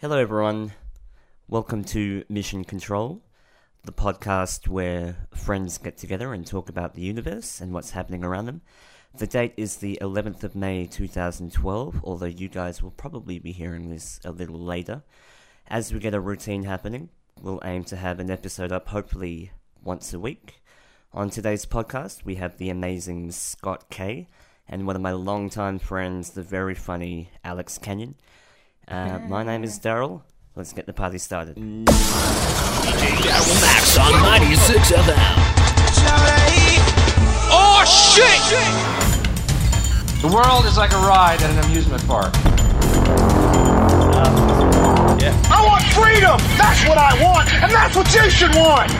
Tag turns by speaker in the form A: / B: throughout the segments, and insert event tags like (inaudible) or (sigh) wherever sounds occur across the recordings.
A: Hello, everyone. Welcome to Mission Control, the podcast where friends get together and talk about the universe and what's happening around them. The date is the 11th of May 2012, although you guys will probably be hearing this a little later. As we get a routine happening, we'll aim to have an episode up hopefully once a week. On today's podcast, we have the amazing Scott Kay and one of my longtime friends, the very funny Alex Kenyon. Uh, my name is Daryl. Let's get the party started.
B: Daryl Max on 96 FM.
C: Oh shit!
D: The world is like a ride at an amusement park.
C: I want freedom! That's what I want, and that's what you should want!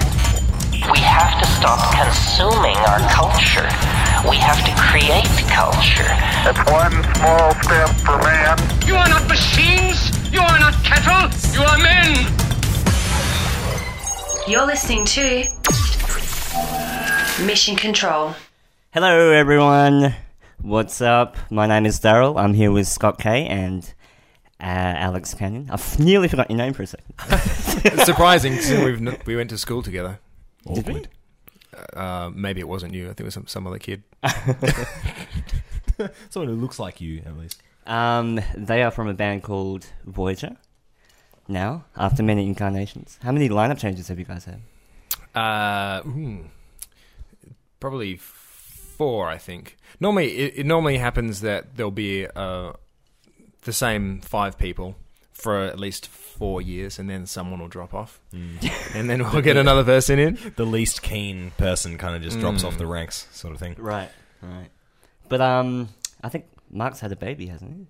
E: We have to stop consuming our culture. We have to create culture.
F: It's one small step for man,
G: You are not machines. You are not cattle. You are men.
H: You're listening to Mission Control.
A: Hello, everyone. What's up? My name is Daryl. I'm here with Scott Kay and uh, Alex Canyon. I've nearly forgot your name for a second.
I: It's surprising because we've n- we went to school together.
A: Did we?
I: Uh, maybe it wasn't you. I think it was some, some other kid.
J: Someone who looks like you, at least.
A: Um, they are from a band called Voyager. Now, after many incarnations, how many lineup changes have you guys had?
I: Uh, hmm. probably f- four, I think. Normally, it, it normally happens that there'll be uh, the same five people for at least four years, and then someone will drop off, and then we'll get another person in.
J: The least keen person kind of just drops off the ranks, sort of thing.
A: Right, right. But um, I think Mark's had a baby, hasn't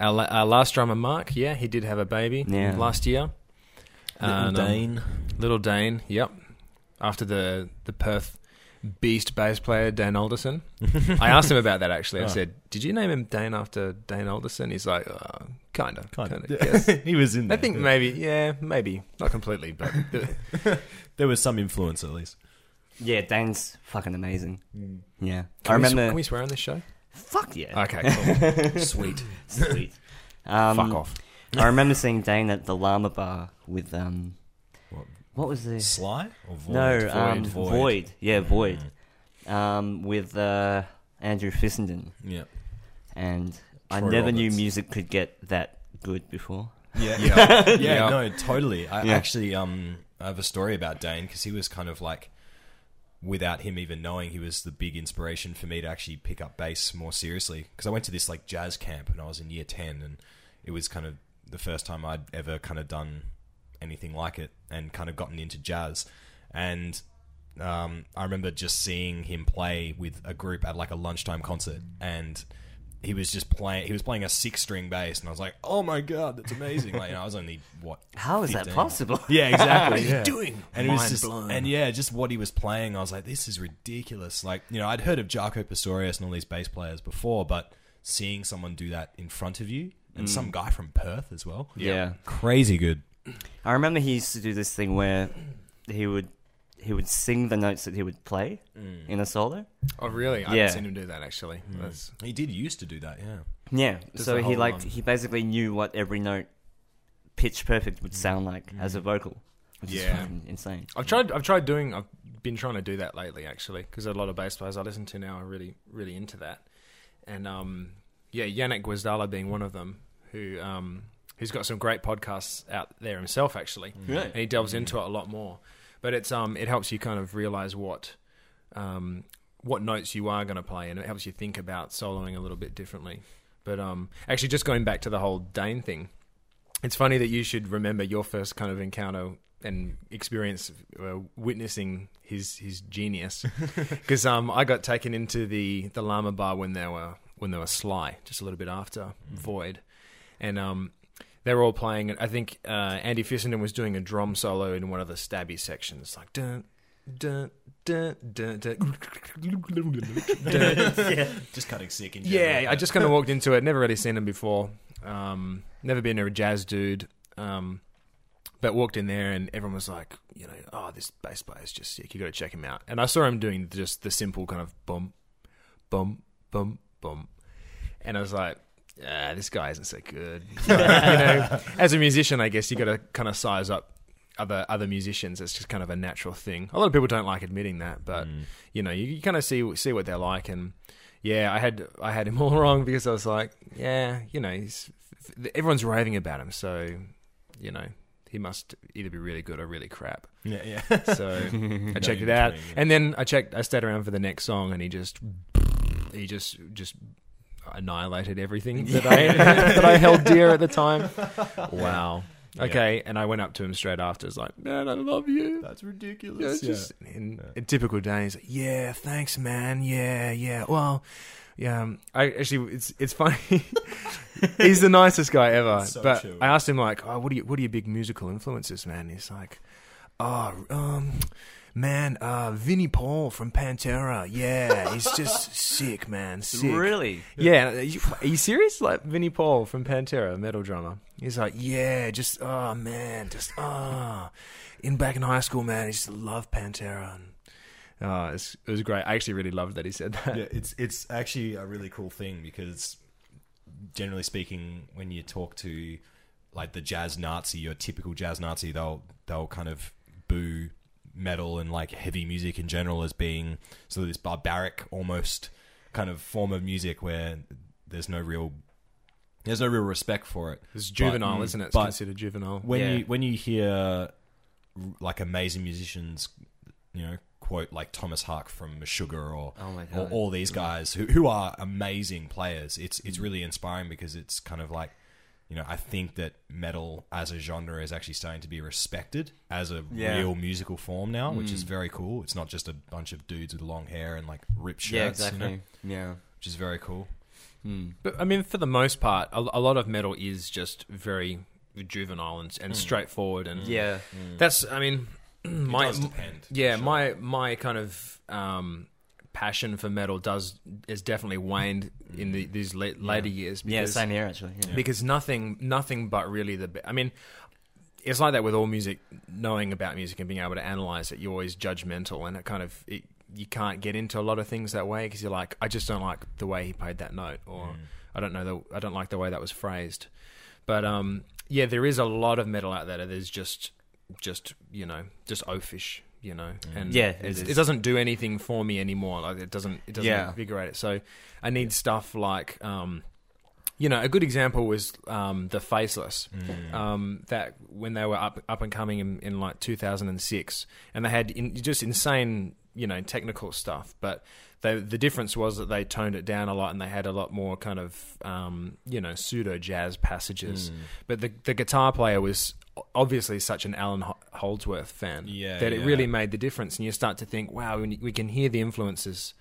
I: Our, la- our last drummer, Mark, yeah, he did have a baby
A: Yeah.
I: last year. And, um,
J: Dane. (laughs)
I: Little Dane, yep. After the the Perth Beast bass player Dane Alderson, I asked him about that actually. I said, "Did you name him Dane after Dane Alderson?" He's like, uh, "Kind of, kind of." Yes.
J: (laughs) he was in
I: I
J: there.
I: think maybe, yeah, maybe not completely, but the-
J: there was some influence, at least.
A: he? Yeah, Dane's fucking amazing. Yeah, Mm. I
I: Can we sw-
A: remember.
I: can we swear on this show?
A: Fuck yeah.
I: Okay, cool. sweet.
A: Sweet. Um,
I: Fuck off.
A: I remember seeing Dane at the Llama Bar with um, what was this?
J: Sly? Or Void?
A: no,
J: Void.
A: um, void. Yeah, void. Um, with uh, Andrew Fissenden,
J: Yeah.
A: and I
J: Troy
A: never knew
J: Roberts.
A: music could get that good before.
J: Yeah.
I: Yeah, yeah.
J: yeah, no, totally. I
A: Yeah.
J: actually um, I have a story about Dane because he was kind of like, without him even knowing, he was the big inspiration for me to actually pick up bass more seriously. Because I went to this like jazz camp and I was in year ten, and it was kind of the first time I'd ever kind of done anything like it and kind of gotten into jazz. And um, I remember just seeing him play with a group at like a lunchtime concert, and he was just playing. He was playing a six-string bass, and I was like, "Oh my god, that's amazing!" Like, and I was only what?
A: How is that (laughs)
J: 15?
A: possible?
J: Yeah, exactly.
I: What are you
J: yeah.
I: doing?
J: And it was
I: Mind
J: just,
I: blown.
J: and yeah, just what he was playing, I was like, "This is ridiculous!" Like, you know, I'd heard of Jaco Pastorius and all these bass players before, but seeing someone do that in front of you, and some guy from Perth as well,
A: yeah.
J: crazy good.
A: I remember he used to do this thing where he would he would sing the notes that he would play in a solo.
I: Oh, really? I
A: Yeah.
I: haven't seen him do that actually. That's,
J: He did used to do that, yeah.
A: Yeah. so
I: the
A: he
I: whole,
A: liked
I: um,
A: he basically knew what every note pitch perfect would sound like as a vocal, which is
I: Yeah.
A: fucking insane.
I: I've tried. I've tried doing. I've been trying to do that lately, actually, because a lot of bass players I listen to now are really, really into that. And um, yeah, Yannick Guazdala being one of them, who um, who's got some great podcasts out there himself, actually.
A: Really?
I: And he delves into it a lot more. But it's um, it helps you kind of realize what um, what notes you are going to play, and it helps you think about soloing a little bit differently. But um, actually, just going back to the whole Dane thing, it's funny that you should remember your first kind of encounter and experience uh, witnessing his his genius, because um, I got taken into the the llama bar when they were when they were sly, just a little bit after Void, and um, they were all playing. I think uh, Andy Fissenden was doing a drum solo in one of the stabby sections, like dun dun dun dun dun. dun
J: Just cutting sick. In general.
I: yeah, I just kind of walked into it. Never really seen him before. Um, never been a jazz dude. Um, but walked in there and everyone was like, you know, oh, this bass player is just sick. You got to check him out. And I saw him doing just the simple kind of bum, bum, bum, bum, and I was like, ah, this guy isn't so good. you know, as a musician, I guess you got to kind of size up other other musicians. It's just kind of a natural thing. A lot of people don't like admitting that, but you know, you, you kind of see see what they're like. And yeah, I had I had him (laughs) all wrong because I was like, yeah, you know, he's, everyone's raving about him, so you know, he must either be really good or really crap.
J: Yeah, yeah. (laughs)
I: So (laughs) I checked it out,
J: between, yeah.
I: and then I checked. I stayed around for the next song, and he just he just just annihilated everything that I (laughs) that I held dear at the time. (laughs) Wow. Okay, and I went up to him straight after. It's like, man, I love you.
J: That's
I: Yeah,
J: ridiculous.
I: just in, in typical days. Like, yeah, thanks, man. Yeah, yeah. Well, yeah. um, I actually, it's it's funny. (laughs) he's the nicest guy ever.
J: So
I: but
J: chill.
I: I asked him like, oh, what are you, what are your big musical influences, man? He's like, oh, um. Man, uh, Vinnie Paul from Pantera. Yeah, he's
J: (laughs)
I: just sick, man. Sick.
A: Really?
I: Yeah. Are you, are you serious? Like Vinnie Paul from Pantera, metal drummer. He's like, yeah, just oh man, just ah. In back in high school, man, I just loved Pantera. And, oh, it's, it was great. I actually really loved that he said that.
J: yeah, it's it's actually a really cool thing because generally speaking, when you talk to like the jazz Nazi, your typical jazz Nazi, they'll they'll kind of boo metal and like heavy music in general as being sort of this barbaric almost kind of form of music where there's no real there's no real respect for it.
I: It's juvenile,
J: But- mm,
I: isn't it? It's
J: but-
I: considered juvenile.
J: when
I: Yeah.
J: you when you hear r- like amazing musicians, you know, quote like Thomas Hark from Sugar or
A: Oh my
J: or
A: God. Mm.
J: all these guys who who are amazing players, it's it's really inspiring because it's kind of like you know, I think that metal as a genre is actually starting to be respected as a
A: Yeah. Mm.
J: real musical form now, which is very cool. It's not just a bunch of dudes with long hair and like ripped shirts,
A: Yeah,
J: you know,
A: exactly. Yeah.
J: which is very cool.
I: But I mean, for the most part, a, a lot of metal is just very juvenile and, and straightforward. And
A: Yeah.
I: that's. I mean, (clears throat)
A: Um,
I: my
J: does depend,
I: yeah, my my kind of um, passion for metal does is definitely waned in the, these la- later years. Because,
A: Yeah, same here, actually. Yeah.
I: Because nothing, nothing but really the. be- I mean. It's like that with all music, knowing about music and being able to analyze it. You're always judgmental, and it kind of it, you can't get into a lot of things that way because you're like, I just don't like the way he played that note, or I don't know, the, I don't like the way that was phrased. But um, yeah, there is a lot of metal out there that is just, just you know, just oafish, you know, and
A: Yeah, it
I: it's-
A: is.
I: it doesn't do anything for me anymore. Like it doesn't, it doesn't
A: Yeah.
I: invigorate it. So I need stuff like, um, you know, a good example was um, the Faceless.
J: Mm.
I: Um, that when they were up up and coming in, in like 2006, and they had in, just insane, you know, technical stuff. But they, the difference was that they toned it down a lot, and they had a lot more kind of um, you know pseudo jazz passages.
J: Mm.
I: But the the guitar player was obviously such an Alan Ho- Holdsworth fan
J: Yeah,
I: that it
J: yeah.
I: really made the difference, and you start to think, wow, we we can hear the influences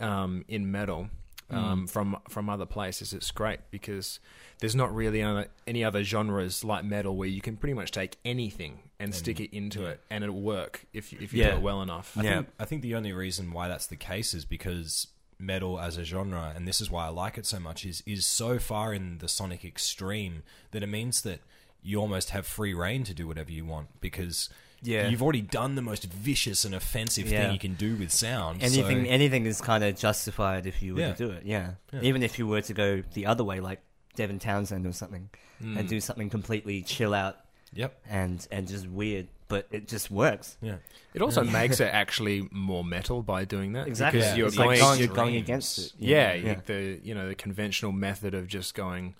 I: um, in metal
A: Hmm.
I: um, from from other places. It's great because there's not really other, any other genres like metal where you can pretty much take anything and, stick it into it, and it'll work if you- if you
A: Yeah.
I: do it well enough.
J: I
A: Yeah.
J: think, I think the only reason why that's the case is because metal as a genre, and this is why I like it so much, is is so far in the sonic extreme that it means that you almost have free reign to do whatever you want because
A: Yeah.
J: you've already done the most vicious and offensive
A: Yeah.
J: thing you can do with sound. so-
A: Anything, anything is kind of justified if you were
J: Yeah.
A: to do it. Yeah. Even if you were to go the other way, like Devin Townsend or something, and do something completely chill out
J: yep.
A: and and just weird, but it just works.
J: Yeah.
I: It also
A: (laughs)
I: makes it actually more metal by doing that
A: Exactly.
I: because you're
A: it's
I: going,
A: like going,
I: you're-
A: you're going
J: extremes.
A: against it.
I: yeah,
A: Yeah.
I: like the you know the conventional method of just going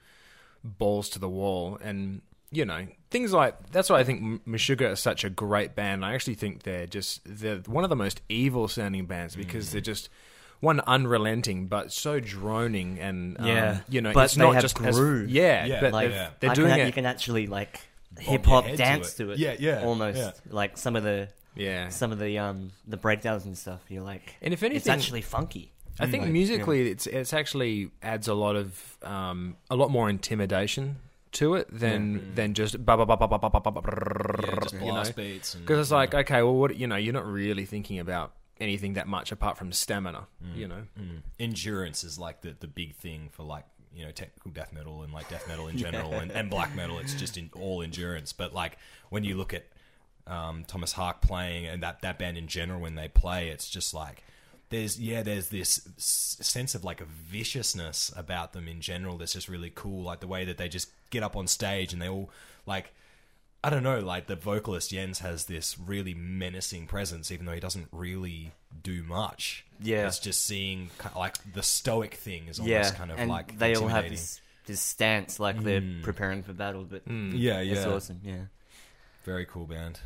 I: balls to the wall and you know things like that's why I think M- Meshuggah is such a great band. I actually think they're just they're one of the most evil sounding bands because they're just one unrelenting but so droning and um,
A: Yeah.
I: you know
A: But
I: it's
A: they
I: not
A: have
I: just as-
A: groove.
I: yeah,
J: Yeah,
I: but
A: like
I: they're,
J: Yeah.
I: they're
A: I
I: doing
A: can, You
I: it
A: can actually like
J: your
A: hip hop
J: head to
A: dance
J: it.
A: to it.
J: Yeah, yeah,
A: Almost
J: yeah.
A: like some of the
I: yeah
A: some of the um the breakdowns and stuff. You're like,
I: And if
A: it's
I: anything-
A: actually funky.
I: I think musically, it's it's actually adds a lot of um, a lot more intimidation to it than than just ba ba ba ba ba ba ba ba ba
J: Yeah, just
I: you know?
J: blast beats and-
I: because it's like okay, well, what you know, you're not really thinking about anything that much apart from stamina,
J: Mm.
I: you know.
J: hmm, endurance is like the, the big thing for like you know technical death metal and like death metal in general and, and black metal it's just in all endurance but like when you look at um, thomas hark playing and that, that band in general when they play it's just like there's yeah there's this s- sense of like a viciousness about them in general that's just really cool like the way that they just get up on stage and they all like i don't know like the vocalist jens has this really menacing presence even though he doesn't really do much
A: Yeah.
J: it's just seeing ki- like the stoic thing is almost
A: yeah,
J: kind of
A: and
J: like
A: they all have
J: intimidating.
A: this this stance like they're preparing for battle. But
J: Mm, yeah
A: it's
J: Hmm, yeah
A: awesome. Yeah,
J: very cool band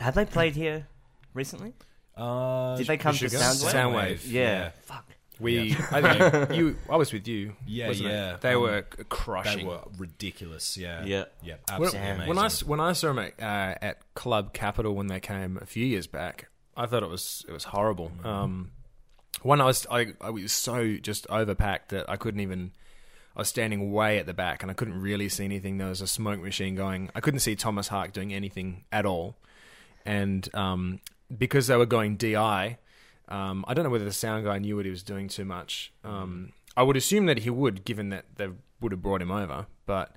A: have they played here recently?
J: uh,
A: Did they come to
I: Meshuggah?
A: Soundwave?
I: Soundwave,
A: Yeah.
J: yeah.
A: Fuck.
I: We,
J: (laughs)
I: I think (laughs) you, I was with you.
J: Yeah,
I: wasn't it?
J: yeah.
I: They
J: Um,
I: were c- crushing.
J: They were ridiculous. Yeah.
A: Yeah.
J: Yeah.
I: When,
J: Absolutely amazing.
I: when
J: (laughs)
I: I s- when I saw them at, uh, at Club Capital when they came a few years back, I thought it was it was horrible.
J: Mm.
I: Um, one I was I, I was so just overpacked that I couldn't even. I was standing way at the back and I couldn't really see anything. There was a smoke machine going. I couldn't see Thomas Hark doing anything at all, and um, because they were going di, um, I don't know whether the sound guy knew what he was doing too much. Um, I would assume that he would, given that they would have brought him over, but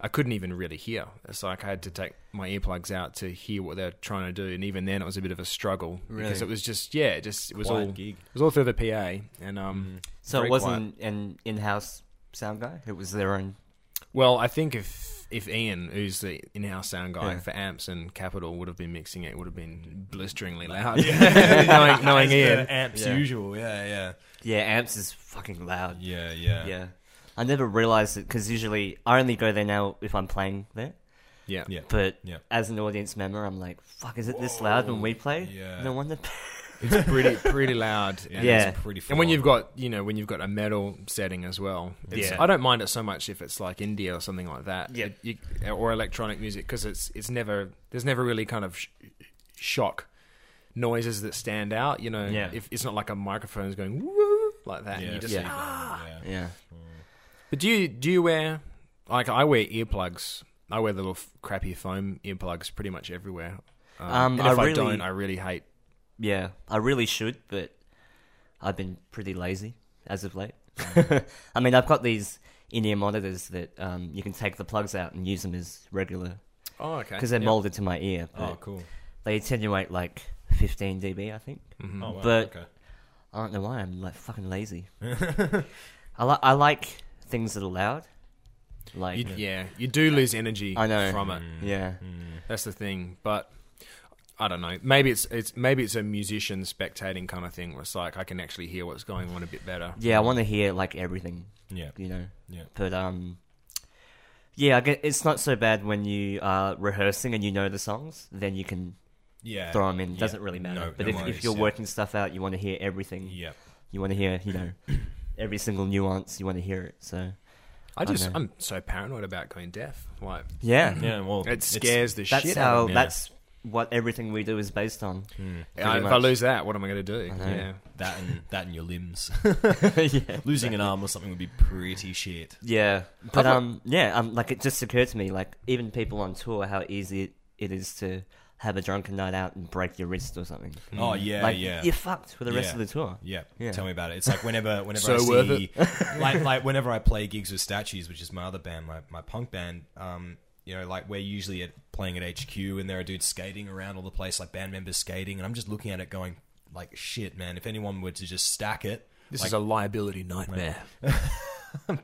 I: I couldn't even really hear. It's like I had to take my earplugs out to hear what they're trying to do, and even then it was a bit of a struggle because it was just yeah, it just it was
J: Quiet
I: all
J: gig. Mm.
I: it was all through the PA, and um,
A: So it
I: very quiet.
A: wasn't an in-house sound guy. It was their own.
I: Well, I think if if Ian, who's the in-house sound guy
A: Yeah.
I: for Amps and Capital, would have been mixing it, it would have been blisteringly (laughs) loud. knowing knowing Ian,
J: amps
A: Yeah.
J: usual. Yeah. Yeah.
A: Yeah, amps is fucking loud.
J: Yeah. Yeah.
A: Yeah. I never realized it because usually I only go there now if I'm playing there.
I: yeah,
J: Yeah.
A: But
J: Yeah.
A: as an audience member, I'm like, fuck, is it this loud when we play?
J: yeah.
A: No wonder. (laughs)
I: it's pretty pretty (laughs) loud. And
A: Yeah.
J: It's pretty.
I: And when
J: full
I: you've
J: on.
I: got you know when you've got a metal setting as well, it's,
A: Yeah.
I: I don't mind it so much if it's like India or something like that,
A: Yeah.
I: It- you- or electronic music because it's it's never there's never really kind of sh- shock noises that stand out. You know,
A: Yeah.
I: if it's not like a microphone is going woo like that,
J: Yeah.
I: you just "Ah!"
J: so
A: Yeah.
J: you can- yeah.
A: yeah.
I: But do you do you wear like I wear earplugs? I wear the little f- crappy foam earplugs pretty much everywhere. Um,
A: Um,
I: and if
A: I
I: I,
A: really-
I: don't, I really hate.
A: Yeah. I really should, but I've been pretty lazy as of
I: (laughs)
A: late. Um, I mean, I've got these in-ear monitors that um, you can take the plugs out and use them as regular
I: Oh, okay.
A: because they're molded to my ear. But
J: Oh, cool.
A: They attenuate like 15 dB, I think.
I: Mm-hmm.
J: Oh, wow.
A: But-
J: okay.
A: I don't know why I'm like fucking
I: (laughs)
A: lazy. I like I like things that are loud. Like
I: You, yeah, Mm. you do lose energy
A: I know.
I: from it.
A: yeah,
I: That's the thing. But I don't know. Maybe it's it's maybe it's a musician spectating kind of thing. Where it's like I can actually hear what's going on a bit better.
A: yeah. I want to hear like everything,
J: Yeah.
A: you know.
J: Yeah.
A: But um, yeah. I get, it's not so bad when you are rehearsing and you know the songs. Then you can
J: Yeah.
A: throw them in.
J: Uh, Yeah.
A: Doesn't really matter.
J: No-
A: but
J: no
A: if,
J: worries,
A: if you're
J: yeah.
A: working stuff out, you want to hear everything.
J: Yeah.
A: You want to hear you
J: (coughs)
A: know every single nuance. You want to hear it. So
I: I just
A: know.
I: I'm so paranoid about going deaf. Like
A: yeah,
J: Mm-hmm. Yeah. Well,
I: it scares the
A: That's
I: shit out
A: how.
I: of me.
A: That's what everything we do is based on.
I: I, if I
A: much.
I: lose that, what am I going to do? Yeah.
J: that and that and your limbs. (laughs)
A: (laughs)
J: Mm. Losing an arm or something would be pretty shit.
A: Yeah, but
I: thought-
A: um, yeah, um, like it just occurred to me, like even people on tour, how easy it, it is to have a drunken night out and break your wrist or something.
J: Oh yeah,
A: like
J: yeah.
A: you're fucked for the rest
J: Yeah.
A: of the tour.
J: Yeah.
A: Yeah.
J: Tell me about it. It's
A: (laughs)
J: like whenever whenever
I: So
J: I see
I: worth
J: like like whenever I play gigs with statues, which is my other band, my, my punk band, um, you know, like we're usually at playing at HQ and there are dudes skating around all the place, like band members skating, and I'm just looking at it going, like, shit, man, if anyone were to just stack it
I: This is a liability nightmare.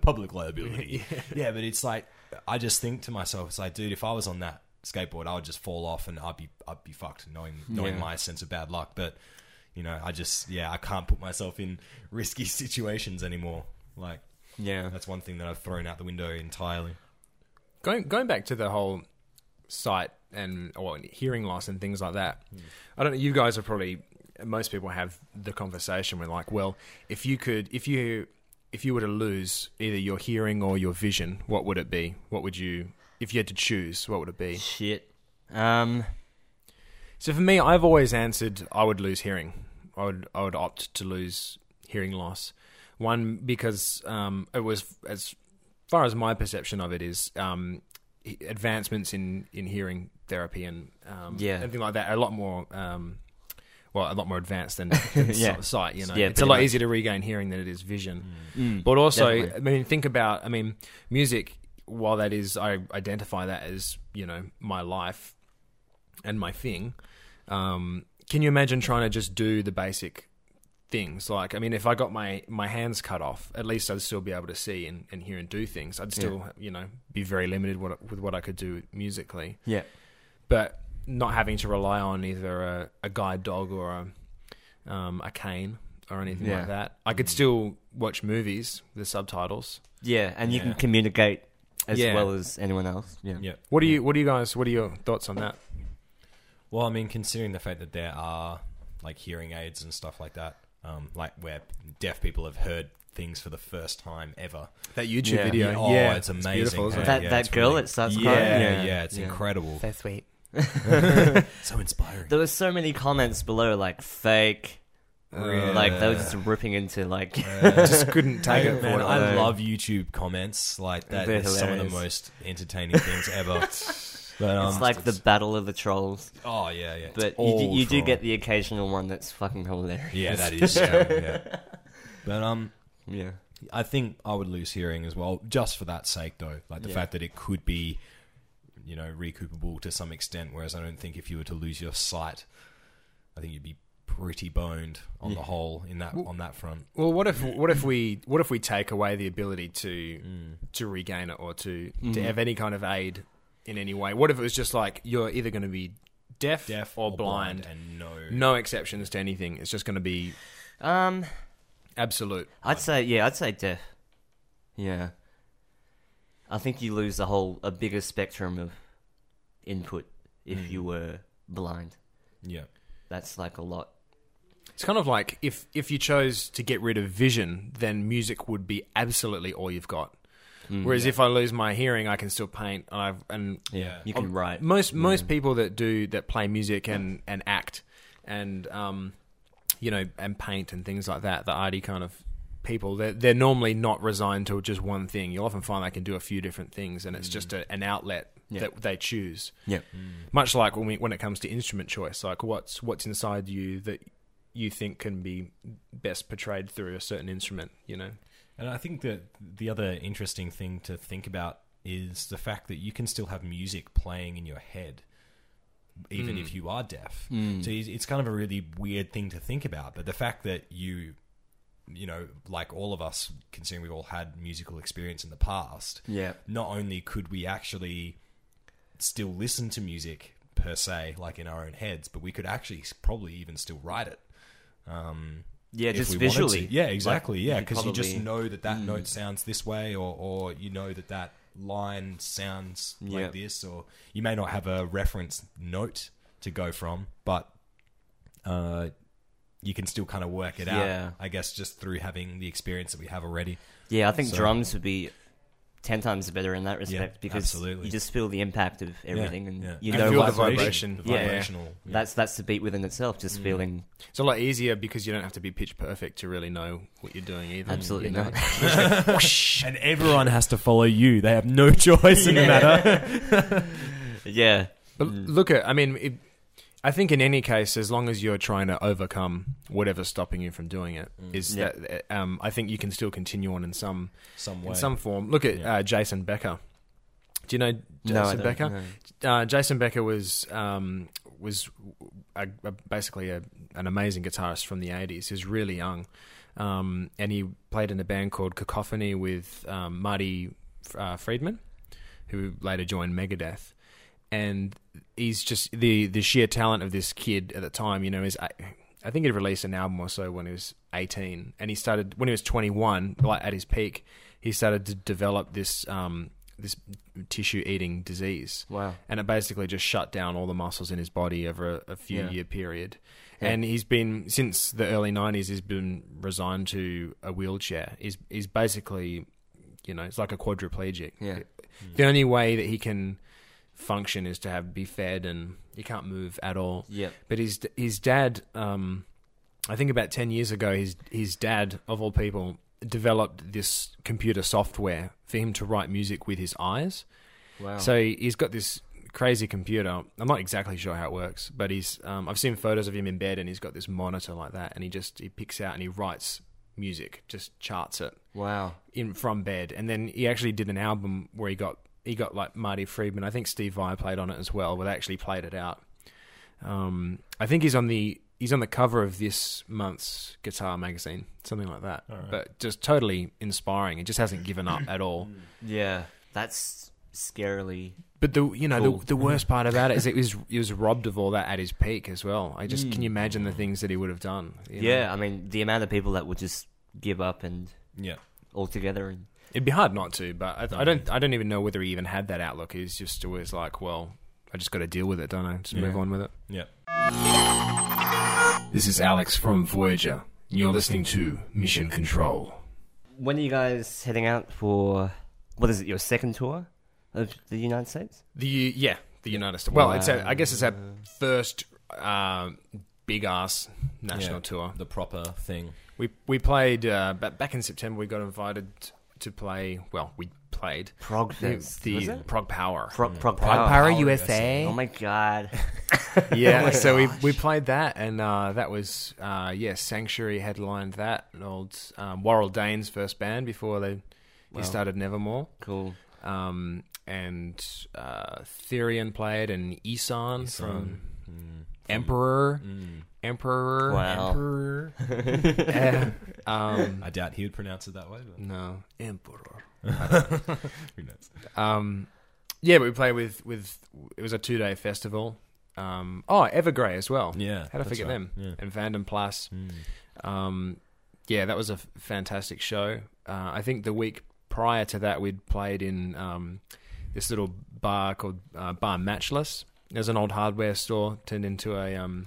J: public liability. yeah. but it's like I just think to myself, it's like, dude, if I was on that skateboard, I would just fall off and I'd be I'd be fucked, knowing knowing
A: Yeah.
J: my sense of bad luck. But you know, I just yeah, I can't put myself in (laughs) risky situations anymore. Like
A: Yeah,
J: that's one thing that I've thrown out the window entirely.
I: Going going back to the whole sight and or hearing loss and things like that. I don't know. You guys are probably most people have the conversation with like, well, if you could, if you if you were to lose either your hearing or your vision, what would it be? What would you if you had to choose? What would it be?
A: shit. Um,
I: So for me, I've always answered I would lose hearing. I would I would opt to lose hearing loss. One because um, it was as far as my perception of it is um, he- advancements in, in hearing therapy and um,
A: Yeah.
I: and things like that are a lot more um, well a lot more advanced
A: (laughs)
I: than, than
A: Yeah.
I: yeah. sight. You know,
A: Yeah,
I: it's a
A: pretty
I: lot
A: much. Mm.
I: easier to regain hearing than it is vision. but also,
A: definitely.
I: I mean, think about I mean, music. While that is, I identify that as you know my life and my thing. Um, can you imagine trying to just do the basic things. Like, I mean, if I got my, my hands cut off, at least I'd still be able to see and, and hear and do things. I'd still, you know, be very limited what, with what I could do musically.
A: Yeah.
I: But not having to rely on either a, a guide dog or a, um, a cane or anything
A: Yeah.
I: like that. I could still watch movies with subtitles.
A: Yeah, and you can
J: Yeah.
A: communicate as
I: Yeah.
A: well as anyone else. Yeah.
J: Yeah.
I: What do you, what do you guys, what are your thoughts on that?
J: Well, I mean, considering the fact that there are like hearing aids and stuff like that, um, like where deaf people have heard things for the first time ever.
I: That YouTube
A: Yeah.
I: video.
J: Oh,
I: yeah,
J: it's amazing.
I: beautiful, isn't
J: hey,
I: it?
A: That-
J: yeah,
A: that
J: it's
A: girl that starts
J: yeah,
A: crying? Yeah.
J: Yeah, yeah, it's
A: Yeah.
J: incredible.
A: So sweet.
J: So inspiring.
A: There were so many comments below, like fake. Like they were just ripping into like
I: just (laughs) couldn't take it.
J: Man,
I: for
J: I
I: it.
J: love YouTube comments. Like that
A: They're
J: is some of the
A: hilarious.
J: most entertaining things
A: (laughs)
J: ever. But
A: (laughs)
J: um,
A: it's like the battle of the trolls.
J: oh yeah, yeah. It's
A: But you,
J: all
A: do, you do
J: troll.
A: get the occasional one that's fucking hilarious.
J: (laughs) yeah,
A: (laughs)
J: that is terrible, yeah. But um,
A: Yeah.
J: I think I would lose hearing as well, just for that sake though. Like the fact that it could be, you know, recoupable to some extent. Whereas I don't think if you were to lose your sight, I think you'd be pretty boned on the whole in that on that front.
I: Well, what if what if we what if we take away the ability to to regain it or to to have any kind of aid in any way? What if it was just like you're either going to be deaf,
J: Deaf
I: or, blind,
J: and no,
I: no exceptions to anything. It's just going to be
A: Um,
I: absolute.
A: I'd say yeah. I'd say death. Yeah. I think you lose the whole a bigger spectrum of input if
J: Mm-hmm.
A: you were blind.
J: yeah.
A: That's like a lot.
I: It's kind of like if if you chose to get rid of vision, then music would be absolutely all you've got.
A: Mm,
I: Whereas if I lose my hearing, I can still paint. And I've and um,
J: Yeah.
A: You can write.
I: most most people that do that play music and and act and um you know and paint and things like that the arty kind of people they're, they're normally not resigned to just one thing you'll often find they can do a few different things and it's
A: Mm.
I: just a, an outlet that they choose
A: Yeah.
I: much like when we, when it comes to instrument choice like what's what's inside you that you think can be best portrayed through a certain instrument you know
J: And I think that the other interesting thing to think about is the fact that you can still have music playing in your head, even if you are deaf. So it's it's kind of a really weird thing to think about. But the fact that you, you know, like all of us, considering we've all had musical experience in the past,
A: Yeah.
J: not only could we actually still listen to music per se, like in our own heads, but we could actually probably even still write it.
A: Yeah.
J: If
A: Just
J: we wanted
A: visually.
J: to. Yeah, exactly.
A: Like,
J: yeah,
A: could
J: because you just
A: probably- Hmm.
J: know that that note sounds this way, or or you know that that line sounds
A: Yeah.
J: like this, or you may not have a reference note to go from, but uh, you can still kind of work it
A: Yeah.
J: out. I guess just through having the experience that we have already.
A: Yeah, I think
J: So-
A: drums would be ten times better in that respect because
J: absolutely.
A: you just feel the impact of everything and
J: yeah.
A: you
J: And
A: know
I: feel
A: what
I: the
A: to do.
I: vibration.
J: The
A: Yeah, yeah.
J: vibrational. yeah. Mm.
A: That's that's the beat within itself, just feeling
I: it's a lot easier because you don't have to be pitch perfect to really know what you're doing either
A: absolutely
I: you know?
A: (laughs) not. (laughs)
J: And everyone has to follow you. They have no (laughs) choice in the
A: (laughs)
J: matter.
A: yeah,
I: But look at, I mean, it, I think in any case, as long as you're trying to overcome whatever's stopping you from doing it, is
A: Yeah.
I: that um, I think you can still continue on in some
J: Some way.
I: in some form. Look at uh, Jason Becker. Do you know
A: No, I
I: Jason
A: don't,
I: Becker?
A: no.
I: Uh, Jason Becker was um, was a, a, basically a, an amazing guitarist from the '80s. He was really young, um, and he played in a band called Cacophony with um, Marty uh, Friedman, who later joined Megadeth. And he's just the the sheer talent of this kid at the time. You know, is I, I think he released an album or so when he was 18, and he started when he was 21, like at his peak, he started to develop this um, this tissue eating disease.
A: Wow.
I: And it basically just shut down all the muscles in his body over a, a few
A: Yeah.
I: year period. And he's been since the early 90s. He's been resigned to a wheelchair. He's he's basically, you know, it's like a quadriplegic.
A: Yeah. Mm.
I: The only way that he can function is to have be fed and he can't move at all.
A: Yep.
I: But his his dad, um, I think about ten years ago, his his dad of all people developed this computer software for him to write music with his eyes.
A: wow.
I: So he's got this crazy computer. I'm not exactly sure how it works, but he's um, I've seen photos of him in bed and he's got this monitor like that, and he just he picks out and he writes music, just charts it
A: wow.
I: in from bed, and then he actually did an album where he got he got like Marty Friedman. I think Steve Vai played on it as well, but they actually played it out. Um, I think he's on the he's on the cover of this month's guitar magazine, something like that. But just totally inspiring. It just hasn't given up at all.
A: Yeah, that's scarily.
I: But the you know
A: Cool.
I: the, the worst part about it is it was he was robbed of all that at his peak as well. I just can you imagine the things that he would have done. you know?
A: Yeah, I mean the amount of people that would just give up and
J: Yeah.
A: altogether and
I: it'd be hard not to. But I, I don't I don't even know whether he even had that outlook. He's just always like, well, I just got to deal with it, don't I? Just move on with it.
J: Yeah.
B: This is Alex from Voyager. and You're listening to Mission Control.
A: When are you guys heading out for what is it? Your second tour of the United States?
I: The yeah, the United States. Well, it's a, I guess it's our first uh, big ass national
J: Yeah.
I: tour.
J: The proper thing.
I: We we played uh, ba- back in September. We got invited to play. Well, we played
A: Prog
I: the,
A: Fest,
I: the
A: was it?
I: Prog Power.
A: Prog, prog
I: Prog
A: power.
I: Power
J: Power USA.
I: USA.
A: Oh my god! (laughs)
I: Yeah,
A: my
I: so we, we played that, and uh, that was uh, yeah, Sanctuary headlined that. An old um, Warrell Dane's first band before they he started Nevermore.
A: cool.
I: Um, and uh, Therian played, and Isan from Emperor, Emperor,
A: Wow.
I: Emperor.
J: I doubt he would pronounce it that way, but
I: no, Emperor.
J: who knows?
I: Um, yeah, but we played with with it was a two day festival. Um, oh, Evergrey as well.
J: Yeah,
I: how to
J: that's
I: forget
J: right.
I: them?
J: Yeah. Hmm.
I: And Vanden Plus. Um, yeah, that was a f- fantastic show. Uh, I think the week prior to that, we'd played in um, this little bar called uh, Bar Matchless. There's an old hardware store turned into a um,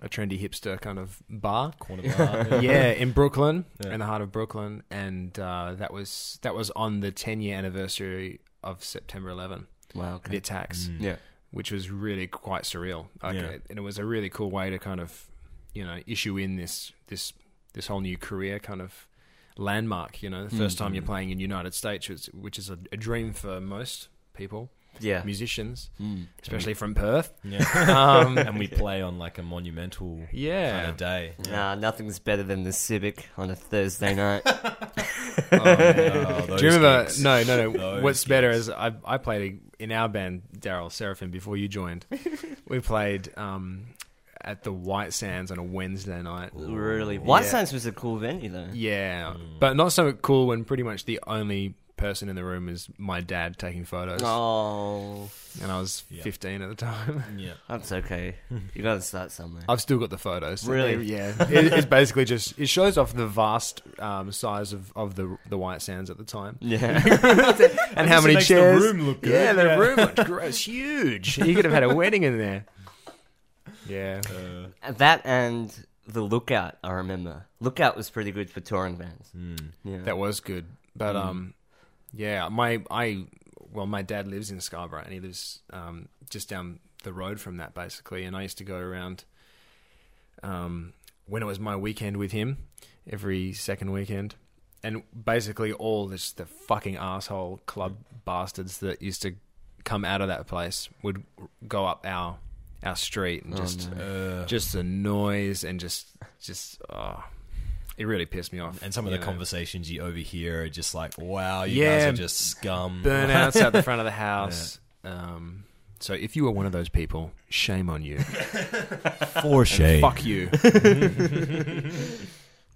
I: a trendy hipster kind of bar
J: Corner bar.
I: yeah, in Brooklyn, in the heart of Brooklyn, and uh, that was that was on the 10 year anniversary of September 11,
A: Wow.
I: the
A: Okay.
I: attacks,
A: Yeah.
I: which was really quite surreal. Like,
J: Yeah.
I: it, and it was a really cool way to kind of, you know, issue in this this this whole new career kind of landmark. You know, the 1st time you're
A: Mm.
I: playing in United States, which, which is a, a dream for most people,
A: Yeah.
I: musicians, especially from Perth.
J: Yeah. and we play on like a monumental
I: Um, Yeah.
J: kind of day.
A: Nah, nothing's better than the Civic on a Thursday night.
J: Oh,
I: Do you
J: those
I: remember?
J: gigs.
I: No, no,
J: (laughs)
I: no.
J: Those
I: What's better is I, I played in our band, Daryl Seraphim, before
A: (laughs)
I: you joined. we played um, at the White Sands on a Wednesday night.
A: (laughs) really, White
I: Yeah.
A: Sands was a cool venue though.
I: Yeah,
J: Mm.
I: but not so cool when pretty much the only person in the room is my dad taking photos,
A: Oh,
I: and I was 15 at the time.
J: Yeah.
A: that's (laughs) okay. You gotta start somewhere.
I: (laughs) I've still got the photos.
A: Really? (laughs)
I: Yeah. it, it's basically just it shows off the vast um, size of, of the the White Sands at the time.
A: Yeah.
I: and how many
J: makes the
I: chairs.
J: room look good.
I: Yeah, the
J: Yeah. (laughs)
I: room looked gross, huge. You could have had a wedding in there. Yeah,
A: (laughs) that and the Lookout. I remember Lookout was pretty good for touring bands.
I: that was good. But um, yeah, my I well, my dad lives in Scarborough, and he lives um just down the road from that basically. And I used to go around um when it was my weekend with him every second weekend. And basically, all this the fucking asshole club bastards that used to come out of that place would go up our our street and just just the noise and just just oh, it really pissed me off.
J: And some of the
I: you know.
J: conversations you overhear are just like, wow, you
I: Yeah.
J: guys are just scum.
I: burnouts out the front of the house. Um, so if you were one of those people, shame on you.
J: For shame.
I: Fuck you.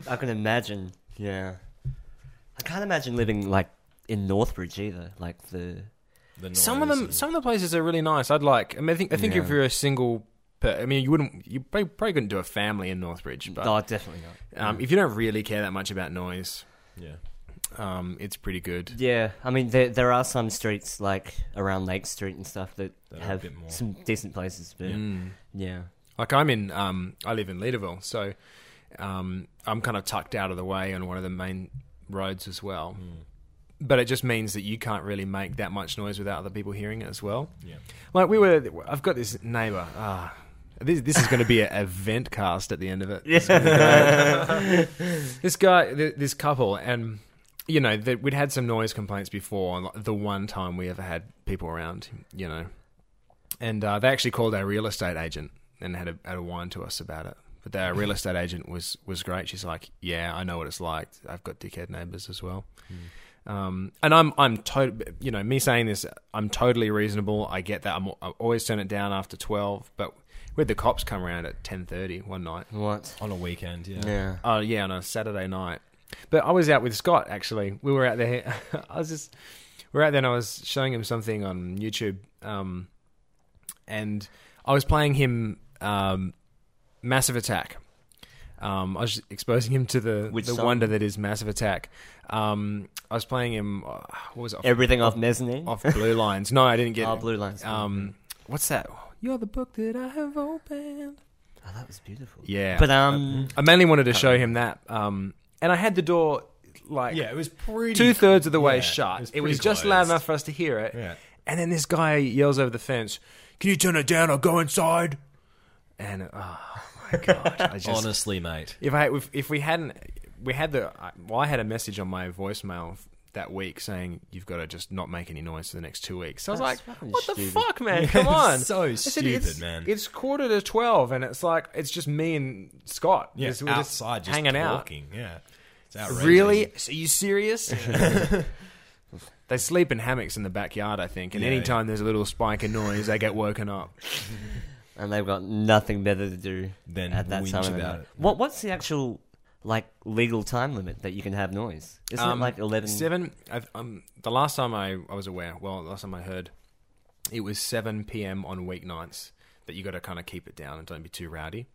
A: I can imagine. Yeah. I can't imagine living like in Northbridge either. Like the
J: The
I: some of
J: noise
I: them,
J: and-
I: some of the places are really nice. I'd like. I mean, I think, I think if you're a single, per, I mean, you wouldn't, you probably, probably couldn't do a family in Northbridge, but
A: oh, definitely not.
I: um, if you don't really care that much about noise,
J: yeah.
I: um, it's pretty good.
A: Yeah, I mean there there are some streets like around Lake Street and stuff that,
J: That are a
A: have
J: bit more-
A: some decent places, but yeah,
I: Like I'm in, um, I live in Leaderville, so um, I'm kind of tucked out of the way on one of the main roads as well. But it just means that you can't really make that much noise without other people hearing it as well.
J: Yeah.
I: Like we were, I've got this neighbor. Ah, this this is going to be a, a vent cast at the end of it. It's gonna be great. this guy, th- this couple, and you know that we'd had some noise complaints before. and, like, The one time we ever had people around, you know, and uh, they actually called our real estate agent and had a, had a whine to us about it. But our real estate agent was was great. She's like, "Yeah, I know what it's like. I've got dickhead neighbors as well." Um, and I'm I'm to- you know me saying this I'm totally reasonable. I get that. I'm, I always turn it down after twelve, but we had the cops come around at ten thirty one night.
A: What?
J: on a weekend. Yeah.
A: Yeah.
I: Oh yeah, on a Saturday night. But I was out with Scott actually. We were out there. (laughs) I was just we were out there, and I was showing him something on YouTube, um, and I was playing him um, Massive Attack. Um, I was exposing him to the
A: Which
I: the
A: song?
I: wonder that is Massive Attack. Um, I was playing him. uh, What was it? Off,
A: Everything Oh, off mezzanine.
I: off Blue Lines. No, I didn't get.
A: Oh, Blue Lines.
I: Um, what's that? You're the book that I have opened.
A: oh, that was beautiful.
I: Yeah,
A: But um,
I: I mainly wanted to show him that, um, and I had the door like
J: Yeah, it was pretty.
I: two thirds of the way
J: yeah,
I: shut. It
J: it
I: was,
J: was pretty
I: just loud
J: closed.
I: enough for us to hear it.
J: Yeah.
I: And then this guy yells over the fence, "Can you turn it down or go inside?" And oh my god,
J: (laughs)
I: I just
J: Honestly, mate.
I: if I if, if we hadn't we had the I- well I had a message on my voicemail f- that week saying you've got to just not make any noise for the next two weeks. So I was
A: That's
I: like,
A: fucking
I: what
A: stupid.
I: the fuck,
J: (laughs)
I: man?
J: Yeah,
I: Come on,
J: so
I: I said,
J: stupid,
I: it's,
J: man.
I: It's quarter to twelve, and it's like it's just me and Scott.
J: Yeah,
I: just, we're just
J: outside, just
I: hanging out.
J: talking. Yeah. It's outrageous.
I: Really? So
J: (laughs)
I: you serious? they sleep in hammocks in the backyard, I think. And
J: Yeah,
I: any
J: yeah.
I: time there's a little spike of noise, they get woken up.
A: and they've got nothing better to do
J: Than
A: at that
J: whinge
A: time. of the
J: about
A: night.
J: it.
A: What What's the actual like legal time limit that you can have noise? Isn't
I: Um,
A: it like eleven?
I: Seven. I've, um, the last time I, I was aware, well, the last time I heard, it was seven p.m. on weeknights that you got to kind of keep it down and don't be too rowdy.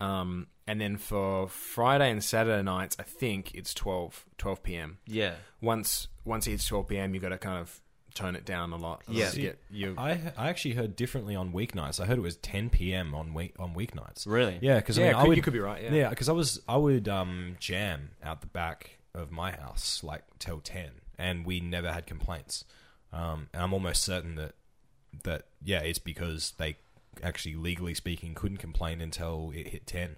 I: Um, and then for Friday and Saturday nights, I think it's 12, 12 p.m.
A: Yeah.
I: Once once it hits twelve p.m., you got to kind of tone it down a lot.
A: Yeah.
I: You get- you-
J: I I actually heard differently on weeknights. I heard it was 10 p.m. on week on weeknights.
A: Really?
J: Yeah, because
I: Yeah,
J: I, mean, I
I: could-
J: would-
I: you could be right, yeah.
J: yeah, because I was I would um, jam out the back of my house like till 10, and we never had complaints. Um, and I'm almost certain that that yeah, it's because they actually legally speaking couldn't complain until it hit 10.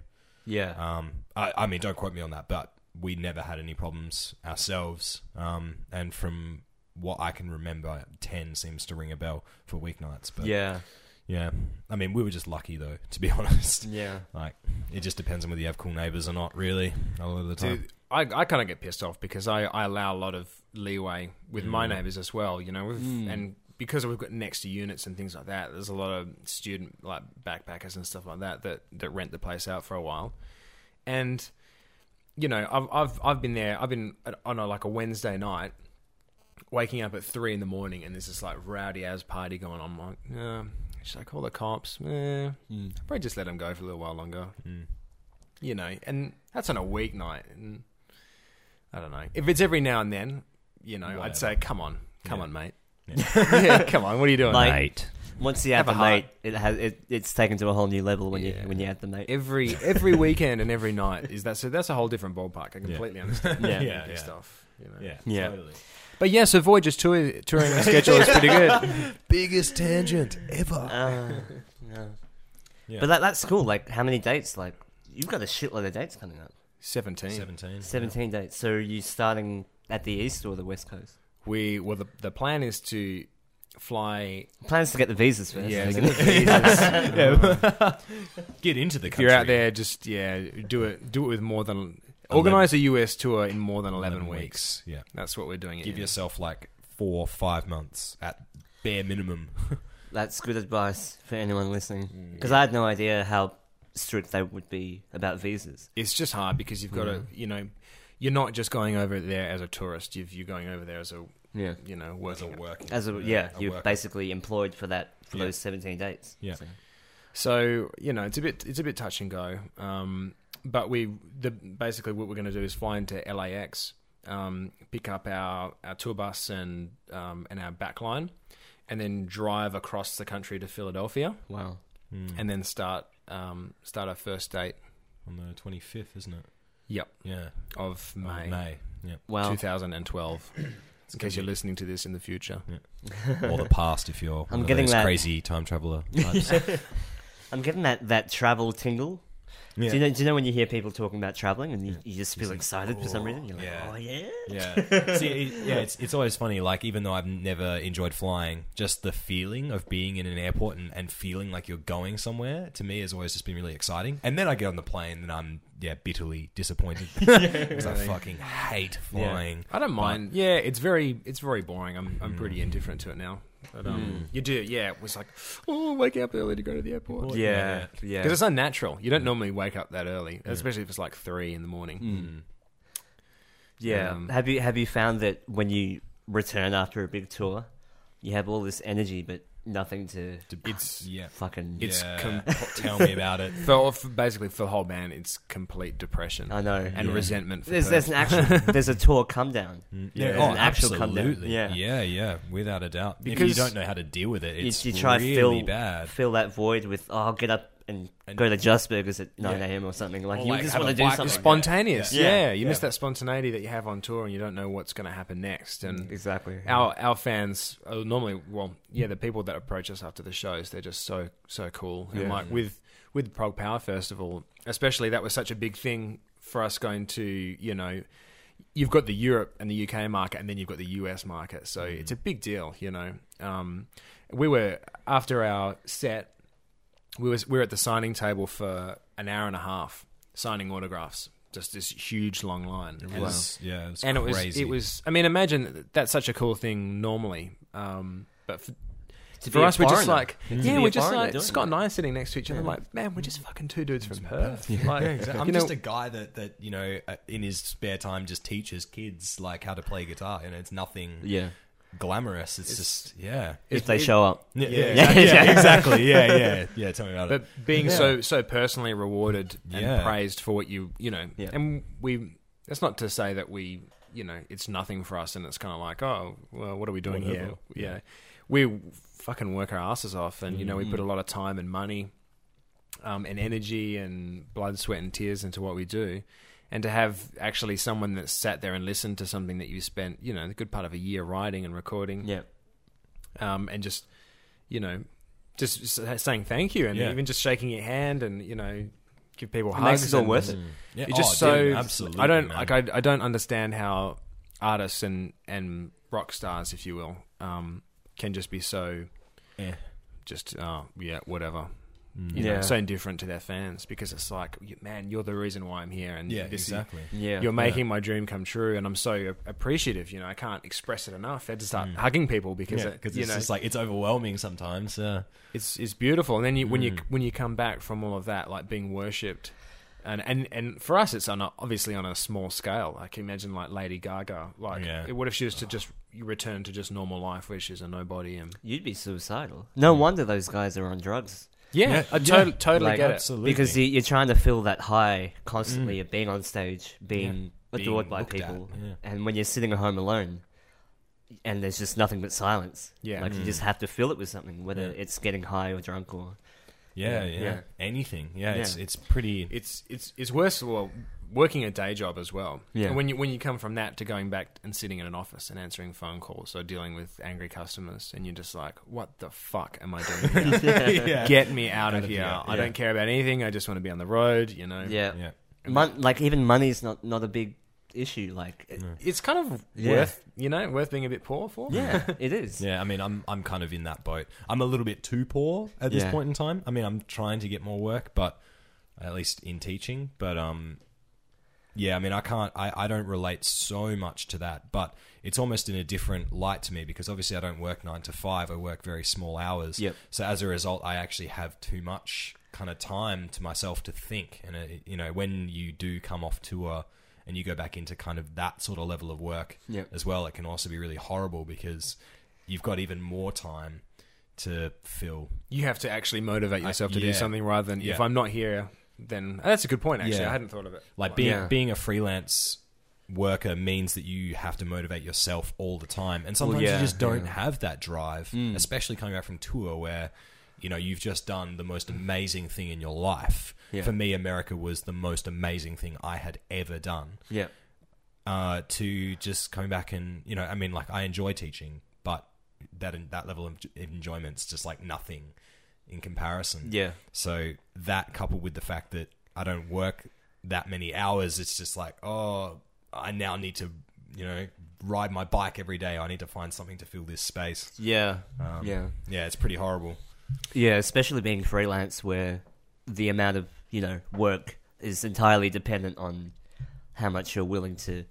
A: Yeah.
J: Um, I, I mean, don't quote me on that, but we never had any problems ourselves. Um, and from what I can remember, ten seems to ring a bell for weeknights. But
A: yeah.
J: yeah. I mean, we were just lucky though, (laughs) to be honest.
A: Yeah.
J: Like, it just depends on whether you have cool neighbors or not. Really, a lot of the time.
I: Dude, I, I kind of get pissed off because I, I allow a lot of leeway with my neighbors as well, you know, we've, and because we've got next to units and things like that, there's a lot of student like backpackers and stuff like that that, that rent the place out for a while, and you know I've I've I've been there. I've been at- on a, like a Wednesday night, waking up at three in the morning, and there's this like rowdy ass party going on. I'm like, yeah, should I call the cops? Eh, probably just let them go for a little while longer you know, and that's on a weeknight. And I don't know if it's every now and then, you know, I'd say, come on, come on, mate, (laughs) Yeah, come on, what are you doing?
A: Like-
I: mate?
A: Once you
I: Have
A: add
I: a
A: the
I: heart.
A: mate, it has it, it's taken to a whole new level when
I: Yeah.
A: you when you add the mate.
I: Every every weekend and every night is that so? That's a whole different ballpark. I completely understand.
A: Yeah.
I: yeah,
J: Yeah, yeah.
I: stuff. You know.
J: yeah,
A: Yeah.
J: totally.
I: But yeah, so Voyager's tour, (laughs) touring schedule is pretty good.
J: Biggest tangent ever.
A: Uh, no.
J: Yeah.
A: But that that's cool. Like, how many dates? Like, you've got a shitload of dates coming up.
I: Seventeen.
J: Seventeen.
A: Seventeen dates. So are you starting at the east or the west coast?
I: We well, the, the plan is to fly.
A: Plans to (laughs) get the visas first.
I: Yeah,
A: isn't
I: get
A: it?
I: the visas.
J: Get into the country.
I: you're out there, just yeah, do it. Do it with more than organize a US tour in more than eleven,
J: Eleven
I: weeks.
J: weeks. Yeah.
I: That's what we're doing. it
J: Give
I: in.
J: yourself like four, five months at bare minimum. (laughs)
A: That's good advice for anyone listening. Because I had no idea how strict they would be about visas.
I: It's just hard because you've got to, you know, you're not just going over there as a tourist. You've, you're going over there as a,
A: Yeah.
I: you know, working.
J: working.
A: As a, yeah,
J: a
A: you're
J: worker.
A: basically employed for that for
J: Yeah.
A: those seventeen dates.
J: Yeah.
I: So you know, it's a bit, it's a bit touch and go. Um, but we, the basically what we're going to do is fly into LAX, um, pick up our our tour bus and um, and our back line, and then drive across the country to Philadelphia,
A: Wow.
I: and then start um, start our first date.
J: on the twenty fifth, isn't it?
I: Yep,
J: Yeah.
I: of May,
J: May. May. Yeah.
A: Wow.
I: 2012. in case you're listening to this in the future.
J: or the past, if you're.
A: I'm
J: one of
A: getting
J: those
A: that.
J: crazy
A: (laughs)
J: time traveler. Types.
A: I'm getting that, that travel tingle.
J: Yeah.
A: Do you know? Do you know when you hear people talking about traveling and you, you just feel excited for some reason? You're like,
J: yeah.
A: oh yeah. (laughs)
J: Yeah. See, it, yeah, it's, it's always funny. Like, even though I've never enjoyed flying, just the feeling of being in an airport and, and feeling like you're going somewhere to me has always just been really exciting. And then I get on the plane and I'm yeah, bitterly
A: (laughs)
J: disappointed. (laughs) 'Cause I fucking hate flying.
I: I don't mind. yeah, it's very it's very boring. I'm I'm
A: Mm.
I: pretty indifferent to it now. But um, you do, yeah. It was like, oh, wake up early to go to the airport.
A: Yeah, yeah. Mm.
I: Because it's unnatural. You don't normally wake up that early, especially if it's like three in the morning.
A: Yeah.
I: Um,
A: have you have you found that when you return after a big tour, you have all this energy but nothing to,
J: It's yeah.
A: fucking.
I: It's
J: Yeah.
I: com-
J: (laughs) Tell me about it.
I: for, for basically for the whole band, it's complete depression.
A: I know.
I: and
A: Yeah.
I: resentment. For
A: There's, there's an
I: Perth. (laughs)
A: actual there's a tour come down.
J: Yeah,
A: There's
J: oh,
A: an actual come down.
J: absolutely.
A: Yeah.
J: yeah, yeah, without a doubt.
I: Because-
J: if you don't know how to deal with it,
A: You,
J: it's
A: you try
J: really
A: to fill
J: bad.
A: fill that void with oh I'll get up and, go to Just Burgers at nine a.m. or something like you
J: like,
A: just
J: have
A: want
J: a
A: to do
J: bite-
A: something.
I: spontaneous. Yeah,
A: Yeah.
I: you miss that spontaneity that you have on tour, and you don't know what's going to happen next. And
A: Exactly.
I: our our fans are normally well, yeah, the people that approach us after the shows, they're just so so cool. And like with with Prog Power Festival, especially that was such a big thing for us going to you know. You've got the Europe and the UK market, and then you've got the US market. So
J: Mm.
I: it's a big deal, you know. Um, we were after our set, we was we were at the signing table for an hour and a half signing autographs. Just this huge long line,
J: It was, yeah, it was
I: and it was
J: crazy.
I: it was. I mean, imagine that- that's such a cool thing normally, um, but for,
A: To
I: for
A: be a
I: us, we're just
A: foreigner.
I: like,
A: To
I: yeah,
A: be
I: we're
A: a
I: just
A: foreigner
I: like
A: doing
I: Scott
A: that.
I: and I are sitting next to each other, like, man, we're just fucking two dudes from Perth. Like,
J: Exactly. I'm
I: you know,
J: just a guy that, that you know uh, in his spare time just teaches kids like how to play guitar, and it's nothing
A: Yeah.
J: glamorous. It's, just yeah.
A: If they show up.
J: Yeah,
A: Yeah.
I: (laughs)
J: exactly. Yeah, exactly. Yeah, yeah, yeah. Tell me about
I: but
J: it.
I: being so so personally rewarded and
J: Yeah.
I: praised for what you you know
A: Yeah.
I: and we that's not to say that we you know it's nothing for us and it's kind of like oh well what are we doing here yeah we fucking work our asses off and you know we put a
J: Mm.
I: lot of time and money um, and energy and blood sweat and tears into what we do and to have actually someone that sat there and listened to something that you spent you know the good part of a year writing and recording
A: Yeah.
I: um, and just you know just s- saying thank you and
J: Yeah.
I: even just shaking your hand and you know give people
A: It
I: hugs
A: makes it all
I: and- Mm.
A: worth it.
J: Yeah,
I: It's just
J: oh,
I: so
J: dude, absolutely.
I: I don't
J: man.
I: like I, I don't understand how artists and and rock stars if you will um, can just be so
J: Yeah.
I: just uh, yeah whatever.
J: Mm.
I: You
A: Yeah.
I: know, so indifferent to their fans because it's like, you- man, you're the reason why I'm here, and
J: Yeah,
I: this is-
J: exactly.
A: Yeah.
I: you're making my dream come true, and I'm so appreciative. You know, I can't express it enough. I had to start hugging people because,
J: Mm. Yeah,
I: it,
J: because
I: you
J: it's
I: know,
J: just like it's overwhelming sometimes. Uh,
I: it's it's beautiful. And then you, when you when you come back from all of that, like being worshipped, and and and for us, it's on a, obviously on a small scale. I can imagine like Lady Gaga. Like,
J: Yeah.
I: what if she was to just return to just normal life where she's a nobody? And
A: You'd be suicidal. No wonder those guys are on drugs.
I: yeah, I
J: yeah.
I: tot- totally
A: Like,
I: get it.
J: absolutely. Mm.
A: Because you, you're trying to fill that high constantly of being on stage, being adored
J: Being
A: by
J: looked at,
A: people,
J: yeah.
A: and when you're sitting at home alone, and there's just nothing but silence.
I: Yeah.
A: like you just have to fill it with something, whether
J: Yeah.
A: it's getting high or drunk or
J: yeah, yeah,
A: yeah.
J: Anything. Yeah, it's
A: Yeah.
J: it's pretty.
I: (laughs) It's it's it's worse. Well, working a day job as well.
A: Yeah.
I: And when you when you come from that to going back and sitting in an office and answering phone calls or dealing with angry customers, and you're just like, what the fuck am I doing? Here?
J: yeah.
I: Get me out, of, here!
J: here,
I: I
J: yeah.
I: don't care about anything. I just want to be on the road. You know.
A: yeah,
J: Yeah.
A: Mon- like even money's not not a big issue. Like
I: It's kind of
A: Yeah.
I: worth you know worth being a bit poor for.
A: yeah, (laughs) it is.
J: Yeah, I mean, I'm I'm kind of in that boat. I'm a little bit too poor at this
A: Yeah.
J: point in time. I mean, I'm trying to get more work, but at least in teaching. But um, yeah, I mean, I can't. I I don't relate so much to that, but it's almost in a different light to me because obviously I don't work nine to five. I work very small hours.
A: Yep.
J: So as a result, I actually have too much kind of time to myself to think. And it, you know, when you do come off tour. And you go back into kind of that sort of level of work
A: Yep.
J: as well. It can also be really horrible because you've got even more time to fill.
I: You have to actually motivate yourself to
J: yeah.
I: do something rather than if
J: Yeah.
I: I'm not here, then oh, that's a good point. Actually,
J: Yeah.
I: I hadn't thought of it.
J: Like being
A: Yeah.
J: being a freelance worker means that you have to motivate yourself all the time, and sometimes
A: yeah, Mm.
J: you just don't have that drive, especially coming back from tour where. You know, you've just done the most amazing thing in your life.
A: Yeah.
J: For me, America was the most amazing thing I had ever done.
A: yeah,
J: uh, to just coming back and you know, I mean, like I enjoy teaching, but that that level of enjoyment's just like nothing in comparison.
A: Yeah.
J: So that coupled with the fact that I don't work that many hours, it's just like, oh, I now need to, you know, ride my bike every day. I need to find something to fill this space.
A: yeah,
J: Um,
A: yeah.
J: Yeah, it's pretty horrible.
A: Yeah, especially being freelance, where the amount of you know work is entirely dependent on how much you're willing to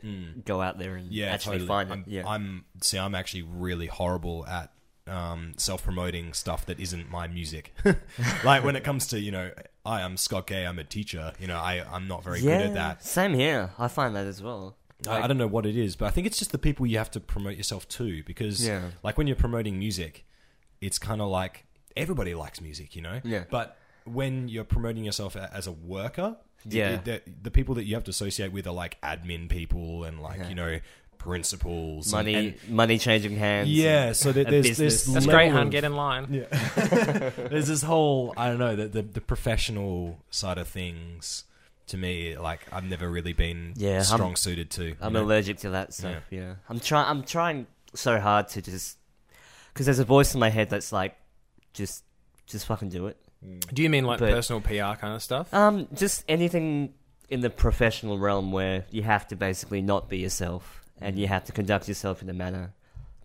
A: go out there and
J: Mm. yeah,
A: actually
J: totally.
A: find it.
J: I'm,
A: yeah.
J: I'm see, I'm actually really horrible at um, self-promoting stuff that isn't my music. (laughs) like when it comes to you know, I am Scott Gay, I'm a teacher. You know, I I'm not very
A: yeah,
J: good at that.
A: Same here. I find that as well.
J: I, I don't know what it is, but I think it's just the people you have to promote yourself to because,
A: Yeah.
J: like when you're promoting music, it's kind of like everybody likes music, you know.
A: Yeah.
J: But when you're promoting yourself a- as a worker,
A: Yeah.
J: the, the people that you have to associate with are like admin people and like you know principals, and-
A: Money,
J: and,
A: money changing hands.
J: Yeah, so that
A: a
J: there's this
A: business.
I: That's
J: level
I: great, hon.
J: of-
I: Get in line.
J: there's this whole I don't know the, the the professional side of things. To me, like I've never really been
A: Yeah, I'm-
J: strong suited to. you
A: I'm
J: know?
A: allergic to that stuff. Yeah,
J: Yeah.
A: I'm trying. I'm trying so hard to just because there's a voice in my head that's like, just, just fucking do it.
I: Do you mean like
A: But-
I: personal PR kind of stuff?
A: Um, just anything in the professional realm where you have to basically not be yourself and you have to conduct yourself in a manner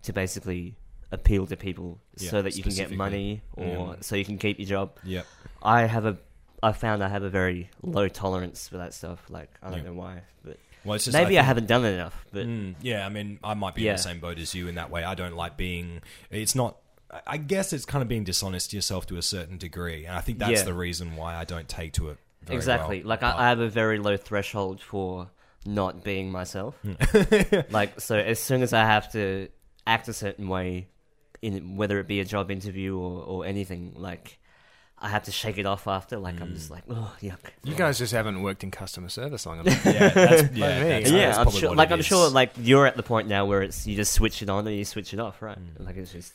A: to basically appeal to people
J: Yeah,
A: so that you can get
J: specifically.
A: money or so you can keep your job.
J: Yep.
A: I have a I found I have a very low tolerance for that stuff. Like I don't
J: Yeah.
A: know why, but
J: Well, it's just
A: maybe I,
J: think-
A: haven't done it enough. But
J: Mm, yeah, I mean, I might be in
A: Yeah.
J: the same boat as you in that way. I don't like being. It's not. I- I guess it's kind of being dishonest to yourself to a certain degree, and I think that's
A: Yeah.
J: the reason why I don't take to it. Very
A: exactly,
J: well.
A: like I, I have a very low threshold for not being myself.
J: Hmm.
A: (laughs) like so, as soon as I have to act a certain way, in whether it be a job interview or, or anything, like I have to shake it off after. Like I'm
J: Hmm.
A: just like, oh yuck.
I: You guys just haven't worked in customer service long enough.
J: (laughs)
A: (laughs)
J: yeah, (laughs) that's, yeah,
I: me.
J: that's,
A: yeah,
J: that's
A: I'm
J: probably
A: sure.
J: what
A: Like
J: it
A: I'm
J: is.
A: sure. Like you're at the point now where it's you just switch it on and you switch it off, right?
J: Hmm.
A: Like it's just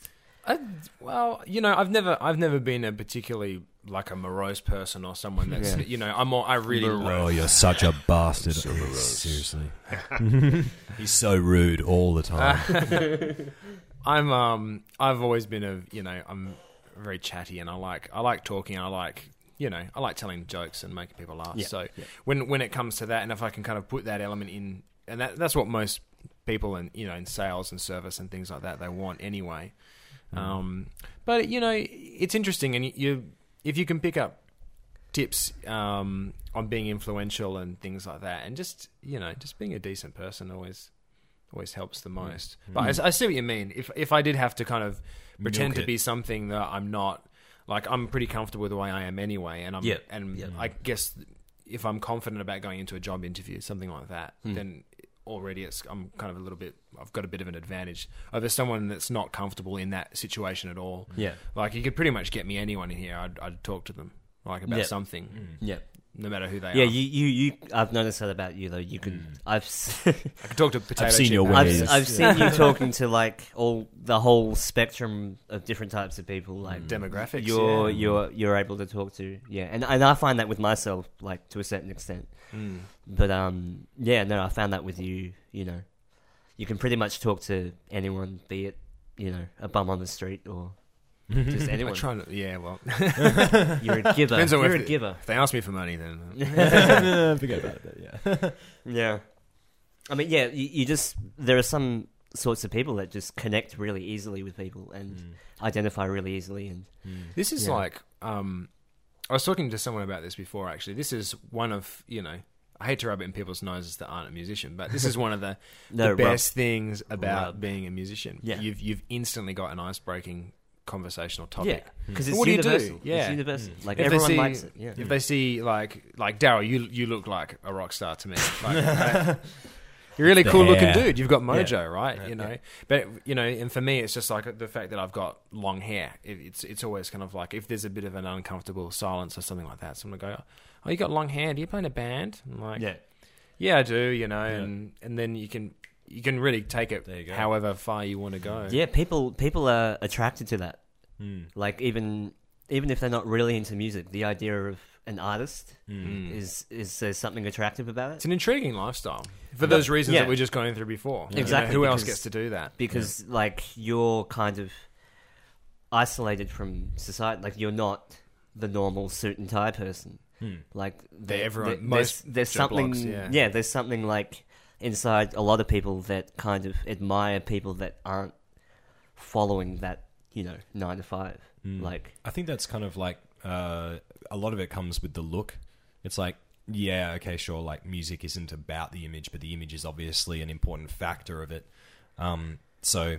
I: I, well, you know, I've never, I've never been a particularly like a morose person or someone that's,
A: Yeah.
I: you know, I'm, all, I really,
J: Oh, you're such a bastard! Seriously, he's so rude all the time.
I: I'm, um, I've always been a, you know, I'm very chatty and I like, I like talking. and I like, you know, I like telling jokes and making people laugh. So when, when it comes to that, and if I can kind of put that element in, and that, that's what most people in, you know, in sales and service and things like that, they want anyway.
J: Mm.
I: Um, but you know, it's interesting, and you, you if you can pick up tips um, on being influential and things like that, and just you know, just being a decent person always always helps
J: Mm.
I: the most. But I, I see what you mean. If if I did have to kind of pretend
J: Milk
I: to
J: it.
I: be something that I'm not, like I'm pretty comfortable with the way I am anyway, and I'm
A: Yeah.
I: and
A: Mm.
I: I guess if I'm confident about going into a job interview, something like that,
A: Hmm.
I: then already it's I'm kind of a little bit I've got a bit of an advantage over someone that's not comfortable in that situation at all.
A: Yeah.
I: like you could pretty much get me anyone in here. I'd, I'd talk to them like about
A: Yeah.
I: something,
A: yeah.
I: no matter who they
J: Uh,
A: Yeah,
I: are.
A: you, you, you. I've noticed that about you though. You can.
J: Hmm.
A: I've, s- (laughs)
I: I could talk to potato.
J: seen
I: chip
J: your
I: man.
A: I've,
J: ways.
A: I've seen (laughs) you talking to like all the whole spectrum of different types of people. Like
I: Mm. demographics.
A: you're
I: yeah.
A: you're you're able to talk to. Yeah, and and I find that with myself, like to a certain extent.
I: Hmm.
A: But um, yeah, no, I found that with you. You know, you can pretty much talk to anyone, be it you know a bum on the street
I: (laughs)
A: or just
I: I
A: anyone.
I: try not, yeah, well, (laughs)
A: You're a giver.
I: depends on
A: You're a
I: if,
A: giver.
I: if they ask me for money, then
J: (laughs)
I: uh, (laughs)
A: (laughs)
J: Forget about it. Yeah.
A: Yeah. I mean, yeah, you, you just, there are some sorts of people that just connect really easily with people and identify really easily. And
I: this is
A: Yeah.
I: like, um, I was talking to someone about this before. Actually, this is one of you know, I hate to rub it in people's noses that aren't a musician, but this is one of the,
A: (laughs) No,
I: the
A: rub-
I: best things about
A: rub.
I: being a musician.
A: Yeah.
I: you've you've instantly got an ice breaking conversational
A: yeah,
I: topic.
A: because
I: But
A: it's
I: what do you do?
A: universal. It's
I: Yeah.
A: universal. Like,
I: If they
A: everyone
I: see-
A: likes it. Mm. Yeah.
I: If they see like like Daryl, you you look like a rock star to me. Like, uh,
A: (laughs)
I: you're a really cool looking
J: hair.
I: dude. You've got mojo, right? you know, but you know, and for me, it's just like the fact that I've got long hair. It, it's it's always kind of like if there's a bit of an uncomfortable silence or something like that, someone will go, "Oh, you got long hair? Do you play in a band?" I'm like,
A: yeah.
I: yeah, I do." You know, and and then you can you can really take it
J: you go.
I: however far you want to go.
A: Yeah, people, people are attracted to that. Like, even, even if they're not really into music, the idea of an artist is, is there something attractive about it?
I: It's an intriguing lifestyle for those reasons
A: Yeah.
I: that we are just going through before. You know,
A: Exactly,
I: who else
A: because-
I: gets to do that?
A: because like you're kind of isolated from society. Like you're not the normal suit and tie person. Like there-
I: everyone-
A: there-
I: most
A: there's, there's
I: Joe
A: something.
I: Bloggs, yeah.
A: there's something like inside a lot of people that kind of admire people that aren't following that you know nine to five. Like
J: I think that's kind of like uh, a lot of it comes with the look. It's like yeah, okay, sure, like music isn't about the image, but the image is obviously an important factor of it. Um, so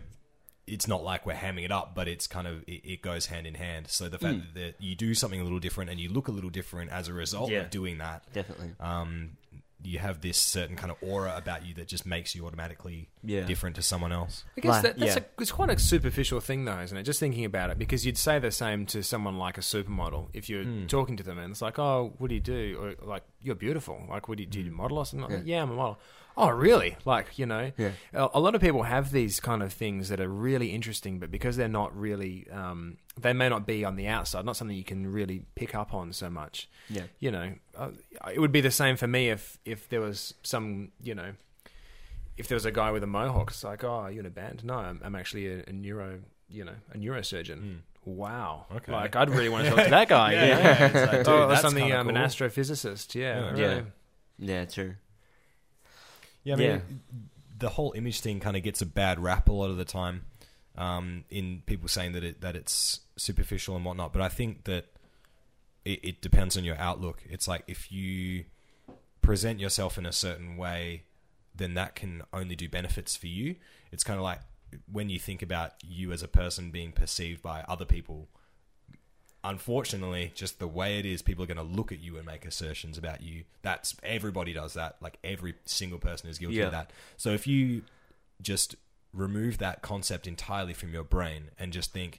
J: it's not like we're hamming it up, but it's kind of it, it goes hand in hand. So the fact
A: Hmm.
J: that you do something a little different and you look a little different as a result
A: Yeah.
J: of doing that,
A: Definitely.
J: um, you have this certain kind of aura about you that just makes you automatically
A: Yeah.
J: different to someone else.
I: I guess
A: Like,
I: that, that's
A: yeah.
I: a, it's quite a superficial thing, though, isn't it? Just thinking about it, because you'd say the same to someone like a supermodel if you're
A: Hmm.
I: talking to them, and it's like, "Oh, what do you do?" Or like, "You're beautiful." Like, "What do you
A: Hmm.
I: do? You model or something?" Like, yeah. I'm a model. Oh, really? Like, you know,
A: Yeah.
I: a, a lot of people have these kind of things that are really interesting, but because they're not really, um, they may not be on the outside, not something you can really pick up on so much.
A: Yeah.
I: you know, uh, it would be the same for me if if there was some, you know if there was a guy with a mohawk, it's like, oh, are you in a band? No, I'm, I'm actually a, a neuro, you know, a neurosurgeon. Wow.
J: Okay.
I: Like, I'd really (laughs) want to talk to that guy. Hmm. yeah.
J: It's like, dude,
I: Oh, or
J: that's
I: something.
J: kinda
I: I'm
J: cool.
I: an astrophysicist. Yeah.
A: Yeah.
I: really.
A: Yeah, true.
J: Yeah, I mean,
A: Yeah.
J: the whole image thing kind of gets a bad rap a lot of the time um, in people saying that it that it's superficial and whatnot. But I think that it, it depends on your outlook. It's like if you present yourself in a certain way, then that can only do benefits for you. It's kind of like when you think about you as a person being perceived by other people. Unfortunately, just the way it is, people are going to look at you and make assertions about you. That's everybody does that. Like every single person is guilty
A: Yeah.
J: of that. So if you just remove that concept entirely from your brain and just think,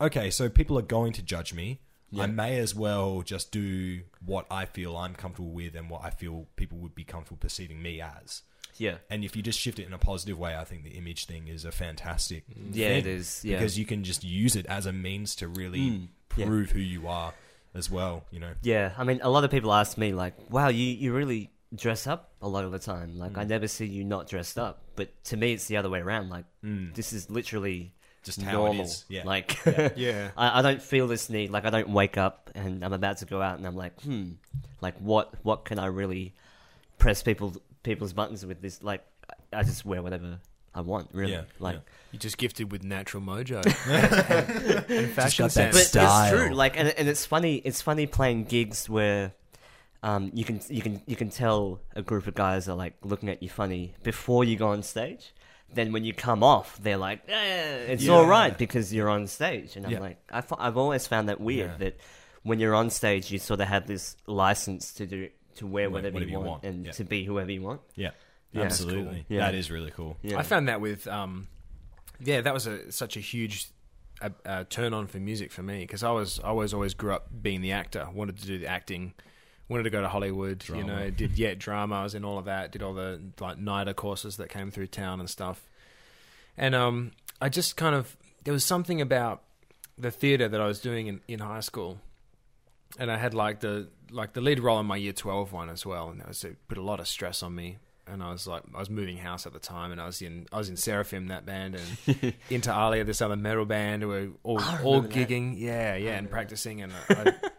J: okay, so people are going to judge me. I may as well just do what I feel I'm comfortable with and what I feel people would be comfortable perceiving me as.
A: Yeah.
J: And if you just shift it in a positive way, I think the image thing is a fantastic.
A: Yeah,
J: thing
A: it is, yeah.
J: because you can just use it as a means to really
A: yeah.
J: prove who you are as well. You know,
A: Yeah, I mean, a lot of people ask me, like, wow, you, you really dress up a lot of the time. Like, I
J: Mm.
A: never see you not dressed up. But to me, it's the other way around. Like, this is literally
J: Mm. Just how it
A: normal.
J: is, yeah.
A: Like, (laughs)
I: Yeah.
A: I, I don't feel this need. Like, I don't wake up and I'm about to go out and I'm like, hmm, like, what, what can I really press people people's buttons with this? Like, I I just wear whatever I want, really.
J: Yeah,
A: Like,
J: yeah.
I: You're just gifted with natural mojo. (laughs) and fashion sense.
A: but it's true. Like, and, and it's funny. It's funny playing gigs where um, you can you can you can tell a group of guys are like looking at you funny before you go on stage. Then when you come off, they're like, "Eh, "It's all right" because you're on stage. And I'm
J: Yeah.
A: like, I f- I've always found that weird
J: Yeah.
A: that when you're on stage, you sort of have this license to do to wear whatever,
J: whatever
A: you,
J: you
A: want,
J: want,
A: and
J: yeah.
A: to be whoever you want.
J: yeah,
A: that's
J: absolutely.
A: cool. Yeah.
J: That is really cool.
A: Yeah.
I: I found that with, um, yeah, that was a, such a huge uh uh turn on for music for me because I was I was always grew up being the actor, wanted to do the acting, wanted to go to Hollywood, you know, did yeah drama, I was in all of that, did all the like NIDA courses that came through town and stuff, and um, I just kind of there was something about the theater that I was doing in, in high school and I had like the like the lead role in my year twelve one as well, and that was it put a lot of stress on me. And I was like, I was moving house at the time, and I was in I was in Seraphim that band and Inter Alia this other metal band who were all all gigging, yeah, yeah, and practicing, and I, I-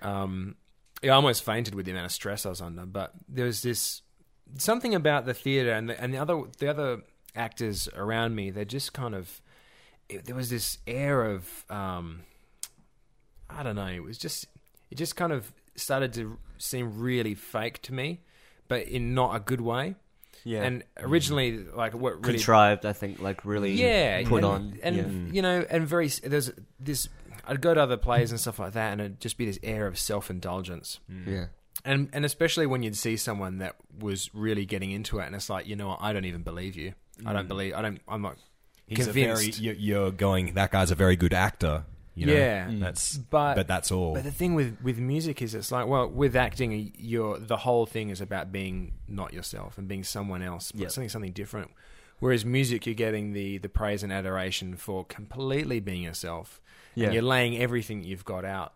I: um, yeah, I almost fainted with the amount of stress I was under. But there was this something about the theater and the, and the other the other actors around me. They just kind of it, there was this air of um, I don't know. It was just it just kind of started to seem really fake to me, but in not a good way.
A: Yeah,
I: And originally, like what really
A: contrived. I think like really
I: yeah
A: put
I: and,
A: on
I: and
A: yeah.
I: you know and very s- there's this. I'd go to other plays and stuff like that, and it'd just be this air of self indulgence
A: yeah.
I: and and especially when you'd see someone that was really getting into it, and it's like, you know what, I don't even believe you. I
A: Mm.
I: don't believe. I don't. I'm not
J: He's
I: convinced.
J: a very you're, you're going. That guy's a very good actor. You know?
I: Yeah. Mm.
J: that's
I: But-
J: but, that's all.
I: But the thing with with music is, it's like, well, with acting, you're the whole thing is about being not yourself and being someone else, but
A: Yeah.
I: something something different. Whereas music, you're getting the the praise and adoration for completely being yourself,
A: Yeah.
I: and you're laying everything you've got out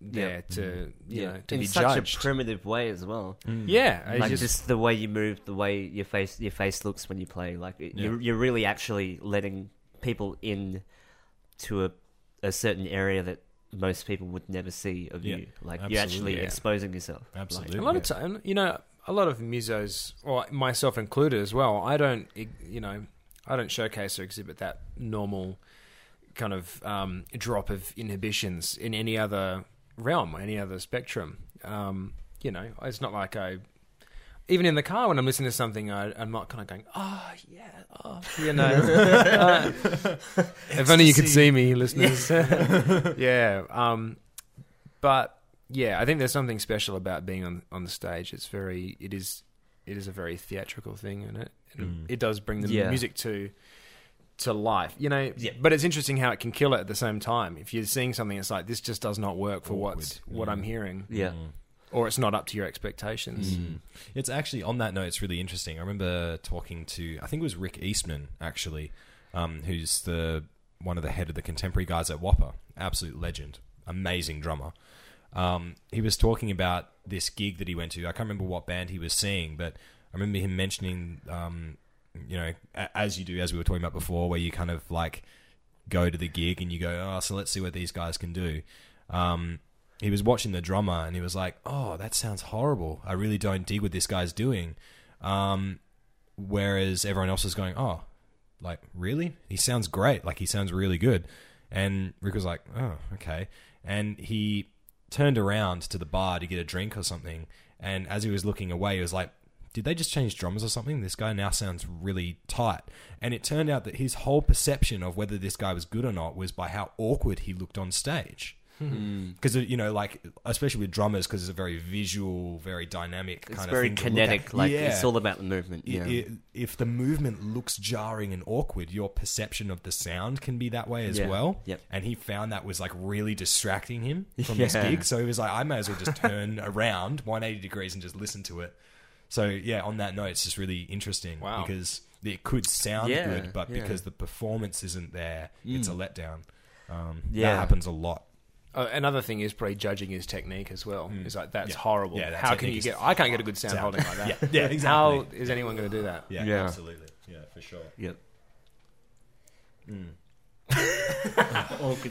I: there
A: Yep.
I: to you know to
A: Mm-hmm. in
I: be
A: such
I: judged.
A: a primitive way as well.
I: yeah, I
A: like
I: just-
A: just, the way you move, the way your face your face looks when you play. Like it- you're you're really actually letting people in to a a certain area that most people would never see of
J: Yeah,
A: you. Like
J: absolutely,
A: you're actually
J: yeah.
A: exposing yourself.
J: Absolutely.
I: A lot of time, you know, a lot of musos, or myself included as well. I don't, you know, I don't showcase or exhibit that normal kind of um, drop of inhibitions in any other realm, any other spectrum. Um, you know, it's not like I. Even in the car when I'm listening to something, I, I'm not kind of going, oh, yeah, oh, you know. Uh, if only you could see
J: (laughs)
I: me, listeners. (laughs) yeah. Um, but yeah, I think there's something special about being on, on the stage. It's very, it is, it is a very theatrical thing, and it
J: Mm.
I: and it does bring the
A: Yeah.
I: music to to life, you know. But it's interesting how it can kill it at the same time. If you're seeing something, it's like this just does not work for what's what
J: Mm.
I: I'm hearing,
A: Yeah.
I: or it's not up to your expectations.
J: Mm. It's actually on that note. It's really interesting. I remember talking to I think it was Rick Eastman actually, um, who's the one of the head of the contemporary guys at Whopper. Absolute legend, amazing drummer. Um, he was talking about this gig that he went to. I can't remember what band he was seeing, but I remember him mentioning, um, you know, a- as you do, as we were talking about before, where you kind of like go to the gig and you go, oh, so let's see what these guys can do. Um, he was watching the drummer and he was like, oh, that sounds horrible. I really don't dig what this guy's doing. Um, whereas everyone else was going, oh, like really? He sounds great. Like he sounds really good. And Rick was like, oh, okay. And he turned around to the bar to get a drink or something. And as he was looking away, he was like, did they just change drummers or something? This guy now sounds really tight. And it turned out that his whole perception of whether this guy was good or not was by how awkward he looked on stage.
A: Hmm.
J: Because, you know, like, especially with drummers, because it's a very visual, very dynamic kind
A: It's
J: of
A: very
J: thing to look at.
A: kinetic. Like
J: Yeah
A: it's all about the movement. Yeah.
J: i i if the movement looks jarring and awkward, your perception of the sound can be that way as
A: Yeah.
J: well.
A: Yep.
J: And he found that was like really distracting him
A: (laughs)
J: from this
A: Yeah.
J: gig. So he was like, I may as well just turn (laughs) around 180 degrees and just listen to it. So yeah, on that note, it's just really interesting
I: Wow.
J: because it could sound
A: Yeah,
J: good, but
A: yeah. Mm.
J: because the performance isn't there, it's a letdown. Um,
A: Yeah.
J: That happens a lot.
A: (laughs)
I: Uh, another thing is probably judging his technique as well. It's like that's
J: Mm. Yeah.
I: horrible.
J: Yeah, that
I: how can
J: technique
I: you
J: is
I: get? I can't get a good sound holding like
J: (laughs)
I: that.
J: Yeah, yeah, exactly.
I: How is anyone going to do that?
J: Yeah,
A: Yeah.
J: absolutely. Yeah, for sure.
A: Yep.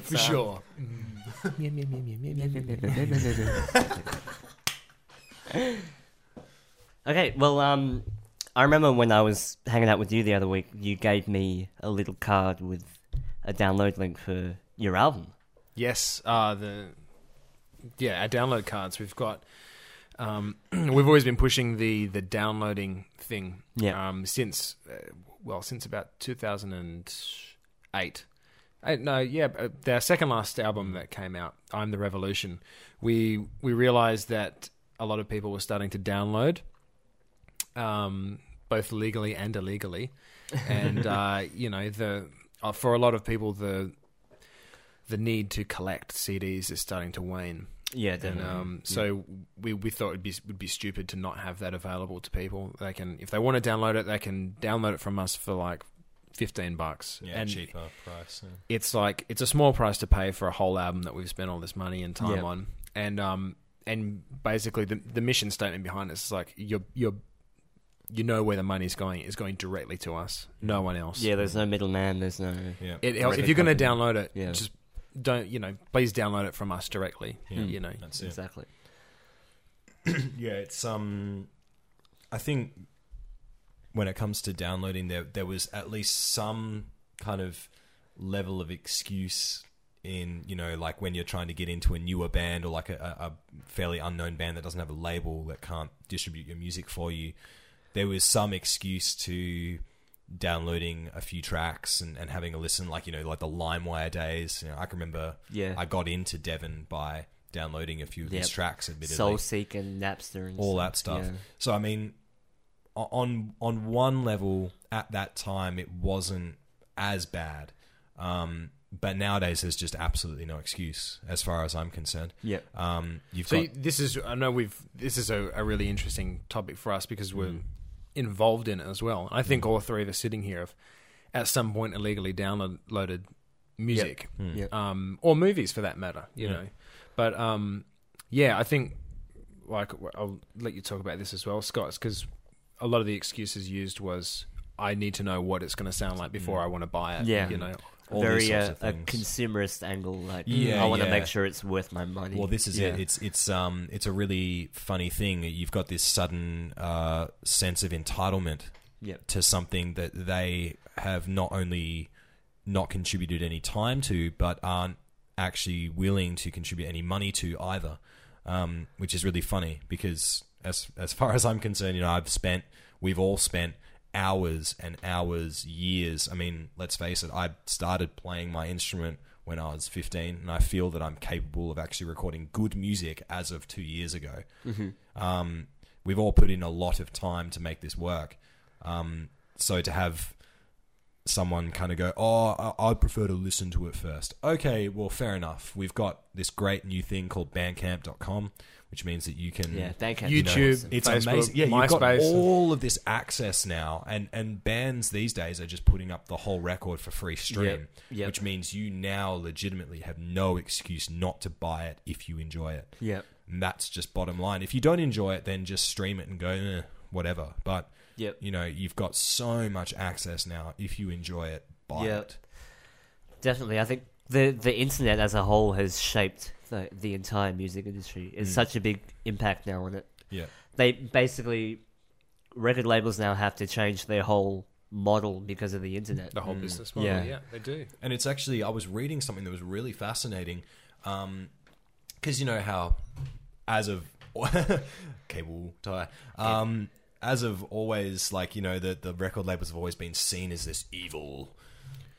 I: For sure.
A: Okay, well, um, I remember when I was hanging out with you the other week, you gave me a little card with a download link for your album.
I: Yes, uh, the yeah, our download cards. We've got um, (clears throat) we've always been pushing the the downloading thing.
A: Yeah.
I: Um, since uh, well, since about two thousand and eight. Uh, no, yeah, uh, their second last album that came out, "I'm the Revolution," we we realized that a lot of people were starting to download, um, both legally and illegally, and uh, you know the uh, for a lot of people the the need to collect CDs is starting to wane.
A: Mm-hmm. Yeah,
I: And um, so we, we thought it'd be would be stupid to not have that available to people. They can if they want to download it, they can download it from us for like fifteen bucks.
J: Yeah,
I: and
J: cheaper price. yeah.
I: it's like it's a small price to pay for a whole album that we've spent all this money and time
A: Yeah.
I: on. And um and basically the the mission statement behind this is like you're you're you know where the money's going. It's going directly to us, no one else.
A: yeah, there's no middleman. There's no.
J: Yeah.
I: It helps if you're going to
J: download.
I: download it.
A: Yeah.
I: Just don't you know? Please download it from us directly. You know.
J: That's it.
A: Exactly.
J: yeah, it's um, I think when it comes to downloading, there there was at least some kind of level of excuse in you know like when you're trying to get into a newer band or like a, a a fairly unknown band that doesn't have a label that can't distribute your music for you. There was some excuse to downloading a few tracks and, and having a listen, like you know, like the LimeWire days. You know, I can remember
A: Yeah.
J: I got into Devon by downloading a few of his
A: Yep.
J: tracks, admittedly
A: Soul Seek and Napster and
J: all
A: stuff.
J: that stuff.
A: Yeah.
J: So I mean, o- on on one level, at that time, it wasn't as bad, um, but nowadays there's just absolutely no excuse, as far as I'm concerned.
A: Yeah.
J: Um, you've
I: So
J: got
I: you- this is I know we've this is a, a really interesting topic for us because we're involved in it as well. I think all three of us sitting here have at some point illegally downloaded music
J: Hmm.
A: Yep. Mm.
I: um, or movies for that matter. You know, but um, yeah, I think like I'll let you talk about this as well, Scott, because a lot of the excuses used was I need to know what it's going to sound like before I want to buy it.
A: Yeah.
I: you know.
J: all these
A: Very
J: sorts
A: uh,
J: of
A: a
J: things.
A: consumerist angle. Like,
J: Yeah,
A: I want to
J: yeah.
A: make sure it's worth my money.
J: Well, this is
I: Yeah.
J: it. It's it's um it's a really funny thing. You've got this sudden uh, sense of entitlement
A: Yep.
J: to something that they have not only not contributed any time to, but aren't actually willing to contribute any money to either. um, which is really funny because as as far as I'm concerned, you know, I've spent, we've all spent hours and hours, years. I mean, let's face it, I started playing my instrument when I was 15, and I feel that I'm capable of actually recording good music as of two years ago. Um, we've all put in a lot of time to make this work. Um, so to have someone kind of go, "Oh, I- I'd prefer to listen to it first. Okay, well, fair enough. We've got this great new thing called Bandcamp.com, which means that you can
A: Yeah, Bandcamp.
J: you
I: YouTube,
J: it's
I: Facebook,
J: amazing. Yeah, you've got
I: MySpace.
J: all of this access now, and and bands these days are just putting up the whole record for free stream,
A: Yep, yep.
J: which means you now legitimately have no excuse not to buy it if you enjoy it.
A: Yep.
J: And that's just bottom line. If you don't enjoy it, then just stream it and go eh, whatever. But
A: Yep.
J: you know you've got so much access now. If you enjoy it, buy
A: Yep.
J: it.
A: Definitely, I think the the internet as a whole has shaped the the entire music industry. It's
J: Hmm.
A: such a big impact now on it.
J: Yeah.
A: They basically record labels now have to change their whole model because of the internet.
J: Oh,
I: The
J: Mm.
I: whole business model.
A: Yeah.
I: Yeah. they do.
J: and it's actually I was reading something that was really fascinating, because you know how, as of (laughs) cable tie, um, as of always, like you know the the record labels have always been seen as this evil,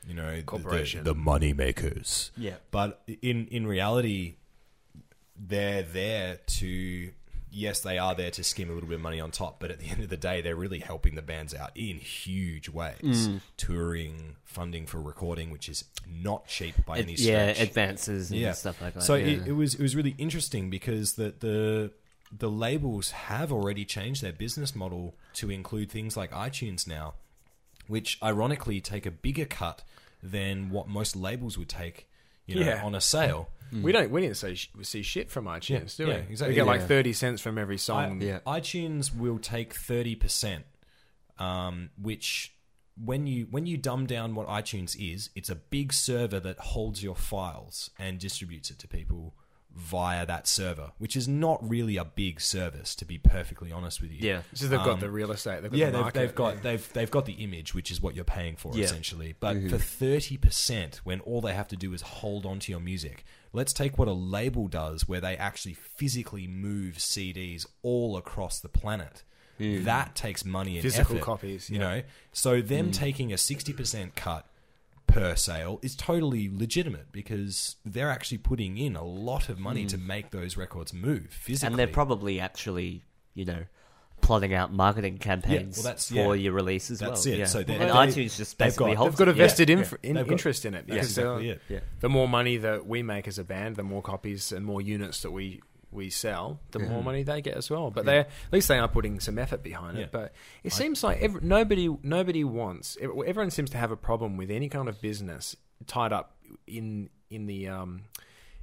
J: you know, the- the-
I: Corporation.
J: the, money makers.
A: Yeah.
J: but in in reality, they're there to. Yes, they are there to skim a little bit of money on top, but at the end of the day, they're really helping the bands out in huge ways.
A: Mm.
J: Touring, funding for recording, which is not cheap by any stretch
A: yeah, advances and stuff like that.
J: so
A: yeah.
J: It, it was it was really interesting because the the the labels have already changed their business model to include things like iTunes now, which ironically take a bigger cut than what most labels would take, you know,
I: Yeah.
J: on a sale.
I: We don't. We didn't see, sh- see shit from iTunes,
J: Mm. Yeah,
I: do we?
J: yeah, exactly.
I: We get
J: Yeah.
I: like thirty cents from every
J: I-
I: song.
J: iTunes will take thirty percent, um, which when you when you dumb down what iTunes is, it's a big server that holds your files and distributes it to people via that server, which is not really a big service, to be perfectly honest with you.
A: Yeah.
I: So they've got the real estate. They've got
J: Um, Yeah,
I: the
J: they've,
I: market.
J: they've got they've they've got the image, which is what you're paying for
A: Yeah.
J: essentially. But
I: Mm-hmm.
J: for thirty percent, when all they have to do is hold on to your music, let's take what a label does, where they actually physically move CDs all across the planet. That takes money and
I: Mm. Physical
J: effort,
I: copies,
J: you
I: yeah. Mm.
J: know. So them taking a sixty percent cut per sale is totally legitimate because they're actually putting in a lot of money
I: Mm.
J: to make those records move physically.
A: and they're probably actually, you know, plotting out marketing campaigns
J: that's-
A: for
J: yeah.
A: your release as
J: That's
A: well.
J: it.
A: Yeah.
J: So they-
A: and
J: they-
A: iTunes just
J: they've
A: basically
J: got-
I: They've
A: holds
I: got a
A: it. Yeah.
I: vested
J: yeah.
I: inf- in,
J: They've got-
I: interest in it.
J: That's
I: because they're-
J: exactly it.
A: Yeah.
I: The more money that we make as a band, the more copies and more units that we we sell, the more money they get as well. But they at least they are putting some effort behind it.
J: Yeah.
I: But it seems like every, nobody nobody wants. ev- Everyone seems to have a problem with any kind of business tied up in in the um,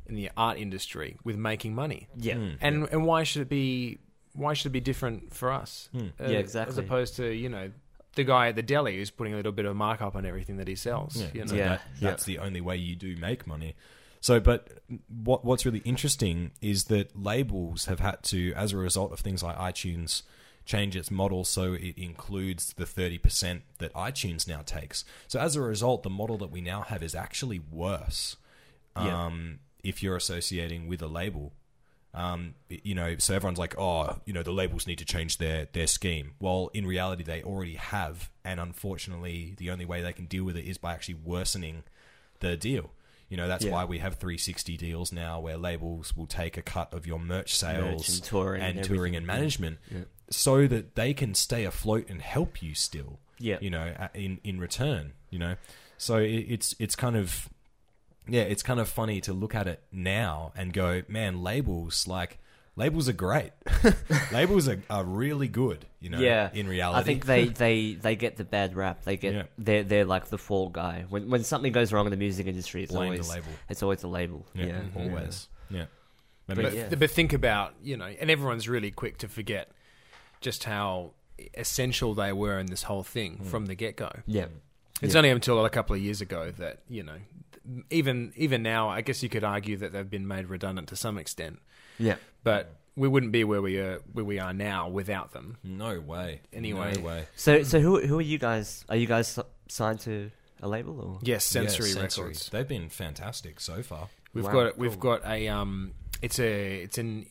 I: in the art industry with making money.
A: Yeah.
I: And and why should it be why should it be different for us? Uh,
A: Hmm. Yeah, exactly.
I: As opposed to you know the guy at the deli who's putting a little bit of markup on everything that he sells.
J: Yeah,
I: you know?
J: so
A: Yeah.
J: that- that's the only way you do make money. So, but what what's really interesting is that labels have had to, as a result of things like iTunes, change its model so it includes the thirty percent that iTunes now takes. So, as a result, the model that we now have is actually worse.
A: Yeah.
J: Um, if you're associating with a label, um, you know, so everyone's like, oh, you know, the labels need to change their their scheme. Well, in reality, they already have, and unfortunately, the only way they can deal with it is by actually worsening the deal. You know, that's
A: Yeah.
J: why we have 360 deals now, where labels will take a cut of your merch sales
A: and touring and
J: touring and management, so that they can stay afloat and help you still.
A: Yeah.
J: you know, a- in in return, you know. So it, it's it's kind of yeah, it's kind of funny to look at it now and go, man, labels like labels are great. (laughs) labels are, are really good, you know.
A: yeah,
J: in reality,
A: I think they, they, they get the bad rap. They get
J: Yeah.
A: they're they're like the fall guy. When when something goes wrong in the music industry, it's
J: Blame the
A: always
J: label.
A: it's always a label. Yeah,
J: (laughs) yeah, always yeah. I mean,
I: Mm-hmm. But, but think about, you know, and everyone's really quick to forget just how essential they were in this whole thing
J: Hmm.
I: from the get go.
A: yeah,
I: It's only until a couple of years ago that, you know, th- even even now, I guess you could argue that they've been made redundant to some extent.
A: yeah.
I: But we wouldn't be where we are where we are now without them.
J: no way.
I: Anyway.
J: no way.
A: So so who who are you guys? Are you guys s- signed to a label or?
I: Yes,
J: Yeah,
I: sensory
J: Sensory.
I: records.
J: They've been fantastic so far.
I: We've
A: Wow,
I: got we've got a um, it's a it's an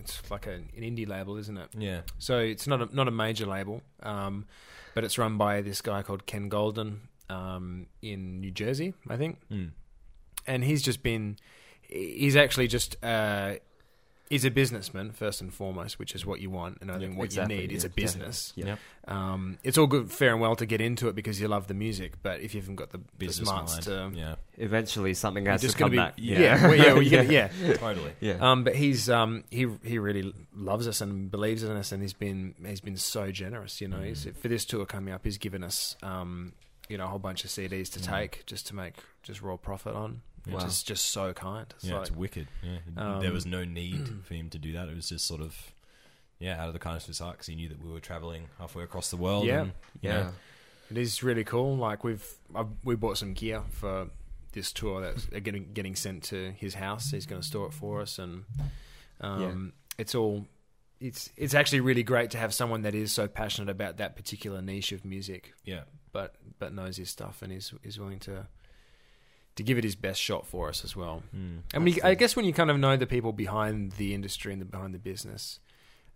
I: it's like a, an indie label, isn't it?
J: Yeah.
I: So it's not a, not a major label, um, but it's run by this guy called Ken Golden um, in New Jersey, I think.
A: Hmm.
I: And he's just been, he's actually just, uh, he's a businessman first and foremost, which is what you want, and I think what
A: exactly,
I: you need is
A: yeah,
I: a business.
A: yeah.
I: Um, it's all good, fair and well to get into it because you love the music, but if you haven't got the, the
J: Business
I: smarts
J: mind.
I: to, (laughs)
J: yeah,
A: Eventually, something
I: you're
A: has to
I: just
A: come
I: going to be,
A: back.
J: (laughs)
I: yeah, yeah, (laughs)
A: (laughs)
I: well, yeah, well, you're gonna- yeah.
J: totally.
A: yeah.
I: Um, but he's um, he he really loves us and believes in us, and he's been he's been so generous. You know, he's, for this tour coming up, he's given us um, you know a whole bunch of CDs to take just to make just raw profit on, which
A: Wow.
I: is just so kind. It's
J: Yeah,
I: like- um,
J: it's wicked. Yeah. there was no
I: (clears throat)
J: need for him to do that. It was just sort of, yeah, out of the kindness of his heart because he knew that we were traveling halfway across the world.
I: Yeah.
J: and, you
A: yeah.
J: know,
I: It is really cool. Like we've I've, we bought some gear for this tour that's (laughs) getting getting sent to his house. He's going to store it for us, and um, it's all it's it's actually really great to have someone that is so passionate about that particular niche of music,
J: yeah,
I: but but knows his stuff and is is willing to to give it his best shot for us as well. Mm, I mean, I guess when you kind of know the people behind the industry and the behind the business,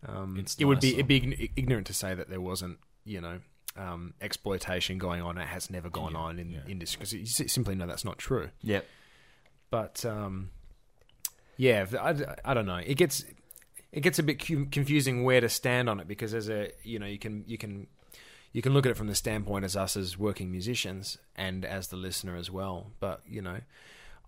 I: um,
J: It's
I: it would be
J: nicer.
I: it'd be ign- ignorant to say that there wasn't you know um, exploitation going on. It has never gone on in industry because you s- simply know that's not true.
A: Yep.
I: But um, yeah, I, I don't know. It gets it gets a bit cu- confusing where to stand on it because as a you know you can you can you can look at it from the standpoint as us as working musicians and as the listener as well. But you know,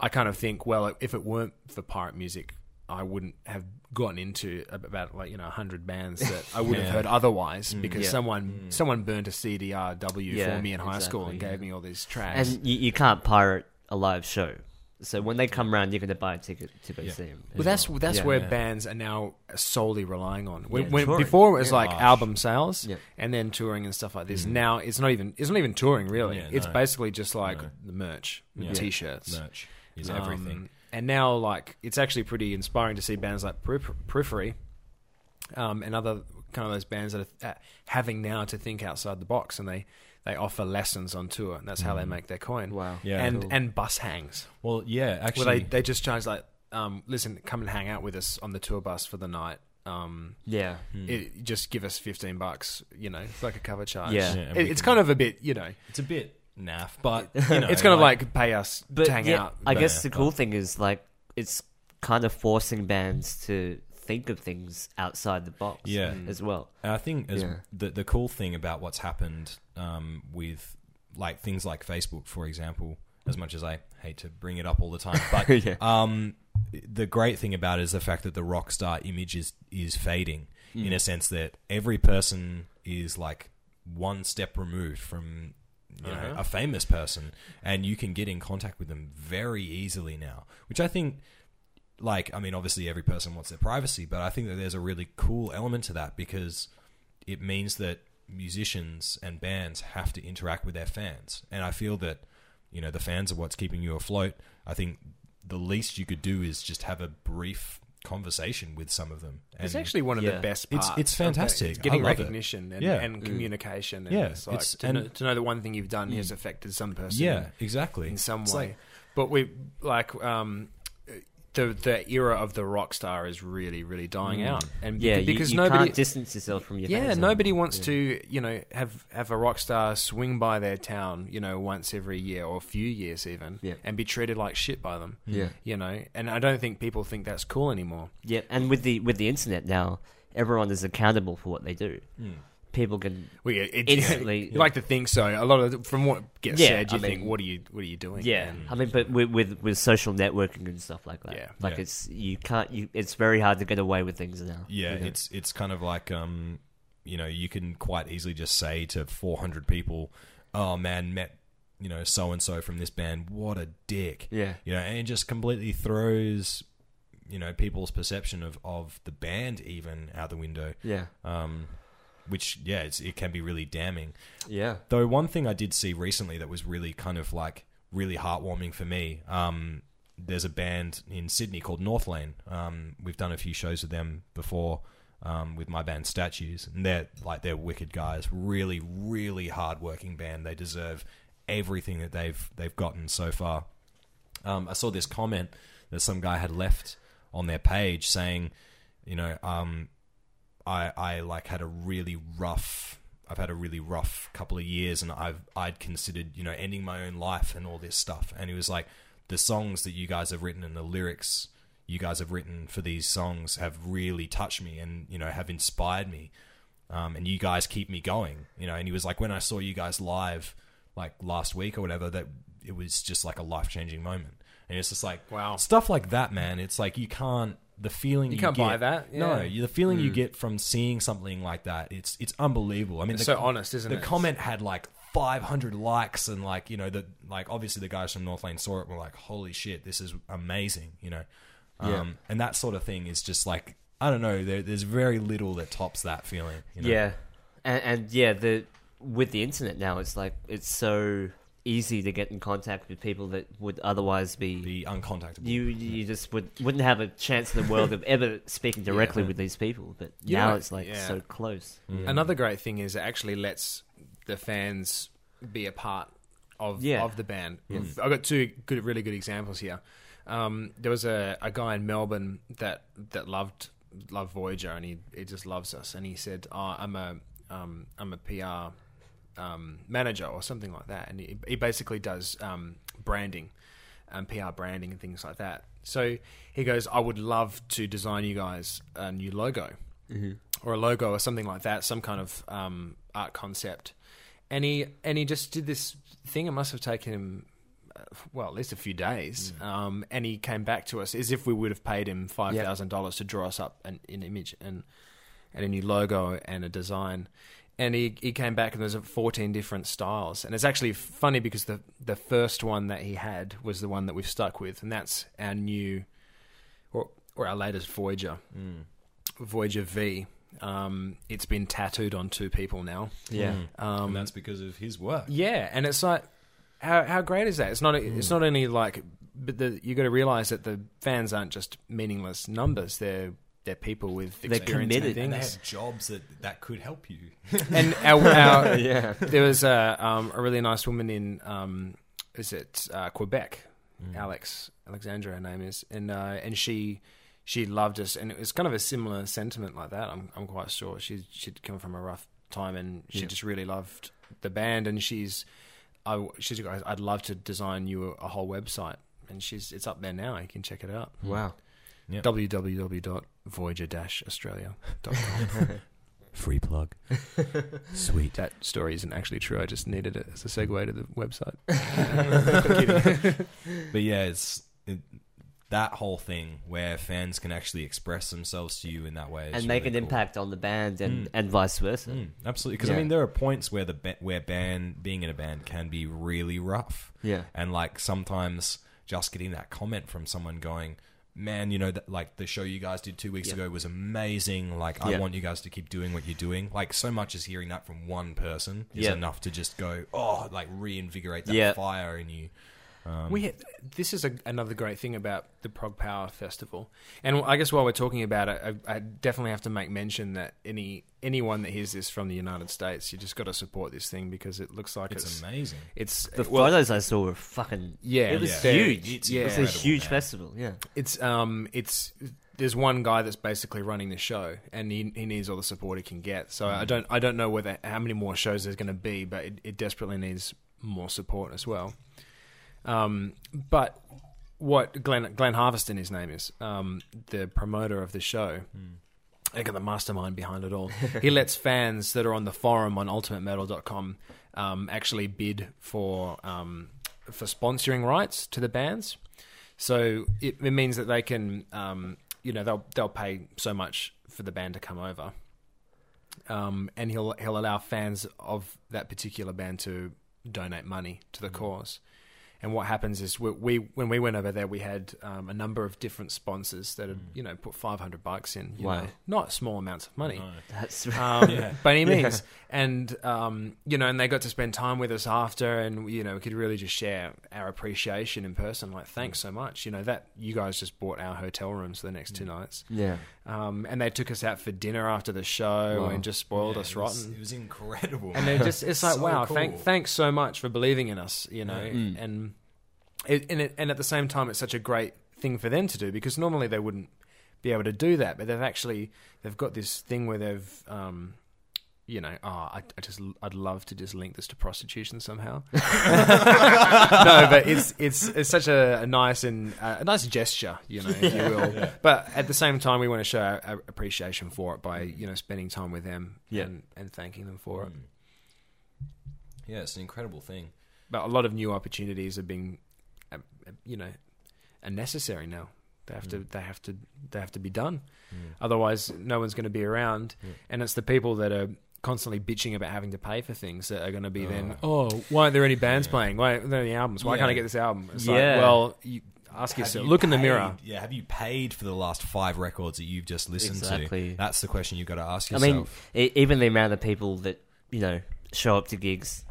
I: I kind of think well, if it weren't for pirate music, I wouldn't have gotten into about like you know hundred bands that I would have heard otherwise because someone someone burned a CDRW
A: Mm, Yeah,
I: for me in high school and
A: exactly,
I: gave me all these tracks.
A: And you, you can't pirate a live show. So when they come round, you're going to buy a ticket to go see them.
I: Well, that's that's
A: Yeah.
I: where
A: Yeah.
I: bands are now solely relying on. When, when-
A: touring.
I: before it was like album sales
A: Yeah.
I: and then touring and stuff like this. Now it's not even it's not even touring really.
J: Mm-hmm. Yeah,
I: it's
J: no.
I: basically just like the merch, the
J: Yeah.
I: t-shirts,
J: merch is
I: Um,
J: everything.
I: and now like it's actually pretty inspiring to see bands like Perif- Periphery um, and other kind of those bands that are uh, having now to think outside the box and they they offer lessons on tour and that's how they make their coin.
A: Wow.
J: Mm. Yeah.
I: and
J: Cool.
I: and bus hangs.
J: Well, yeah, actually,
I: Well, they they just charge like, um, listen, come and hang out with us on the tour bus for the night. Um,
A: yeah.
I: it, just give us fifteen bucks. You know, it's like a cover charge.
A: Yeah. Yeah,
J: and
I: It-
J: we
I: it's
J: can-
I: kind of a bit. You know,
J: it's a bit
I: (laughs)
J: naff, but you know,
I: it's kind of like pay us
A: But
I: to hang
A: yeah,
I: out.
A: I
I: but-
A: guess the cool thing is like it's kind of forcing bands to think of things outside the box.
J: Yeah.
I: Mm.
A: As well.
J: And I think as
A: Yeah.
J: the the cool thing about what's happened um, with like things like Facebook, for example, as much as I hate to bring it up all the
I: (laughs)
J: time, but um, the great thing about it is the fact that the rock star image is is fading in
I: Mm.
J: a sense that every person is like one step removed from you
I: Uh-huh.
J: know, a famous person, and you can get in contact with them very easily now, which I think like I mean, obviously every person wants their privacy, but I think that there's a really cool element to that because it means that musicians and bands have to interact with their fans, and I feel that you know the fans are what's keeping you afloat. I think the least you could do is just have a brief conversation with some of them. And
I: it's actually one of
A: Yeah.
I: the best
J: It's-
I: parts.
J: it's
I: of that.
J: fantastic.
I: It's getting
J: I love it.
I: recognition and,
J: Yeah. Mm.
I: and communication. And
J: Yeah,
I: it's like
J: it's-
I: to,
J: and- Mm.
I: know, to know that one thing you've done has affected some person.
J: yeah, exactly
I: in some
J: It's
I: way.
J: like-
I: but we like um, the the era of the rock star is really really dying out, and
A: Mm. Yeah.
I: beca- because
A: you, you
I: nobody.
A: can't distance yourself from your
I: yeah,
A: fans.
I: nobody wants to, you know, have have a rock star swing by their town, you know, once every year or a few years even,
A: Yeah.
I: and be treated like shit by them.
A: Yeah.
I: you know, and I don't think people think that's cool anymore.
A: Yeah. And with the with the internet now, everyone is accountable for what they do. People can.
I: We it,
A: Instantly-
I: (laughs) you like to think so. A lot of the, from what gets
A: Yeah,
I: said, you
A: I
I: think,
A: mean-
I: what are you what are you doing?
A: Yeah,
I: man?
A: I mean, but with, with with social networking and stuff like that,
I: Yeah.
A: like
J: Yeah.
A: it's you can't you. It's very hard to get away with things now.
J: Yeah,
A: you know?
J: it's it's kind of like um, you know, you can quite easily just say to 400 people, "Oh man, met you know so and so from this band. What a dick."
A: Yeah.
J: you know, and it just completely throws you know people's perception of of the band even out the window.
A: yeah,
I: Uh,
J: Um, which yeah, it's, it can be really damning.
A: yeah.
J: Though one thing I did see recently that was really kind of like really heartwarming for me. Um, there's a band in Sydney called North Lane. Um, we've done a few shows with them before um, with my band Statues, and they're like they're wicked guys. Really, really hardworking band. They deserve everything that they've they've gotten so far um, I saw this comment that some guy had left on their page saying, you know um i i like had a really rough i've had a really rough couple of years and i've i'd considered you know ending my own life and all this stuff and he was like the songs that you guys have written and the lyrics you guys have written for these songs have really touched me and you know have inspired me um, and you guys keep me going you know and he was like when i saw you guys live like last week or whatever that it was just like a life-changing moment and it's just like
I: Wow.
J: stuff like that man it's like you can't the feeling you,
I: can't
J: get,
I: buy that,
J: no
I: yeah.
J: you- the feeling
I: Hmm.
J: you get from seeing something like that it's it's unbelievable i mean
I: It's
J: the-
I: so honest, isn't
J: the
I: it?
J: comment had like 500 likes and like you know the like obviously the guys from north lane saw it and were like holy shit this is amazing you know um
I: Yeah.
J: and that sort of thing is just like i don't know there, there's very little that tops that feeling you know?
A: Yeah, and, and yeah, the with the internet now, it's like it's so easy to get in contact with people that would otherwise be.
J: the uncontactable
A: you you just would wouldn't have a chance in the world of ever speaking directly with these people, but
I: You
A: now
I: know,
A: it's like
I: yeah.
A: so close.
I: Another great thing is it actually lets the fans be a part of
A: Yeah.
I: of the band. I've got two good, really good examples here. Um, there was a, a guy in Melbourne that that loved loved Voyager, and he, he just loves us. And he said, oh, "I'm a um, I'm a PR um, manager or something like that," and he, he basically does um, branding and PR branding and things like that. So he goes, "I would love to design you guys a new logo." or a logo or something like that, some kind of um, art concept. And he and he just did this thing. It must have taken him uh, well at least a few days. Um, and he came back to us as if we would have paid him five thousand dollars to draw us up an, an image and and a new logo and a design. And he, he came back and there's 14 different styles. And it's actually funny because the, the first one that he had was the one that we've stuck with. And that's our new, or, or our latest Voyager. Voyager V. Um, it's been tattooed on two people now.
A: Yeah,
I: um,
J: and that's because of his work
I: Yeah, and it's like, how how great is that? It's not it's not only like, but the, you got to realize that the fans aren't just meaningless numbers. They're they're people with experience
A: committed.
I: and
J: and they
I: things
J: have jobs that that could help you
I: and our, our, there was a, um, a really nice woman in um, is it uh, Quebec, Alex Alexandra, her name is, and uh, and she she loved us, and it was kind of a similar sentiment like that. I'm I'm quite sure she she'd come from a rough time, and she just really loved the band, and she's I she's goes, I'd love to design you a, a whole website, and she's it's up there now. You can check it out.
A: wow.
I: www.voyager-australia.com
J: free
I: (laughs)
J: plug
I: Sweet. That story isn't actually true. I just needed it as a segue to the website.
J: But yeah, it's it, that whole thing where fans can actually express themselves to you in that way, is
A: and make
J: really
A: an
J: cool.
A: impact on the band and, and vice versa.
J: Mm, absolutely, because I mean, there are points where the ba- where band being in a band can be really rough.
A: Yeah.
J: and like sometimes just getting that comment from someone going. Man, you know, that, like the show you guys did two weeks ago was amazing. Like, I
A: Yeah.
J: want you guys to keep doing what you're doing. Like, so much as hearing that from one person is
A: Yeah.
J: enough to just go, oh, like reinvigorate that
A: Yeah.
J: fire in you.
I: we had, this is a, another great thing about the Prog Power Festival, and I guess while we're talking about it, I, I definitely have to make mention that any anyone that hears this from the United States, you just got to support this thing because it looks like it's
J: It's amazing.
I: It's
A: The
I: well,
A: photos I saw were fucking
I: Yeah,
A: It was
I: yeah.
A: huge.
J: It's
A: it was a
J: incredible,
A: huge
J: man.
A: festival. Yeah,
I: it's um it's there's one guy that's basically running the show and he, he needs all the support he can get so i don't i don't know whether how many more shows there's going to be but it, it desperately needs more support as well um but what glenn glenn harveston his name is um the promoter of the show I got the mastermind behind it all. He lets fans that are on the forum on ultimatemetal.com um, actually bid for um, for sponsoring rights to the bands. So it, it means that they can, um, you know, they'll they'll pay so much for the band to come over, um, and he'll he'll allow fans of that particular band to donate money to the cause. And what happens is we, we when we went over there, we had um, a number of different sponsors that had you know put five hundred bucks in. You
A: Wow.
I: know, not small amounts of money
A: that's
I: um, by any means. And um, you know, and they got to spend time with us after, and you know, we could really just share our appreciation in person. Like, thanks so much. You know that you guys just bought our hotel rooms for the next
J: Mm.
I: two nights.
A: (laughs) yeah.
I: Um, and they took us out for dinner after the show and just spoiled us
J: It was-
I: rotten.
J: It was incredible.
I: And they're just it's
J: (laughs)
I: like,
J: So
I: wow,
J: cool. Mm.
I: thank, thanks so much for believing in us, you know. And it, and it, and at the same time, it's such a great thing for them to do because normally they wouldn't be able to do that. But they've actually they've got this thing where they've um, you know, oh, I, I just I'd love to just link this to prostitution somehow. (laughs) no, but it's it's it's such a, a nice and uh, a nice gesture, you know, if you will. But at the same time, we want to show our, our appreciation for it by
J: Mm.
I: you know spending time with them
A: Yeah.
I: and, and thanking them for it.
J: Yeah, it's an incredible thing.
I: But a lot of new opportunities are being, uh, uh, you know, are necessary now. They have to they have to they have to be done. Otherwise, no one's going to be around, and it's the people that are constantly bitching about having to pay for things that are going to be then oh why aren't there any bands playing why aren't there any albums why
J: Yeah.
I: can't i get this album it's
A: Yeah.
I: like well you ask
J: Have
I: yourself
J: you
I: look in the
J: paid-
I: mirror
J: Yeah, have you paid for the last five records that you've just listened
A: Exactly.
J: to? That's the question you've got to ask
A: I
J: yourself.
A: mean, e- even the amount of people that you know show up to gigs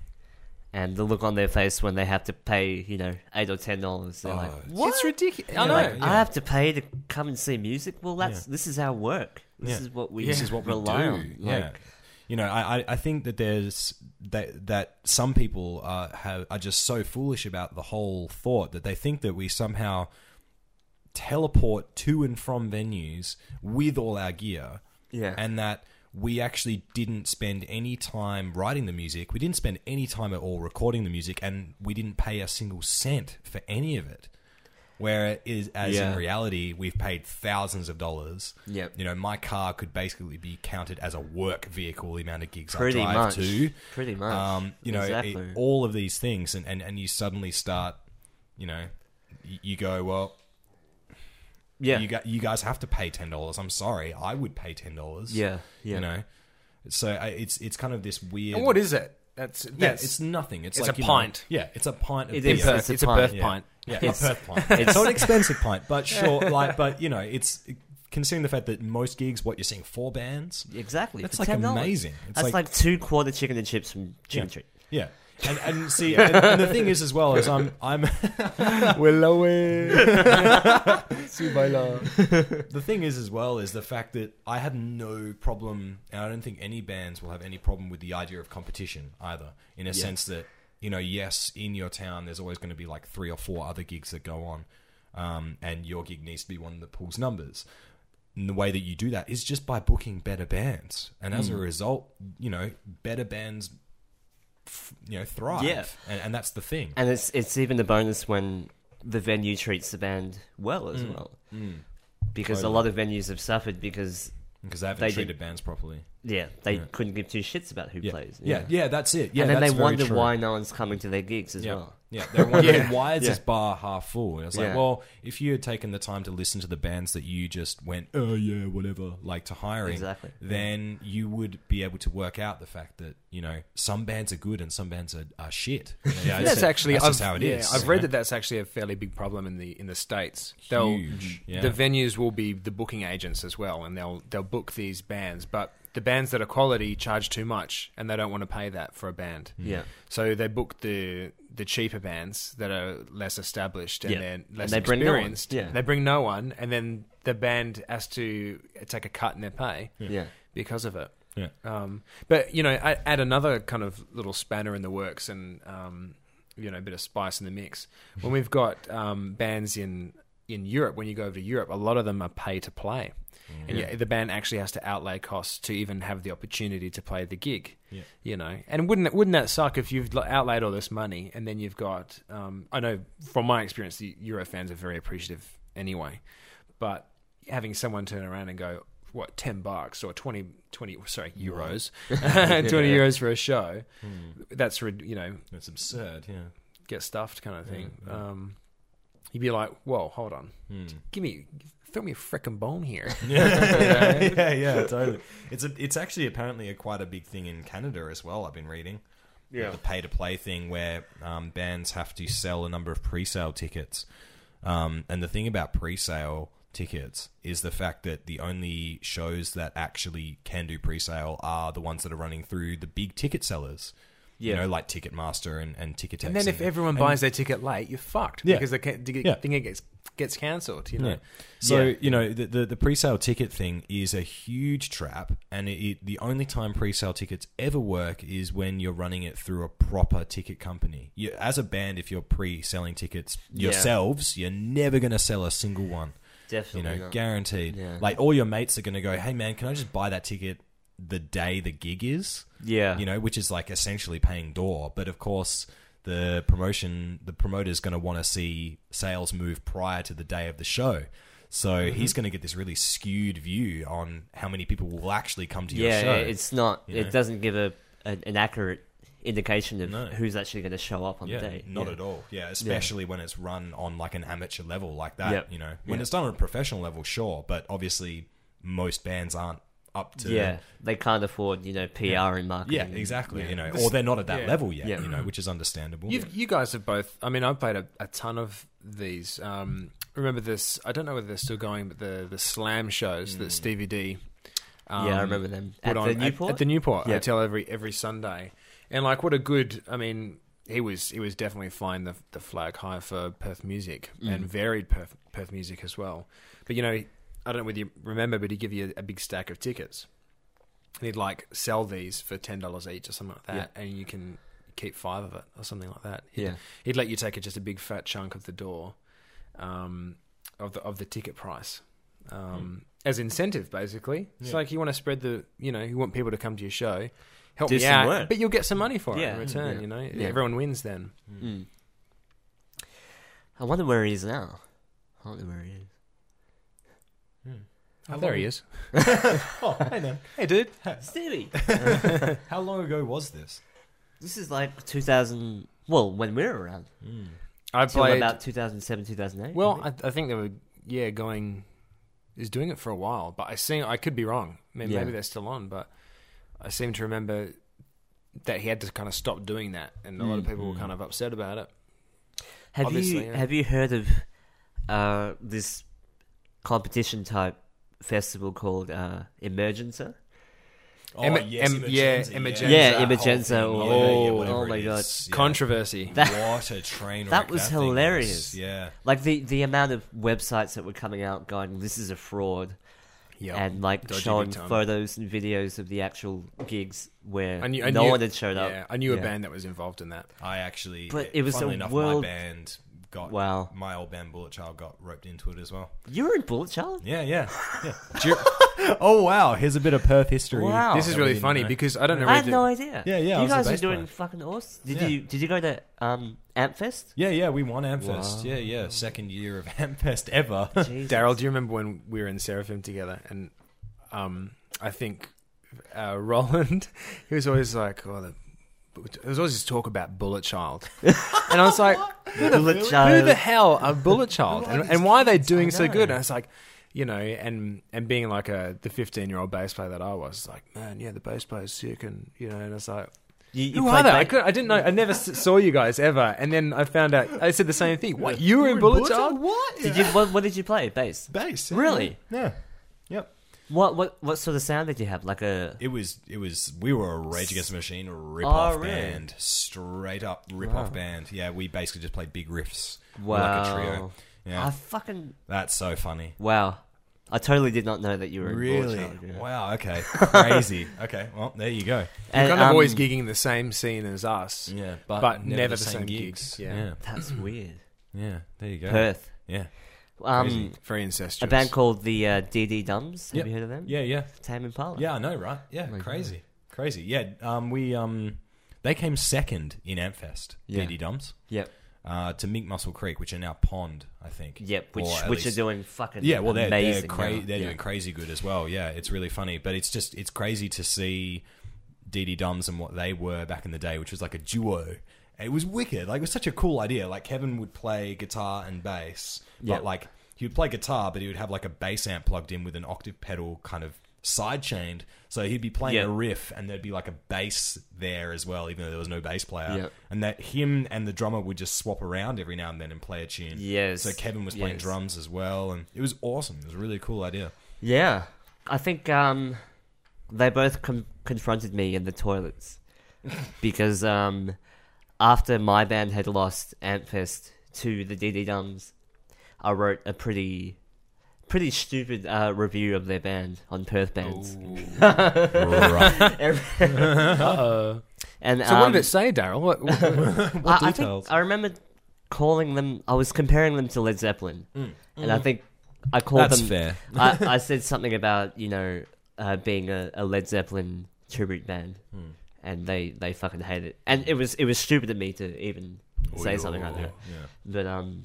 A: and the look on their face when they have to pay, you know, eight or ten dollars. They're like,
J: Oh,
I: what? it's ridiculous i
A: They're
I: know
A: like, I have to pay to come and see music. Well, that's this is our work. This
J: Yeah.
A: is what we.
J: this is what we
A: rely
J: do.
A: on.
J: yeah.
A: Like,
J: You know, I, I- I think that there's that that some people are have, are just so foolish about the whole thought that they think that we somehow teleport to and from venues with all our gear.
A: Yeah.
J: And that we actually didn't spend any time writing the music. We didn't spend any time at all recording the music and we didn't pay a single cent for any of it. Where it is as
A: Yeah.
J: in reality, we've paid thousands of dollars.
A: Yep.
J: You know, my car could basically be counted as a work vehicle, the amount of gigs
A: Pretty
J: I drive
A: much.
J: to.
A: Pretty much.
J: Um, you know, it-
A: Exactly.
J: all of these things, and, and, and you suddenly start, you know, y- you go, well,
A: yeah.
J: you, gu- you guys have to pay ten dollars. I'm sorry, I would pay ten dollars.
A: Yeah, yeah.
J: You know, so I, it's it's kind of this weird.
I: and what is it that's
J: Yeah,
I: that's
J: it's nothing. It's,
I: it's
J: like
I: a
J: you
I: pint.
J: Know, yeah, it's a pint. Of
A: It
J: beer.
A: is.
I: in Perth, it's a
A: pint,
I: birth
J: Yeah.
I: pint
J: Yeah,
A: It's-
J: a Perth pint. It's not an expensive pint, but sure, like, but you know, it's considering the fact that most gigs, what you're seeing, four bands.
A: Exactly.
J: That's
A: for
J: like
A: $10.
J: amazing. It's
A: that's like,
J: like-
A: two quarter chicken and chips from Chicken Treat.
J: Yeah. And, and see, and, and the thing is as well is I'm I'm
I: willow
J: the thing is as well is the fact that I have no problem, and I don't think any bands will have any problem with the idea of competition either. In a sense that you know, yes, in your town, there's always going to be like three or four other gigs that go on, um, and your gig needs to be one that pulls numbers. And the way that you do that is just by booking better bands, and
A: Hmm.
J: as a result, you know, better bands, f- you know, thrive.
A: Yeah.
J: and, and that's the thing.
A: And it's it's even a bonus when the venue treats the band well as
J: Mm.
A: well. Because a lot of venues have suffered because
J: because they haven't
A: They
J: treated
A: did-
J: bands properly.
A: yeah, they couldn't give two shits about who
J: Yeah.
A: plays.
J: yeah, yeah, that's it. Yeah,
A: and then
J: that's
A: they
J: very
A: wonder
J: true.
A: why no one's coming to their gigs as
J: Yeah,
A: well.
J: yeah. They're
I: (laughs)
J: wondering
I: Yeah.
J: why is this bar half full? And it's like,
A: Yeah.
J: well, if you had taken the time to listen to the bands that you just went, oh yeah, whatever, like to hiring,
A: Exactly.
J: then you would be able to work out the fact that you know some bands are good and some bands are, are shit.
I: (laughs)
J: You know, yeah, it's-
I: That's actually
J: that's
I: I've,
J: just how it
I: yeah,
J: is,
I: I've
J: you
I: read
J: know?
I: that that's actually a fairly big problem in the in the states. They'll,
J: Huge, yeah.
I: The venues will be the booking agents as well, and they'll they'll book these bands, but the bands that are quality charge too much, and they don't want to pay that for a band.
J: Mm.
A: Yeah.
I: So they book the the cheaper bands that are less established and
A: Yeah.
I: they're
A: And
I: less
A: they bring no one.
I: experienced.
A: Yeah.
I: They bring no one, and then the band has to take a cut in their pay
A: Yeah.
I: because of it.
J: Yeah.
I: Um, but you know, I add another kind of little spanner in the works, and um, you know, a bit of spice in the mix. When we've got um, bands in in Europe, when you go over to Europe, a lot of them are pay to play, and Mm. yeah, the band actually has to outlay costs to even have the opportunity to play the gig. Yeah. You know, and wouldn't that, wouldn't that suck if you've l- outlaid all this money and then you've got? Um, I know from my experience, the Euro fans are very appreciative anyway, but having someone turn around and go what 10 bucks or 20 20 sorry
J: (laughs)
I: euros (laughs) 20 euros for a show
J: Hmm.
I: that's re- you know
J: It's absurd. Yeah,
I: get stuffed kind of thing um you'd be like whoa hold on
J: Hmm.
I: give me throw me a frickin' bone
J: (laughs)
I: here
J: yeah, yeah, totally. It's a, it's actually apparently a quite a big thing in Canada as well. I've been reading. Yeah, the pay to play thing where um, bands have to sell a number of pre sale tickets. Um, and the thing about pre sale tickets is the fact that the only shows that actually can do pre sale are the ones that are running through the big ticket sellers. You
A: Yeah.
J: know, like Ticketmaster and, and Ticketex.
I: and then if everyone
J: and-
I: buys their ticket late you're fucked
J: Yeah.
I: because the ca- the
J: Yeah.
I: thing gets gets cancelled you know
J: Yeah. So you know the, the the pre-sale ticket thing is a huge trap, and it, it, the only time pre-sale tickets ever work is when you're running it through a proper ticket company. You, as a band, if you're pre-selling tickets yourselves, you're never going to sell a single one. you know,
A: Definitely.
J: guaranteed.
A: Yeah.
J: Like all your mates are going to go, "Hey man, can I just buy that ticket the day the gig is?"
A: Yeah.
J: you know, which is like essentially paying door. But of course, the promotion, the promoter's going to want to see sales move prior to the day of the show. So
A: Mm-hmm.
J: he's going to get this really skewed view on how many people will actually come to your
A: yeah,
J: show.
A: it's not.
J: you know?
A: It doesn't give a an, an accurate indication of
J: No.
A: who's actually going to show up on
J: Yeah,
A: the day.
J: not
A: yeah.
J: at all. Yeah, especially when it's run on like an amateur level like that.
A: Yep.
J: You know, when
A: Yeah.
J: it's done on a professional level, sure, but obviously most bands aren't up to.
A: Yeah, they can't afford you know PR and marketing.
J: Yeah, exactly. You know, or they're not at that
I: Yeah.
J: level yet.
A: Yeah.
J: You know, which is understandable.
I: You've, you guys have both. I mean, I've played a, a ton of these. Um, remember this? I don't know whether they're still going, but the the slam shows that Stevie D. Um,
A: Mm. Yeah, I remember them.
I: put
A: At the
I: on
A: Newport?
I: At, the Newport
A: Yeah.
I: Hotel every every Sunday, and like what a good. I mean, he was he was definitely flying the the flag high for Perth music
A: Mm.
I: and varied Perth Perth music as well. But you know, I don't know whether you remember, but he'd give you a, a big stack of tickets. And he'd like sell these for ten dollars each or something like that, and you can keep five of it or something like that. He'd,
A: Yeah.
I: he'd let you take a, just a big fat chunk of the door, um, of the of the ticket price, um, as incentive basically. It's like you want to spread the, you know, you want people to come to your show, help
A: Do
I: me
A: some
I: out,
A: work.
I: but you'll get some money for it
A: Yeah.
I: in return.
A: Yeah.
I: You know,
A: Yeah.
I: everyone wins then.
A: I wonder where he is now. I wonder where he is.
I: Oh, there he is.
J: (laughs) oh, hey man,
I: Hey, dude.
A: Stevie,
J: how long ago was this?
A: (laughs) this is like 2000. Well, when we're around,
I: I
A: till
I: played.
A: about 2007, 2008. (laughs)
I: well,
A: I
I: I, I think they were, yeah, going, is doing it for a while, but I seem I could be wrong. I mean,
A: Yeah.
I: maybe they're still on, but I seem to remember that he had to kind of stop doing that, and a lot of
A: Mm.
I: people were kind of upset about it.
A: have you
I: obviously, yeah.
A: have you heard of uh, this competition type festival called uh, Emergenza?
J: Oh,
I: Em- em- yeah, Emergenza.
A: Yeah,
J: that whole
A: Emergenza
J: thing.
A: or-
I: Oh,
J: whatever
A: oh my
J: it
A: God.
J: is. Yeah.
I: Controversy.
A: (laughs)
J: what a train wreck
A: That was
J: thing
A: hilarious.
J: Yeah.
A: Like the the amount of websites that were coming out going, this is a fraud,
I: yeah,
A: and like
I: Dodgy
A: showing
I: big time.
A: photos and videos of the actual gigs where
I: I knew, I
A: no
I: knew-
A: one had showed up.
I: Yeah, I knew
A: Yeah.
I: a band that was involved in that.
J: I actually,
A: But it was
J: funnily
A: a
J: enough,
A: world-
J: my band got
A: Wow.
J: my old band Bullet Child got roped into it as well.
A: You were in Bullet Child.
J: Yeah, yeah,
A: (laughs)
J: yeah. Do you- oh wow, here's a bit of Perth history.
A: Wow.
I: this is
J: that we
I: really
J: didn't
I: funny
J: know.
I: because I don't know.
A: I
I: whether-
A: had no idea.
J: Yeah, yeah, I
A: You
J: was a
A: guys were
J: bass
A: doing
J: player.
A: fucking awesome. Did
J: Yeah.
A: you did you go to um Ampfest?
J: Yeah, yeah, we won Amfest.
A: Wow.
J: Yeah, yeah, second year of (laughs) Amfest ever. (laughs)
I: Daryl, do you remember when we were in Seraphim together? And um, I think uh, (laughs) Roland, he was always like, "Oh, the." There was always this talk about Bullet Child, and I was like, "Who the,
A: (laughs) Bullet
I: who
A: Child.
I: the hell are Bullet Child, and, and why are they doing so
A: know.
I: good?" And I was like, "You know," and and being like a the fifteen year old bass player that I was, like, "Man, yeah, the bass player's sick," and you know, and I was like,
A: You, you
I: Who
A: played
I: are they? I,
A: ba-
I: could, I didn't know. I never s- saw you guys ever. And then I found out. I said the same thing. What? You were in Bullet Child?
J: What?
A: Did you what, what did you play? Bass.
J: Bass. yeah.
A: Really?
J: Yeah. Yep.
A: What what what sort of sound did you have? Like a
J: It was. It was. We were a Rage Against the Machine rip
A: Oh,
J: off
A: really?
J: band, straight up rip off band. Yeah, we basically just played big riffs. We're Like a
A: Wow.
J: trio. Yeah.
A: I fucking
J: That's so funny.
A: wow. I totally did not know that you were in Bullet Child. yeah.
J: Wow. Okay.
A: (laughs)
J: Crazy. okay. Well, there you go.
I: You're
A: And,
I: kind of
A: um,
I: always gigging the same scene as us. But, never, the same, gigs.
J: Yeah. yeah.
A: That's
J: (clears throat)
A: weird.
J: Yeah, There you go.
A: Perth.
J: Yeah.
A: Um,
J: Crazy.
I: Very incestuous.
A: a band called the uh, DD Dumbs. Have
J: Yep.
A: you heard of them?
J: Yeah. Yeah.
A: Tame Impala.
J: Yeah, I know, right? Yeah, crazy, crazy. Yeah, um, we um, they came second in Ampfest,
A: Yeah.
J: DD Dumps,
A: Yep.
J: uh, to Mink Muscle Creek, which are now Pond, I think.
A: Yep. Which
J: Or at
A: which
J: least-
A: are doing fucking
J: yeah, well, they're
A: amazing.
J: they're, cra-
A: now.
J: they're
A: Yeah.
J: doing crazy good as well. Yeah, it's really funny, but it's just it's crazy to see DD Dums and what they were back in the day, which was like a duo. It was wicked. Like it was such a cool idea. Like Kevin would play guitar and bass, but
A: Yeah.
J: like he would play guitar, but he would have like a bass amp plugged in with an octave pedal kind of side chained. So he'd be playing
A: Yeah.
J: a riff, and there'd be like a bass there as well, even though there was no bass player.
A: Yeah.
J: And that him and the drummer would just swap around every now and then and play a tune.
A: Yes.
J: So Kevin was playing
A: Yes.
J: drums as well, and it was awesome. It was a really cool idea.
A: Yeah, I think um, they both com- confronted me in the toilets because um, after my band had lost Antfest to the DD Dums, I wrote a pretty, pretty stupid uh, review of their band on Perth Bands. (laughs) And
I: So what
A: um,
I: did it say, Daryl? What, what-
A: I, I think I remember calling them. I was comparing them to Led Zeppelin, and I think I called
J: That's
A: them.
J: fair.
A: (laughs) I, I said something about you know uh, being a, a Led Zeppelin tribute band,
J: Hmm.
A: and they they fucking hate it. And it was it was stupid of me to even say something like that.
J: Oh, Yeah.
A: But um,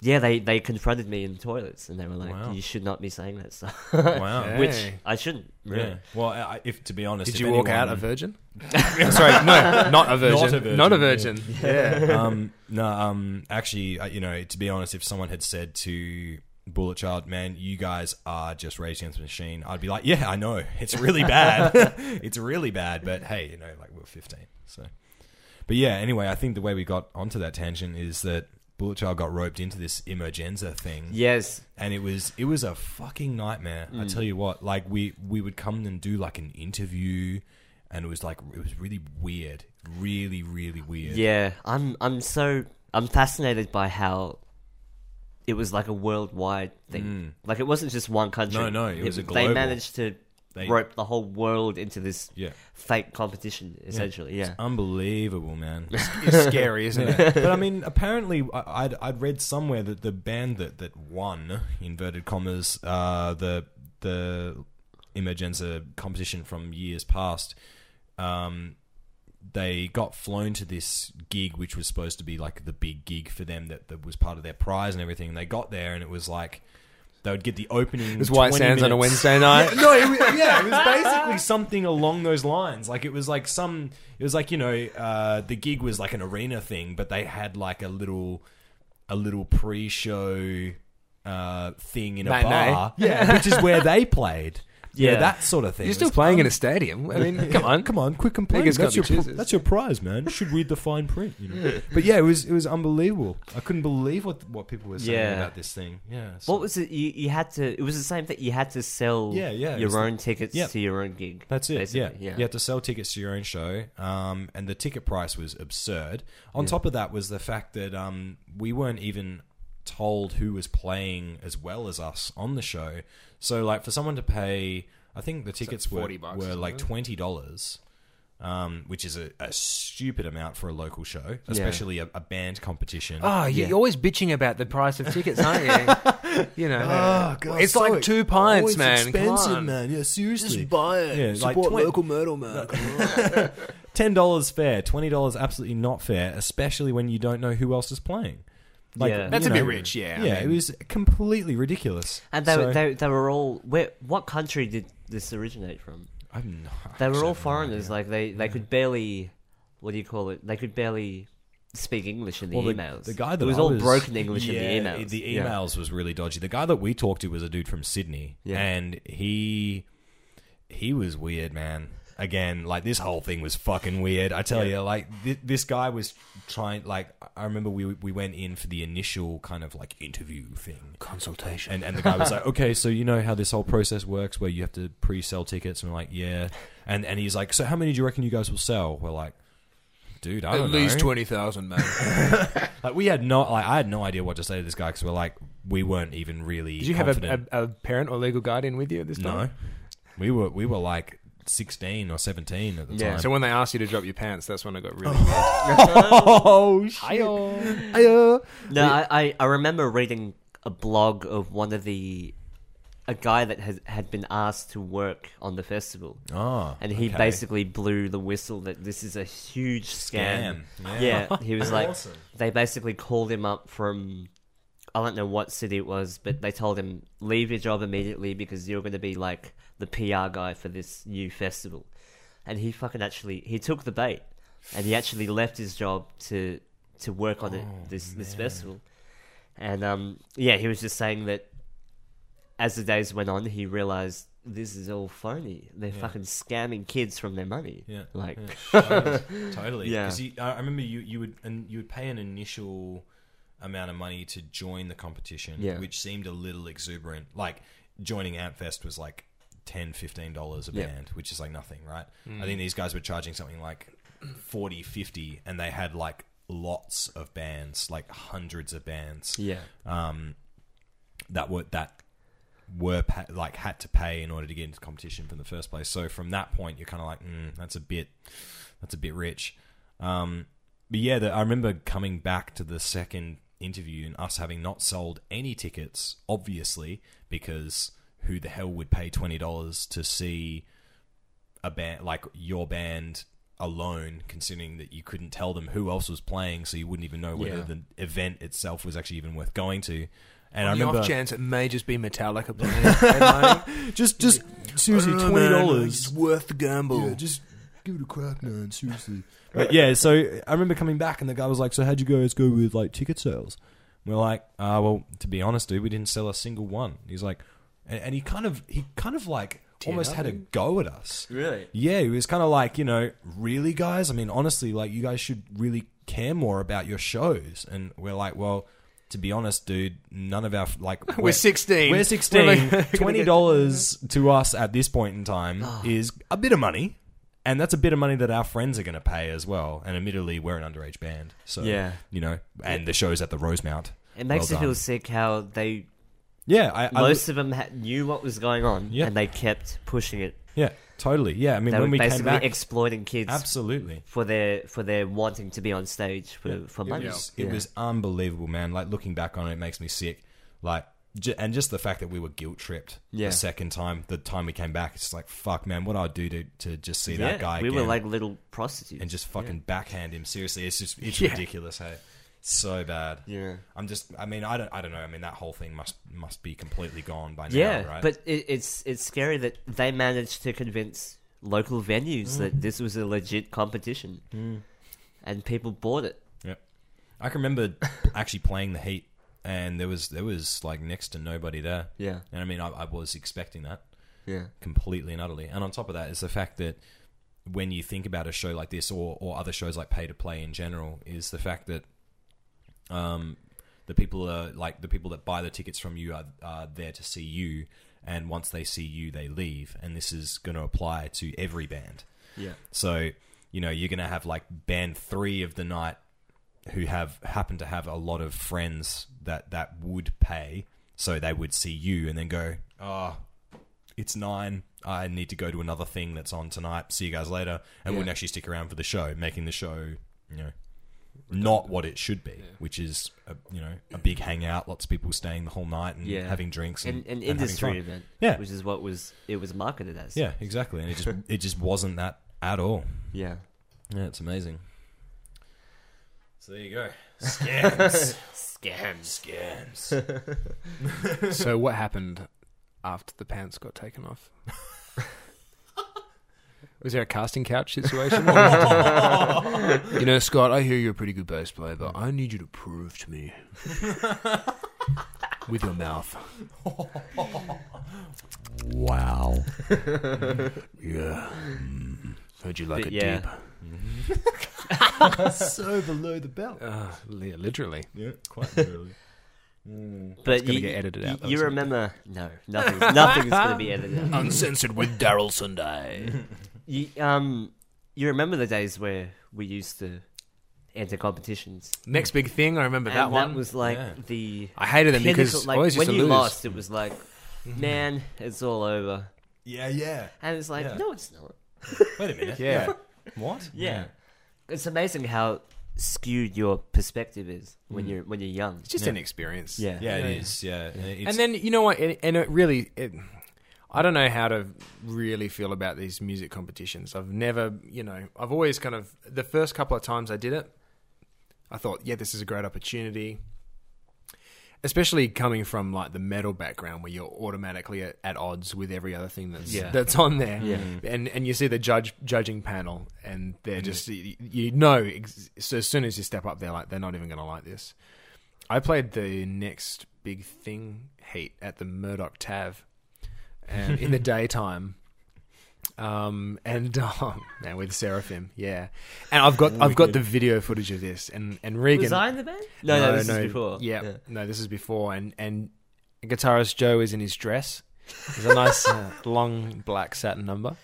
A: yeah, they they confronted me in the toilets, and they were like,
J: Wow.
A: "You should not be saying that stuff."
J: Wow.
A: (laughs)
I: Yeah.
A: Which
I: Hey.
A: I shouldn't. Really.
J: Yeah. Well, I, I- if to be honest,
I: Did
J: if
I: you walk
J: anyone-
I: out a virgin? (laughs) Sorry, no, not a virgin.
J: Not a virgin,
I: Not a
J: yeah.
I: virgin. Yeah.
J: um, no, um, actually, uh, you know, to be honest, if someone had said to Bullet Child, man, you guys are just Rage Against the Machine, I'd be like, yeah, I know, (laughs) it's really bad, (laughs) it's really bad, but hey, you know, like we're fifteen, so. But yeah, anyway, I think the way we got onto that tangent is that Bullet Child got roped into this emergenza thing,
A: Yes.
J: and it was it was a fucking nightmare. I tell you what, like we we would come and do like an interview, and it was like it was really weird, really really weird.
A: Yeah. I'm I'm so I'm fascinated by how it was like a worldwide thing. Like it wasn't just one country.
J: Hmm. No, no, it was a
A: They
J: global-
A: managed to
J: They-
A: rope the whole world into this
J: Yeah.
A: fake competition, essentially. Yeah.
J: Unbelievable, man.
I: It's scary, isn't it?
J: but I mean, apparently, I- I'd, I'd read somewhere that the band that, that won, inverted commas, uh, the the Emergenza competition from years past, um, they got flown to this gig, which was supposed to be like the big gig for them that, that was part of their prize and everything. And they got there, and it was like. They would get the opening. It
I: It's White Sands on a Wednesday night.
J: no, it was, yeah, it was basically something along those lines. Like it was like some, it was like you know, uh, the gig was like an arena thing, but they had like a little, a little pre-show uh, thing in a
I: Matinee.
J: bar, yeah, (laughs) which is where they played. Yeah,
A: Yeah.
J: that sort of thing.
I: You're
J: It
I: still
J: was
I: playing in a stadium. I mean, come on.
J: Come on, quick and play.
I: Beggars
J: That's
I: can't
J: your
I: be
J: pri-
I: choosers.
J: that's your prize, man. You should read the fine print. You
I: (laughs)
J: know. but yeah, it was it was unbelievable. I couldn't believe what what people were saying
A: Yeah.
J: about this thing. Yeah. so-
A: What was it? You, you had to. It was the same thing. You had to sell
J: Yeah, yeah, it's
A: your
J: the-
A: own tickets
J: yeah.
A: to your own gig.
J: That's it. Yeah.
A: basically,
J: You have to sell tickets to your own show. Um, and the ticket price was absurd. On top of that was the fact that um, we weren't even told who was playing as well as us on the show. So, like, for someone to pay, I think the tickets were,
I: 40 bucks or
J: were like
I: something?
J: $20. Um, which is a, a stupid amount for a local show, especially a, a band competition.
I: Oh, you- you're always bitching about the price of tickets,
J: (laughs)
I: aren't you? you
J: Oh,
I: know, it's like two pints, man. Come on.
J: Yeah, seriously.
I: it.
J: Yeah, like Support twen- local
I: Myrtle, man.
J: (laughs) ten dollars fair, twenty dollars absolutely not fair, especially when you don't know who else is playing. Like,
A: Yeah.
I: That's
J: you
I: a bit
J: know,
I: rich, yeah, I
J: yeah,
I: mean-
J: it was completely ridiculous.
A: And they,
J: So-
A: were they, they were all. Where, what country did this originate from?
J: I'm not,
A: They were all foreigners. Like they, they could barely. What do you call it? They could barely speak English in the
J: Well, the,
A: emails.
J: the guy that
A: it was
J: I
A: all broken English in the
J: Yeah,
A: emails.
J: The
A: Yeah.
J: emails was really dodgy. The guy that we talked to was a dude from Sydney,
A: Yeah.
J: and he he was weird, man. Again, like this whole thing was fucking weird. I tell you, like th- this guy was trying. Like I remember we we went in for the initial kind of like interview thing,
I: Consultation.
J: and and the guy was like, "Okay, so you know how this whole process works, where you have to pre-sell tickets." And we're like, "Yeah," and and he's like, "So how many do you reckon you guys will sell?" We're like, "Dude, I
I: At
J: don't
I: least
J: know."
I: twenty thousand, man.
J: Like we had no, like I had no idea what to say to this guy because we're like, we weren't even really.
I: (laughs) Did you have a, a, a parent or legal guardian with you at this
J: no?
I: time?
J: We were we were like sixteen or seventeen at the
A: Yeah.
J: time.
I: So when they asked you to drop your pants, that's when I got really. weird.
J: (laughs)
I: (laughs)
J: oh shit!
A: No, I, I, I remember reading a blog of one of the a guy that has had been asked to work on the festival.
J: Ah,
A: and he
J: okay.
A: basically blew the whistle that this is a huge scam.
J: Scam, yeah.
A: Yeah. he was like
J: Awesome.
A: they basically called him up from I don't know what city it was, but they told him leave your job immediately because you're going to be like the PR guy for this new festival. And he fucking actually he took the bait and he actually left his job to to work on it,
J: Oh,
A: this this festival. And um, yeah, he was just saying that as the days went on, he realized this is all phony. They're fucking scamming kids from their money.
J: Yeah.
A: Like, (laughs)
J: totally.
A: Yeah.
J: Because I I remember you you would and you would pay an initial amount of money to join the competition,
A: Yeah.
J: which seemed a little exuberant. Like joining Ampfest was like 10 dollars a
A: Yeah.
J: band, which is like nothing, right? I think these guys were charging something like 40 50 and they had like lots of bands, like hundreds of bands
A: yeah.
J: that were that were pa- like had to pay in order to get into competition from the first place. So from that point, you're kind of like, mm, that's a bit, that's a bit rich. Um, but yeah, the, I remember coming back to the second interview and us having not sold any tickets, obviously, because who the hell would pay twenty dollars to see a band like your band alone, considering that you couldn't tell them who else was playing, so you wouldn't even know whether
I: Yeah.
J: the event itself was actually even worth going to. And I
I: On the
J: remember
I: off chance it may just be (laughs) Metallica playing.
J: just just seriously
I: Oh,
J: twenty dollars
I: worth the gamble.
J: just give it a crack, man. Seriously. But yeah, so I remember coming back and the guy was like, "So how'd you go? Let's go with like ticket sales." And we're like, "Ah, well, to be honest, dude, we didn't sell a single one." He's like, and, and he kind of he kind of like almost had a go at us.
A: Really?
J: Yeah, he was kind of like, you know, really, guys. I mean, honestly, like you guys should really care more about your shows. And we're like, well. To be honest, dude, none of our like we're, We're
I: 16. We're like-
J: sixteen. Twenty dollars to us at this point in time
A: Ah.
J: is a bit of money, and that's a bit of money that our friends are going to pay as well. And admittedly, we're an underage band, so
A: Yeah.
J: you know, and the show's at the Rosemount.
A: It makes me
J: Well
A: feel
J: done.
A: sick how they
J: yeah, I, I
A: most of them ha- knew what was going on
J: Yeah.
A: and they kept pushing it.
J: yeah, totally, yeah. I mean,
A: They
J: when
A: were
J: we came
A: basically
J: back,
A: exploiting kids
J: absolutely.
A: for their for their wanting to be on stage for for
J: It
A: money.
J: was, it was unbelievable, man. Like looking back on it, it makes me sick. Like, j- and just the fact that we were guilt tripped
A: Yeah.
J: the second time, the time we came back, it's just like, fuck, man, what I would do to, to just see
A: yeah,
J: that guy.
A: we
J: again.
A: were like little prostitutes.
J: and just fucking backhand him. Seriously, it's just
A: (laughs)
J: it's
I: Yeah.
J: ridiculous. Hey, so bad.
A: Yeah.
J: I'm just. I mean, I don't. I don't know. I mean, that whole thing must must be completely gone by now.
A: yeah,
J: right?
A: but it, it's it's scary that they managed to convince local venues
J: Mm.
A: that this was a legit competition, and people bought it.
J: yeah. I can remember (laughs) actually playing the Heat, and there was there was like next to nobody there.
A: Yeah.
J: and I mean, I, I was expecting that.
A: Yeah,
J: completely and utterly. And on top of that is the fact that when you think about a show like this or, or other shows like pay to play in general, is the fact that um, the people are like the people that buy the tickets from you are, are there to see you, and once they see you, they leave. And this is going to apply to every band.
A: yeah,
J: So, you know, you're going to have like band three of the night who have happen to have a lot of friends that that would pay. So they would see you and then go, oh, it's nine. I need to go to another thing that's on tonight. See you guys later. And wouldn't actually stick around for the show, making the show, you know, not what it should be, which is, a, you know, a big hangout, lots of people staying the whole night and
A: Yeah.
J: having drinks and,
A: an, an
J: and having fun.
A: industry event.
J: Yeah.
A: which is what was it was marketed as.
J: Yeah, exactly. And it just it just wasn't that at all.
A: yeah.
J: Yeah, it's amazing. So there you go.
A: Scams.
J: Scams.
I: so what happened after the pants got taken off? Was there a casting couch situation? you know, Scott, I hear you're a pretty good bass player, but I need you to prove to me with your mouth.
J: wow.
I: Yeah. Mm-hmm. Heard you like
A: But
I: it
A: yeah.
I: deep.
J: Mm-hmm. (laughs) so below the belt.
I: Uh, li- literally.
J: (laughs) Yeah, quite literally.
A: But
I: gonna
A: you,
I: get edited out,
A: you-
I: though,
A: You
I: isn't it?
A: remember? No, nothing. Nothing's going to
I: (laughs)
A: be edited out.
I: Uncensored with Daryl Sunday.
A: You um, you remember the days where we used to enter competitions?
I: Next big thing, I remember that
A: and
I: one.
A: that was like
J: Yeah.
A: the.
I: I hated them
A: pinnacle-
I: because I
A: like
I: always
A: when
I: used to
A: you
I: lose. Mm-hmm.
A: lost, it was like, man, it's all over.
J: Yeah, yeah.
A: And it's like,
J: Yeah.
A: no, it's not.
J: Wait a minute.
I: Yeah.
J: What?
A: Yeah. it's amazing how skewed your perspective is when
I: Mm.
A: you're when you're young.
I: It's just inexperience.
A: Yeah.
J: Yeah, it is. Yeah. It's,
I: and then you know what? It, and it really, it, I don't know how to really feel about these music competitions. I've never, you know, I've always kind of the first couple of times I did it, I thought, yeah, this is a great opportunity. Especially coming from like the metal background, where you're automatically at, at odds with every other thing that's
A: Yeah.
I: that's on there, and and you see the judge judging panel, and they're just you, you know ex- so as soon as you step up, they're like they're not even going to like this. I played the next big thing heat at the Murdoch Tav um,
A: (laughs)
I: in the daytime. Um, and (laughs) um, and with Seraphim, yeah. And I've got I've got the video footage of this, and and
A: Oh,
I: Regan.
A: Was I in the band? No, no, this is before.
I: Yeah, no, this is before, and and guitarist Joe is in his dress. It's a nice uh, (laughs) long black
A: (laughs)
I: satin number.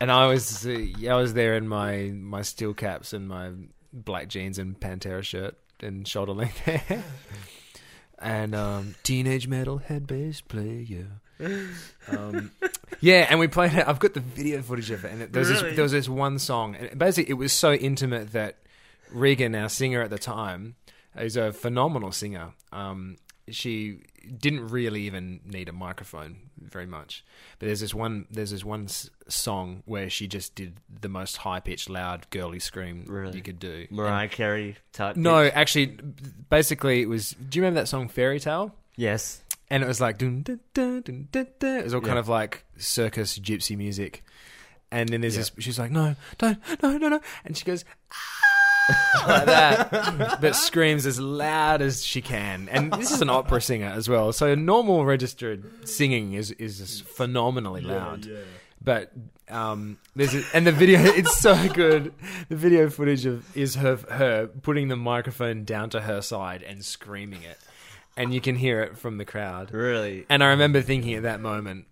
I: and I was uh, yeah, I was there in my my steel caps and my black jeans and Pantera shirt and shoulder length hair. And um, teenage metal head
A: (laughs)
I: bass player. Um, yeah, and we played it. I've got the video footage of it, and it, there was this, there was this one song, and basically it was so intimate that Regan, our singer at the time, who's a phenomenal singer. Um, she didn't really even need a microphone very much, but there's this one there's this one s- song where she just did the most high pitched, loud, girly scream
A: Really?
I: you could do.
A: Mariah Carey type.
I: No,
A: bitch.
I: actually, basically it was. Do you remember that song Fairy Tale?
A: Yes.
I: and it was like dun, dun, dun, dun, dun, dun. it was all kind
A: Yeah.
I: of like circus gypsy music and then there's this she's like no don't no no no and she (laughs) goes "Ah," like (laughs) that but screams as loud as she can and this is an opera singer as well so normal registered singing is is just phenomenally loud but um, there's a, and the video (laughs) it's so good. The video footage of is her her putting the microphone down to her side and screaming it, and you can hear it from the crowd.
A: Really?
I: And I remember thinking at that moment,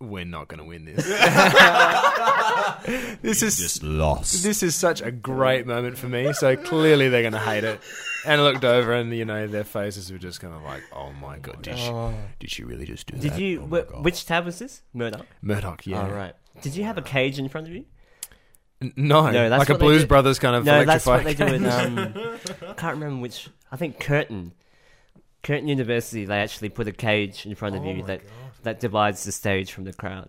I: we're not going to win this. this is
J: Just lost.
I: this is such a great moment for me. So clearly they're going to hate it. And I looked over, and you know their faces were just kind of like, "Oh my god, did she, did she really just do
A: Did
I: that?"
A: you?
I: Oh my
A: wh-
I: God."
A: which tab was this? Murdoch.
I: Murdoch? Yeah,
A: All right. Did you have a cage in front of you?
I: N- No,
A: No, that's
I: like a
A: what they
I: Blues
A: do-
I: Brothers kind of
A: No, that's
I: electrified.
A: what they do
I: (laughs)
A: in. Um, I can't remember which. I think Curtin, Curtin University. They actually put a cage in
I: Oh
A: front of you that that divides the stage from the crowd.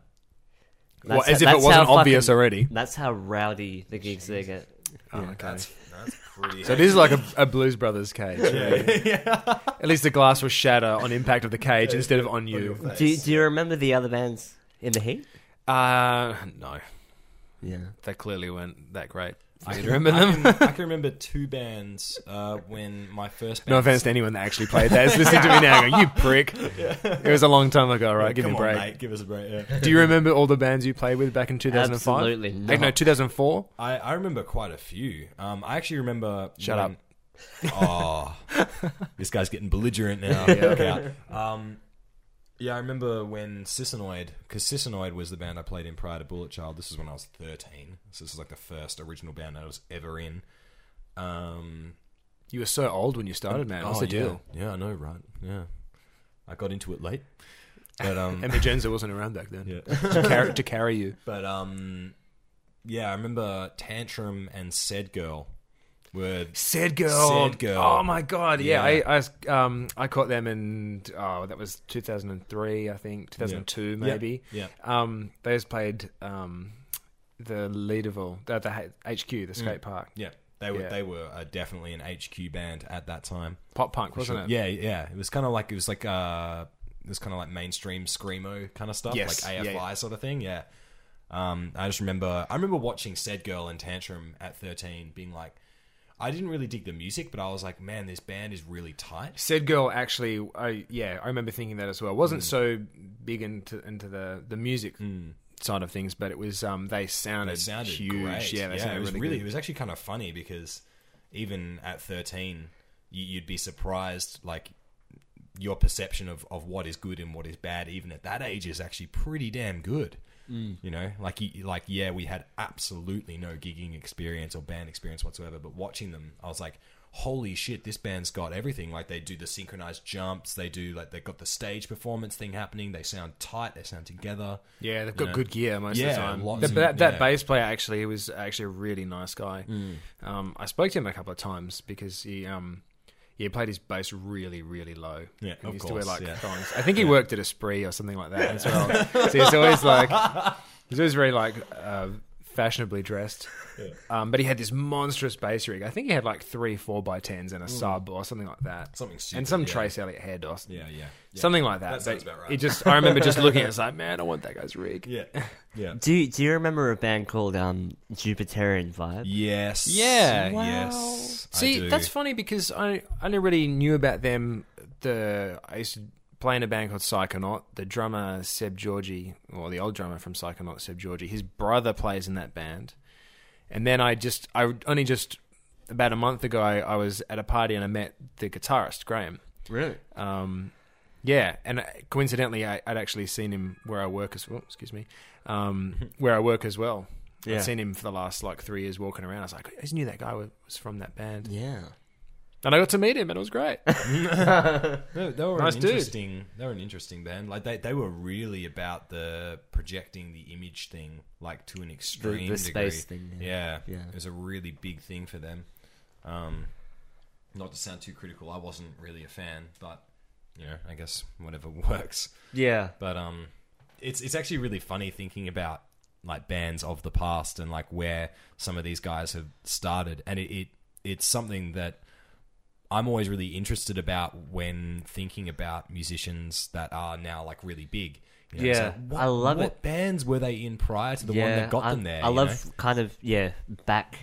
I: Well,
A: That's
I: as
A: ho-
I: if it
A: that's
I: wasn't
A: how
I: obvious
A: fucking-
I: already.
A: That's how rowdy the gigs they get.
I: Oh, okay. (laughs)
J: That's pretty.
I: so it is like a, a Blues Brothers cage. really. At least the glass will shatter on impact of the cage instead of
A: (laughs)
I: on you.
A: Do you, Do you remember the other bands in the heat?
I: Uh, no,
A: Yeah.
I: they clearly weren't that great.
J: I
I: You
J: can,
I: remember
J: I
I: them?
J: can, I
I: (laughs)
J: can remember two bands uh, when my first band.
I: No offense to anyone that actually played that. It's listening to me now, going, "You prick." It was a long time ago, all right? give
J: Come
I: me a break.
J: on, mate, give us a break. Yeah.
I: Do you remember all the bands you played with back in 2005?
A: Absolutely
I: Like, no,
A: not.
I: 2004.
J: I, I remember quite a few. Um, I actually remember.
I: Shut
J: (laughs) when- Oh, this guy's getting belligerent now. Look out. Um, yeah, I remember when Sissonoid, because Sissonoid was the band I played in prior to Bullet Child. This is when I was 13. So this is like the first original band I was ever in. Um,
I: You were so old when you started, man. What's
J: oh,
I: the
J: yeah.
I: deal?
J: Yeah, I know, right? Yeah. I got into it late. But,
I: (laughs)
J: um,
I: And Magenza wasn't around back then
J: yeah.
I: to, carry, to carry you.
J: But um, yeah, I remember Tantrum and Said Girl were
I: Said girl.
J: Sad Girl.
I: Oh my god. Yeah,
J: Yeah.
I: I, I um I caught them in oh that was 2003 I think 2002 maybe.
J: Yeah.
I: Um, they just played um the Leaderville, the, the H- HQ, the skate park.
J: yeah. They were
I: Yeah.
J: they were uh, definitely an HQ band at that time.
I: Pop punk, wasn't it?
J: Yeah, yeah. It was kind of like it was like uh, it was kind of like mainstream screamo kind of stuff,
I: Yes.
J: like
I: Yeah,
J: AFI
I: yeah.
J: sort of thing. Yeah. Um, I just remember I remember watching Said Girl and Tantrum at thirteen, being like, I didn't really dig the music, but I was like, man, this band is really tight.
I: Said girl actually I yeah, I remember thinking that as well.
J: Hmm.
I: Wasn't so big into into the the music side of things, but it was um they sounded,
J: It Hmm. sounded
I: huge.
J: great.
I: Yeah, they sounded
J: it was
I: really,
J: really
I: good.
J: it was actually kind of funny because even at thirteen, you, you'd be surprised like your perception of, of what is good and what is bad, even at that age, is actually pretty damn good.
I: Mm.
J: You know, like you- like yeah, we had absolutely no gigging experience or band experience whatsoever, but watching them, I was like, holy shit, this band's got everything. Like they do the synchronized jumps, they do like they got the stage performance thing happening. They sound tight, they sound together.
I: Yeah, they've got
J: know?
I: good gear most of
J: Yeah,
I: the time.
J: lots
I: That,
J: of-
I: that, that
J: yeah. Mm.
I: bass player actually he was actually a really nice guy. Um, I spoke to him a couple of times because he um, he played his bass really really low.
J: Yeah,
I: he
J: of
I: used
J: course,
I: to wear like
J: yeah.
I: thongs. I think he worked at a spree or something like that
J: (laughs)
I: as well. so he's always like he's always very like uh, fashionably dressed. Um, but he had this monstrous bass rig. I think he had like three four by tens and a sub or something like that.
J: Mm. Something
I: and
J: stupid,
I: some
J: yeah.
I: Trace Elliott head or
J: Yeah, yeah, yeah.
I: something like that.
J: That sounds
I: But
J: about right.
I: It just I remember
J: (laughs)
I: just looking at it, it's like man, I want that guy's rig. (laughs)
J: Yeah, yeah.
A: Do you, Do you remember a band called um, Jupiterian Vibe?
J: Yes.
I: Yeah.
J: Yes. I
I: See,
J: do.
I: that's funny because I I only really knew about them. The I used to play in a band called Psychonaut. The drummer Seb Georgie, or the old drummer from Psychonaut, Seb Georgie, his brother plays in that band. And then I just I only just about a month ago I, I was at a party and I met the guitarist Graham.
A: Really?
I: Um, yeah, and uh, coincidentally, I, I'd actually seen him where I work as well. Excuse me,
A: (laughs)
I: um, where I work as well.
A: Yeah.
I: I'd seen him for the last like three years walking around. I was like, I just knew that guy was, was from that band,
A: Yeah.
I: and I got to meet him, and it was great.
A: (laughs)
J: They, they were
I: Nice
J: an
I: dude.
J: interesting. They were an interesting band. Like they, they were really about the projecting the image thing, like to an extreme
A: the
J: degree.
A: space thing,
J: Yeah.
A: Yeah.
J: it was a really big thing for them. Um, Not to sound too critical, I wasn't really a fan, but you know, I guess whatever (laughs) works.
A: Yeah.
J: But um, it's it's actually really funny thinking about like bands of the past and like where some of these guys have started, and it, it it's something that I'm always really interested about when thinking about musicians that are now like really big. You know, it's
A: Yeah,
J: like, what,
A: I love
J: what
A: it.
J: bands were they in prior to the
A: yeah,
J: one that got
A: I,
J: them there?
A: I
J: you
A: love
J: know?
A: kind of yeah back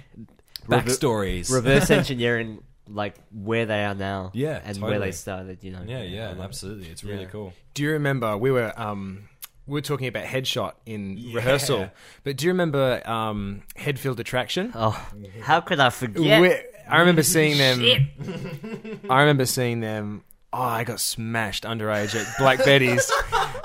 A: rever-
J: backstories. (laughs)
A: reverse engineering like where they are now.
J: Yeah,
A: and where
J: totally.
A: they started. You know.
J: yeah, yeah, absolutely. It's really
A: Yeah.
J: cool.
I: Do you remember we were um, we were talking about headshot in rehearsal? But do you remember um, Headfield Attraction?
A: Oh, how could I forget?
I: We- I remember seeing them. (laughs) I remember seeing them. Oh, I got smashed underage at Black
A: (laughs)
I: Betty's,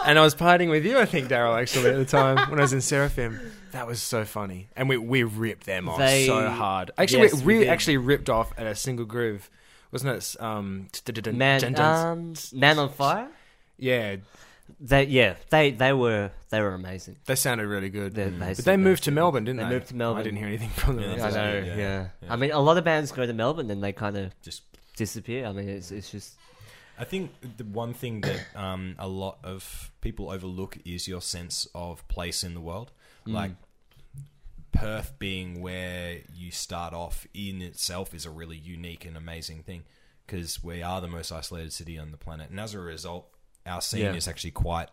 I: and I was partying with you. I think Daryl actually at the time when I was in Seraphim. That was so funny, and we we ripped them off
A: They-
I: so hard. Actually,
A: Yes,
I: we,
A: we
I: we
A: did.
I: actually ripped off at a single groove. Wasn't it? Um,
A: Man, um, Man on Fire.
I: yeah,
A: They yeah they they were they were amazing.
I: they sounded really good.
A: They're
I: But
A: amazing.
I: they moved to Melbourne, didn't they?
A: They moved to Melbourne.
I: I didn't hear anything from them.
A: I
J: that's
A: know.
J: Yeah.
A: Yeah.
J: Yeah.
A: I mean, a lot of bands go to Melbourne and they kind of
J: Just
A: disappear. I mean, it's it's just
J: I think the one thing that (coughs) um, a lot of people overlook is your sense of place in the world.
A: Mm.
J: Like Perth being where you start off in itself is a really unique and amazing thing because we are the most isolated city on the planet, and as a result, our scene
A: Yeah.
J: is actually quite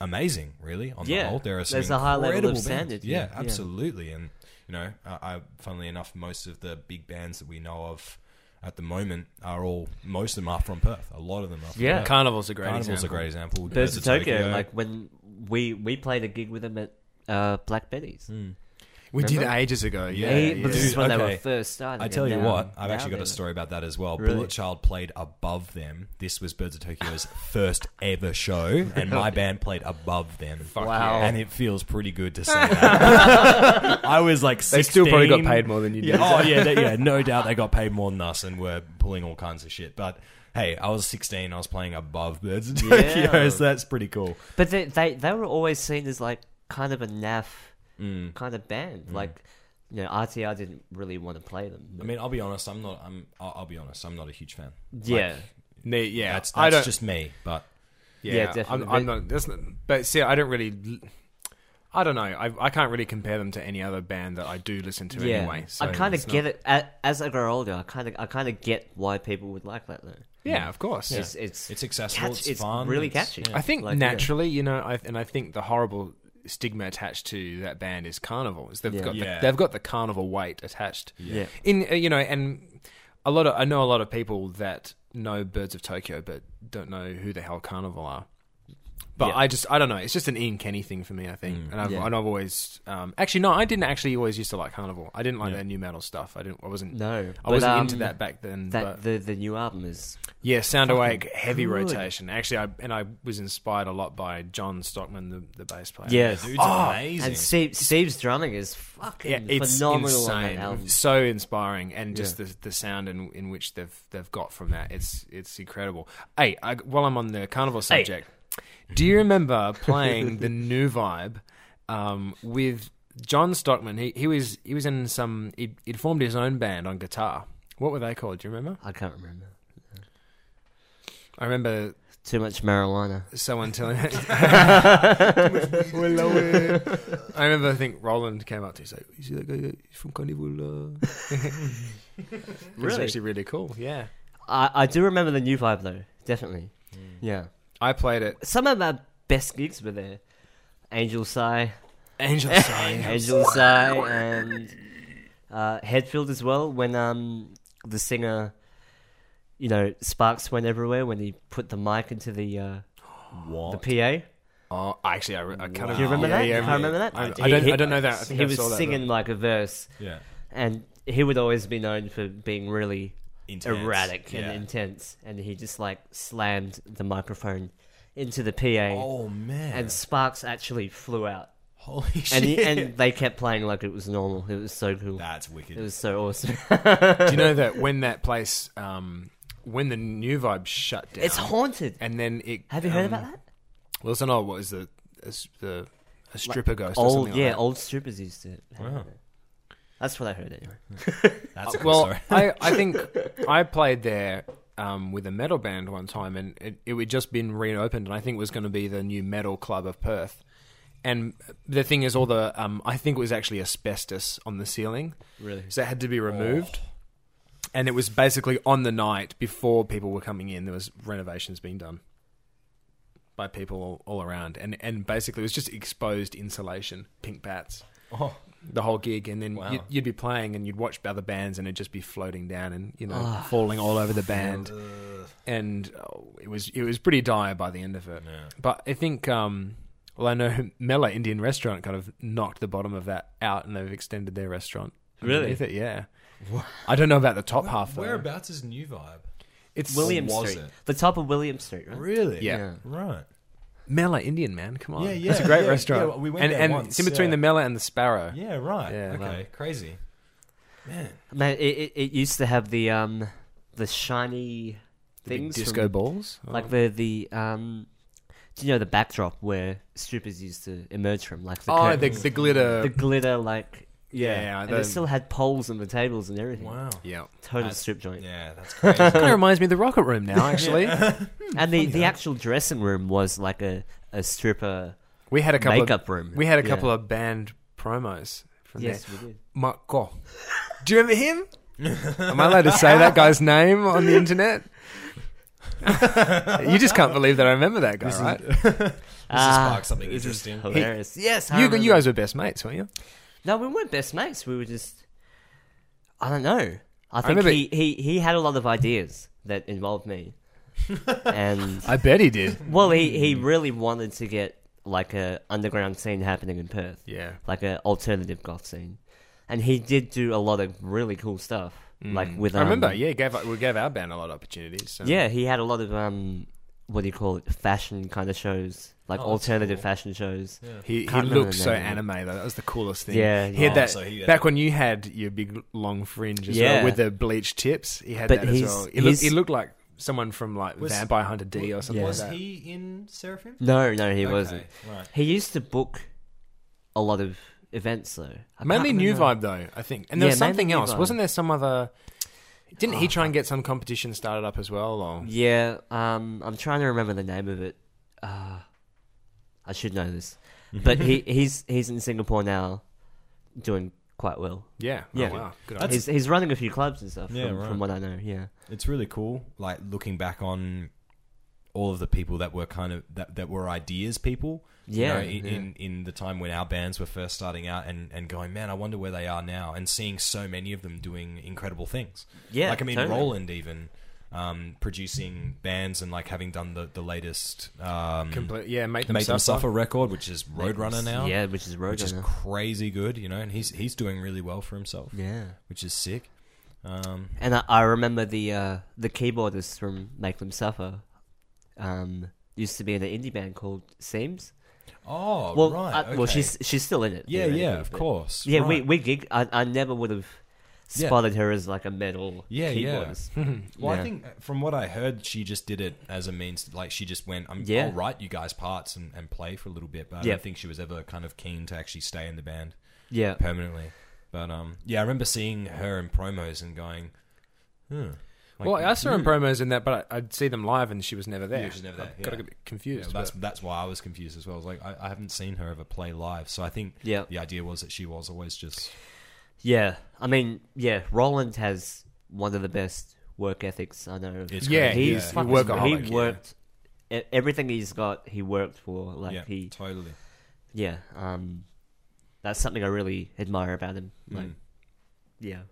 J: amazing. Really, on the
A: Yeah.
J: whole, there are some
A: There's a high level of
J: incredible bands.
A: standard,
J: Yeah,
A: yeah, yeah.
J: absolutely, and you know, I, I funnily enough, most of the big bands that we know of. At the moment, are all most of them are from Perth. A lot of them are. From
A: Yeah.
J: Perth.
I: Carnival's a great
J: Carnival's
I: example.
J: a great example.
A: Birds of Tokyo. Like when we we played a gig with them at uh, Black Betty's.
I: We did
A: Remember?
I: ages ago. Yeah,
A: Eh,
I: yeah.
A: but this is when they
J: Hmm. Okay.
A: were first starting.
J: I tell
A: and
J: you
A: now-
J: what, I've
A: now
J: actually got
A: they're-
J: a story about that as well.
A: Really?
J: Bullet Child played above them. This was Birds of Tokyo's first ever show, and my band played above them.
A: Wow. yeah.
J: And it feels pretty good to say that. (laughs) I was like, 16.
I: They still probably got paid more than you did.
J: Yeah. Oh yeah, they, yeah,
A: (laughs)
J: no doubt they got paid more than us and were pulling all kinds of shit. But hey, I was 16. I was playing above Birds of Tokyo, (laughs)
A: Yeah.
J: so that's pretty cool.
A: But they, they they were always seen as like kind of a naff
J: Mm.
A: kind of band. Like you know, RTR didn't really want to play them.
J: I mean, I'll be honest. I'm not. I'm. I'll, I'll be honest. I'm not a huge fan.
A: yeah,
I: Ne- yeah.
J: That's,
I: I don't.
J: that's just me. But
I: yeah,
A: Yeah, definitely.
I: I'm, I'm not, that's not. But see, I don't really. I don't know. I, I can't really compare them to any other band that I do listen to
A: yeah.
I: anyway. So
A: I kind
I: it's
A: of
I: not-
A: get it it as I grow older. I kind of I kind of get why people would like that though.
I: Yeah, of course.
A: It's it's
J: It's accessible, it's fun,
A: really
J: it's-
A: catchy.
J: yeah.
I: I think
A: Like, yeah.
I: naturally, you know, I, and I think the horrible stigma attached to that band is Carnival. Is they've
A: Yeah.
I: got
J: Yeah.
I: The, they've got the Carnival weight attached.
A: Yeah.
I: In uh, you know, and a lot of I know a lot of people that know Birds of Tokyo, but don't know who the hell Carnival are. But
A: Yeah. Mm.
I: I just I don't know. It's just an Ian Kenny thing for me. I think, and I've
A: Yeah.
I: and I've always um, actually no, I didn't actually always used to like Carnival. I didn't like their new metal stuff. I didn't. I wasn't.
A: No,
I: I
A: but,
I: wasn't
A: um,
I: into that back then.
A: That
I: but-
A: the the new album is
I: yeah, Sound Awake, heavy
A: good.
I: rotation. Actually, I, and I was inspired a lot by John Stockman, the, the bass player.
A: yes,
J: dude's amazing.
A: and Steve, Steve's drumming is fucking
I: Yeah, it's
A: phenomenal on that
I: insane.
A: album.
I: So inspiring, and just the, the sound in, in which they've they've got from that, it's it's incredible. Hey, I, while I'm on the carnival subject, do you remember playing
A: (laughs)
I: the new vibe um, with John Stockman? He he was he was in some he'd, he'd formed his own band on guitar. What were they called? Do you remember?
A: I can't remember.
I: I remember
A: Too much (laughs)
J: (laughs)
A: marijuana.
I: someone telling (laughs) it.
J: (laughs)
I: I remember, I think Roland came up to me. He's like, "You see that guy that- he's from Carnival?" Uh. It's actually really cool. Yeah,
A: I, I do remember the new vibe though, definitely. Yeah,
I: I played it.
A: some of our best gigs were there. Angel Sigh,
I: Angel (laughs) Sign.
A: Angel Sigh, and uh, Headfield as well. When um the singer, you know, sparks went everywhere when he put the mic into the uh, the PA.
I: Oh, actually, I, re- I kind of.
A: Do you remember
I: yeah,
A: that?
I: Yeah,
A: I remember that.
I: I, I don't. I don't know that. I think
A: he
I: I
A: was
I: saw that,
A: singing like a verse,
J: Yeah.
A: and he would always be known for being really
J: Intense.
A: erratic
J: Yeah.
A: and intense. And he just like slammed the microphone into the PA,
J: Oh man.
A: and sparks actually flew out.
J: Holy shit.
A: And he, (laughs) and they kept playing like it was normal. It was so cool.
J: (laughs) That's wicked.
A: it was so awesome.
I: but- Do you know that when that place, um, when the new vibe shut
A: (laughs)
I: down,
A: it's haunted.
I: and then it.
A: Have you heard
I: um,
A: about that?
I: Wilson, oh, what is the a s- the a stripper ghost? or
A: Old
I: something like
A: yeah,
I: that.
A: old strippers used to. Have that. That's what I heard anyway.
J: That's a cool
A: (laughs)
I: Well,
J: story.
I: I,
J: (laughs)
I: I think I played there um, with a metal band one time, and it, it had just been reopened, and I think it was going to be the new metal club of Perth. And the thing is, all the um, I think it was actually asbestos on the ceiling, really, so it had to
J: Oh.
I: be removed. And it was basically on the night before people were coming in. There was renovations being done by people all, all around, and and basically it was just exposed insulation, pink bats
J: Oh,
I: the whole gig, and then
J: Wow.
I: you'd, you'd be playing and you'd watch other bands, and it'd just be floating down and you know
J: Ah,
I: falling all over the band, and oh, it was it was pretty dire by the end of it. But I think, um, well, I know (laughs) Mela Indian Restaurant kind of knocked the bottom of that out, and they've extended their restaurant.
A: Really?
I: underneath It, yeah. I don't know about the top half. Though.
J: whereabouts is New Vibe?
I: It's
A: William
J: was
A: Street.
J: it?
A: The top of William Street, right?
J: Really?
I: Yeah.
J: Right.
I: Mela Indian man. Come on,
J: Yeah, yeah,
I: It's a great
J: yeah,
I: restaurant.
J: yeah, we went
I: and
J: there
I: and
J: once,
I: it's in between
J: yeah.
I: the Mela and the Sparrow.
J: Yeah. Right.
I: Yeah,
J: okay.
I: right.
J: Crazy.
A: Man, it, it, it used to have the um the shiny things
I: Disco
A: from-
I: balls.
A: like the the um. Do you know the backdrop where strippers used to emerge from, like the
I: oh, the,
A: curtains,
I: the glitter.
A: the glitter, like
I: yeah,
A: and
I: the-
A: they still had poles on the tables and everything.
J: Wow.
I: yeah.
A: Total strip joint.
J: Yeah. That's crazy.
I: kind of reminds me of the Rocket Room (laughs) now, actually.
A: And the, the actual dressing room was like a, a stripper.
I: We had a couple
A: Makeup
I: of,
A: room.
I: We had a
A: Yeah.
I: couple of band promos from
A: Yes,
I: there.
A: we did.
I: Marco. Do you remember (laughs) him? Am I allowed to say that guy's name on the internet? you just can't believe that I remember that guy, right?
J: ah, spark something interesting.
A: Hilarious. yes, I
I: You,
A: remember.
I: you guys were best mates, weren't you?
A: No, we weren't best mates. We were just. I don't know. I think
I: remember-
A: he, he, he had a lot of ideas that involved
J: (laughs)
A: me. and.
I: I bet he did.
A: Well, he, he really wanted to get like a underground scene happening in Perth.
I: Yeah.
A: Like a alternative goth scene. And he did do a lot of really cool stuff.
J: Mm.
A: Like with
I: I remember.
A: um,
I: Yeah, he gave we gave our band a lot of opportunities. so-
A: Yeah, he had a lot of um, what do you call it? Fashion kind of shows,
J: Oh,
A: like alternative fashion shows.
I: he, he
A: Can't remember
I: looked
A: the
I: so
A: name.
I: anime though. That was the coolest thing.
A: Yeah,
I: he had
A: yeah.
I: that
J: so he had-
I: back when you had your big long fringe as
A: Yeah.
I: well with the bleached tips. He had
A: But
I: that as
A: he's-
I: well. He looked,
A: he's-
I: he looked like someone from like
J: Was-
I: Vampire Hunter D or something
J: Was
I: like that.
J: he in Seraphim?
A: No, no, he wasn't.
J: right.
A: He used to book a lot of events though. I can't
I: Mainly New
A: remember.
I: Vibe though, I think. And there
A: Yeah,
I: was something
A: mainly New
I: else.
A: Vibe.
I: Wasn't there some other? Didn't
J: Ah.
I: he try and get some competition started up as well? Or
A: Yeah, um, I'm trying to remember the name of it. Uh, I should know
J: (laughs)
A: this, but he he's he's in Singapore now, doing quite well.
I: yeah,
A: Yeah.
I: Oh, wow. Good idea.
A: He's he's running a few clubs and stuff.
J: Yeah,
A: from,
J: right.
A: from what I know, yeah.
J: It's really cool. Like looking back on all of the people that were kind of that, that were ideas people. you
A: Yeah,
J: know, in, in in the time when our bands were first starting out and and going, man, I wonder where they are now, and seeing so many of them doing incredible things.
A: Yeah,
J: like I mean,
A: totally.
J: Roland even. Um, producing bands and like having done the the latest um,
I: Comple- yeah, make them
J: Make Them
I: suffer.
J: Suffer record, which is Roadrunner now,
A: Yeah, which is road
J: which is
A: runner.
J: crazy good, you know, and he's he's doing really well for himself,
A: yeah.
J: which is sick. Um,
A: And I, I remember the uh, the keyboardist from Make Them Suffer um, used to be in an indie band called Seams.
J: oh,
A: Well,
J: right,
A: I- well,
J: okay.
A: she's she's still in it.
J: Yeah, yeah,
A: theoretically,
J: of
A: but-
J: course.
A: Yeah, we
J: right.
A: we gig. I, I never would have
J: Yeah.
A: spotted her as like a metal
J: Yeah, yeah.
A: keyboardist.
J: (laughs) Well,
A: Yeah.
J: I think uh, from what I heard, she just did it as a means. Like she just went, I'm,
A: Yeah.
J: "I'll write you guys parts and, and play for a little bit." But I
A: Yeah.
J: don't think she was ever kind of keen to actually stay in the band
A: Yeah.
J: permanently. But um, yeah, I remember seeing her in promos and going, "Hmm." Like,
I: well, I saw
A: Hmm.
I: her in promos in that, but I, I'd see them live and she was never there.
J: Yeah, she's never there,
I: I got a
J: yeah.
I: bit confused.
J: Yeah, that's
I: but-
J: that's why I was confused as well. I was like, I, I haven't seen her ever play live, so I think
A: Yeah.
J: the idea was that she was always just
A: Yeah, I mean, yeah, Roland has one of the best work ethics I know. Of.
J: It's
I: Yeah,
J: crazy.
A: he's
I: yeah.
A: fucking-
I: Workaholic,
A: He
I: yeah.
A: worked e- everything he's got. He worked for like
J: yeah,
A: he
J: totally.
A: yeah. Um, that's something I really admire about him. Like,
J: Mm.
A: yeah,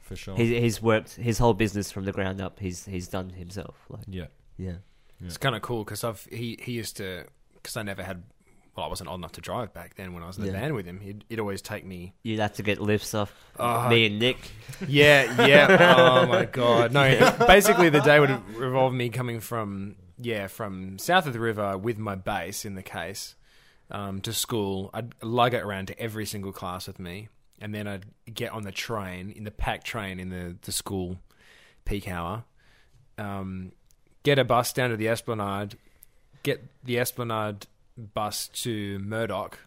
J: For sure.
A: he, he's worked his whole business from the ground up. He's he's done himself. Like,
J: yeah.
A: yeah,
I: It's kind of cool because I've he he used to because I never had well I wasn't old enough to drive back then when I was in the
A: Yeah.
I: van with him. He'd, he'd always take me.
A: you'd have to get lifts off me and Nick.
I: (laughs) Yeah, yeah. oh my god. No, (laughs) basically the day would revolve me coming from yeah from south of the river with my bass in the case um, to school. I'd lug it around to every single class with me, and then I'd get on the train in the packed train in the the school peak hour. Um, get a bus down to the Esplanade, get the Esplanade bus to Murdoch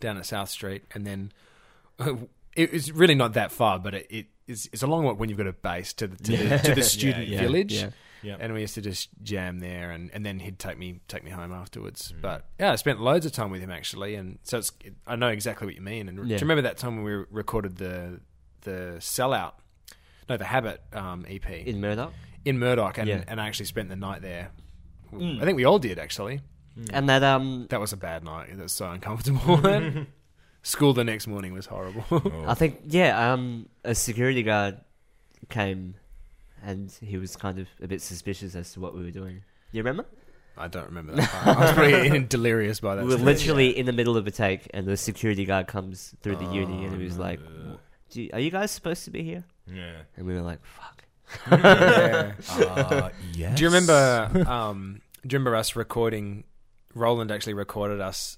I: down at South Street, and then (laughs) it, it's really not that far, but it, it it's, it's a long walk when you've got a base to the to, the, to the
J: (laughs)
I: student
J: yeah,
I: village.
K: yeah.
J: Yep.
I: And we used to just jam there, and, and then he'd take me take me home
A: Mm.
I: afterwards. But yeah, I spent loads of time with him actually, and so it's I know exactly what you mean. And do
K: Yeah.
I: you remember that time when we recorded the the sellout, no, the habit um, EP
A: in Murdoch.
I: in Murdoch, and,
A: Yeah. Mm.
I: and I actually spent the night there. I think we all did actually.
A: And that um,
I: That was a bad night. It was so
A: (laughs)
I: uncomfortable. School the next morning was horrible.
A: I think yeah, um, a security guard came, and he was kind of a bit suspicious as to what we were doing. You remember?
I: I don't remember that. Part. I
A: (laughs)
I: was pretty delirious by that.
A: we were
I: stage.
A: literally in the middle of a take, and the security guard comes through the uni, and he was like, "W- Do you, "Are you guys supposed to be here?"
J: Yeah.
A: And we were like, "Fuck."
I: (laughs)
J: Uh, yes.
I: Do you remember? Um, do you remember us recording? Roland actually recorded us.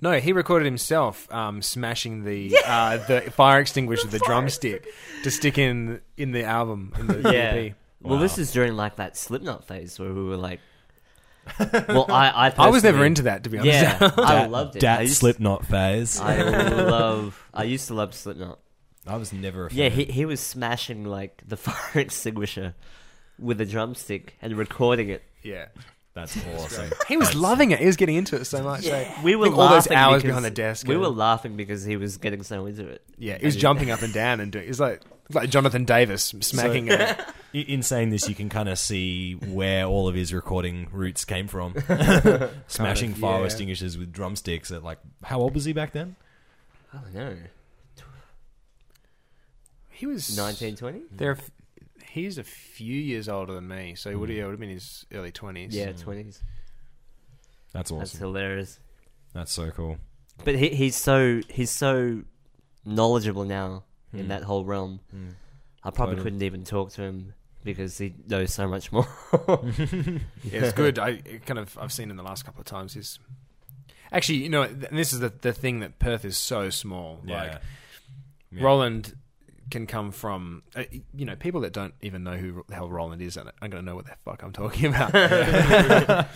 I: No, he recorded himself um, smashing the uh, the fire extinguisher, the, drumstick, to stick in in the album in the E EP.
A: Well, this is during like that Slipknot phase where we were like, "Well, I, I,
I: I was never
A: personally-
I: into that, to be honest.
A: Yeah, (laughs) I loved it. I
J: that
A: used-
J: Slipknot phase? I,
A: I (laughs) love. I used to love Slipknot.
J: was never a fan.
A: Yeah, he he was smashing like the (laughs) fire extinguisher with a drumstick and recording it.
I: (laughs) yeah.
A: (laughs)
J: That's awesome.
I: He was loving it. He was getting into it so much. eh?
A: We
I: I
A: were
I: think all those
A: laughing
I: hours
A: because-
I: behind the desk.
A: We
I: and-
A: were laughing because he was getting so into it.
I: yeah. He was jumping up and down and doing. He's like like Jonathan Davis smacking it.
J: I- In saying this, you can kind of see where all of his recording roots came
I: (laughs)
J: from. (laughs) Smashing
I: Kind of,
J: fire
I: yeah.
J: extinguishers with drumsticks at like, how old was he back then?
A: I don't know.
I: He was
A: 1920?
I: There, are f- he's a few years older than me, so he would, yeah, would have been his early twenties.
A: Yeah, 20s.
J: That's
A: That's
J: awesome.
A: hilarious.
J: That's so cool.
A: But he, he's so he's so knowledgeable now
I: Hmm.
A: in that whole realm. I probably
J: Totally.
A: couldn't even talk to him because he knows so much
I: (laughs)
A: more. (laughs)
I: Yeah,
J: (laughs)
I: it's good. I it kind of I've seen him the last couple of times. He's actually, you know, th- and this is the the thing that Perth is so small. Like
J: Yeah.
I: Roland can come from, uh, you know, people that don't even know who the hell Roland is. and I'm going to know what the fuck I'm
J: (laughs)
I: talking about.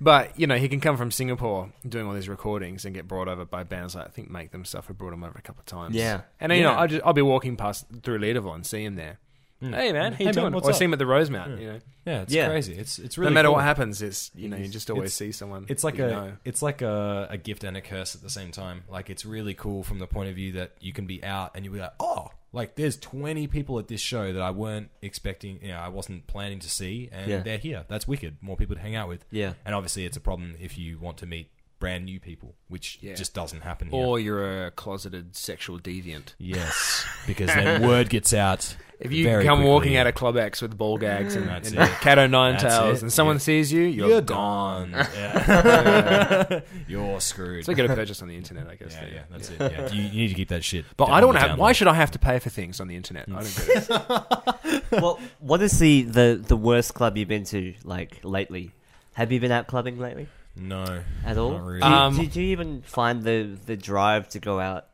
I: but you know, he can come from Singapore doing all these recordings and get brought over by bands like I think Make Them Suffer brought him over a couple of times.
A: Yeah.
I: and you know,
J: Yeah. Hmm.
I: I just, I'll be walking past through Leaderville and see him there. Hey man, how
J: Hey,
I: you
J: man,
I: doing?
J: what's
I: or
J: up? Hmm.
I: see him at the Rosemount. You know,
J: yeah, it's
A: Yeah.
J: crazy. It's it's really
I: no matter
J: cool.
I: what happens, it's you know, you just always
J: It's-
I: see someone.
J: It's like
I: you
J: a
I: know.
J: it's like a, a gift and a curse at the same time. Like it's really cool from the point of view that you can be out and you'll be like, oh, like there's 20 people at this show that I weren't expecting, you know, I wasn't planning to see, and
A: Yeah.
J: they're here. That's wicked. More people to hang out with.
A: Yeah.
J: And obviously, it's a problem if you want to meet brand new people, which
I: Yeah.
J: just doesn't happen here.
I: or you're a closeted sexual deviant. (laughs)
J: yes, because then word gets out.
I: If you
J: very
I: come
J: quickly.
I: walking out of Club X with ball gags and,
J: That's
I: and
J: it.
I: Cat O' Nine
J: That's
I: Tails
J: it.
I: and someone
J: Yeah.
I: sees you, you're,
J: you're
I: gone.
J: gone.
I: (laughs)
J: Yeah. you're screwed.
I: So
J: (laughs)
I: you get a purchase on the internet, I guess.
J: yeah,
I: there.
J: yeah, that's it. Yeah. You, you need to keep that shit.
I: But I
J: down on
I: don't want to
J: the
I: have.
J: down
I: Why
J: low.
I: should I have to pay for things on the internet? I don't get
J: (laughs)
I: it.
A: well, what is the, the the worst club you've been to like lately? Have you been out clubbing lately
J: No,
A: at all?
J: Not really.
A: Do, you,
I: Um,
A: do, do you even find the the drive to go out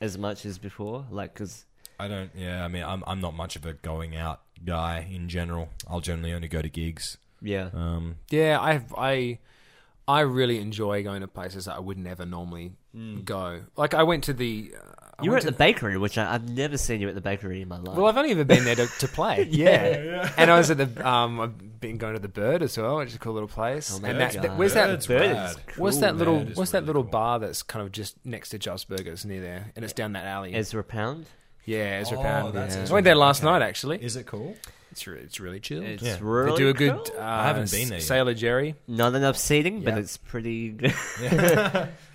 A: as much as before? Like, because
J: I don't. Yeah, I mean, I'm I'm not much of a going out guy in general. I'll generally only go to gigs.
A: yeah,
I: Uh,
J: Um,
I: Yeah, I I I really enjoy going to places that I would never normally
J: Mm.
I: go. Like I went to the. Uh, I
A: you were
I: went
A: at the bakery, which I, I've never seen you at the bakery in my life.
I: Well, I've only ever been there to, to play.
A: (laughs)
I: yeah. And I was at the. Um, I've been going to the Bird as well, which is a cool little place.
A: Oh my
I: and that,
A: God.
I: that, where's
J: Bird's
I: that?
J: rad.
I: What's
J: Cool,
I: that little?
J: man. It is
I: What's that
J: really
I: little
J: cool.
I: bar that's kind of just next to Just Burgers near there, and it's down that alley?
A: Ezra Pound.
I: yeah, Ezra
J: Oh,
I: Pound.
J: that's
I: Yeah. I
J: Ezra
I: went there
J: Pound,
I: last
J: okay.
I: night actually.
J: Is it
I: (laughs)
J: cool?
I: It's re- it's really chilled.
A: It's
J: Yeah. They
A: really
I: they do a good.
A: cool.
I: Uh,
J: I haven't been there yet.
I: Sailor Jerry.
A: Not enough seating, but
I: Yeah.
A: it's pretty good. (laughs)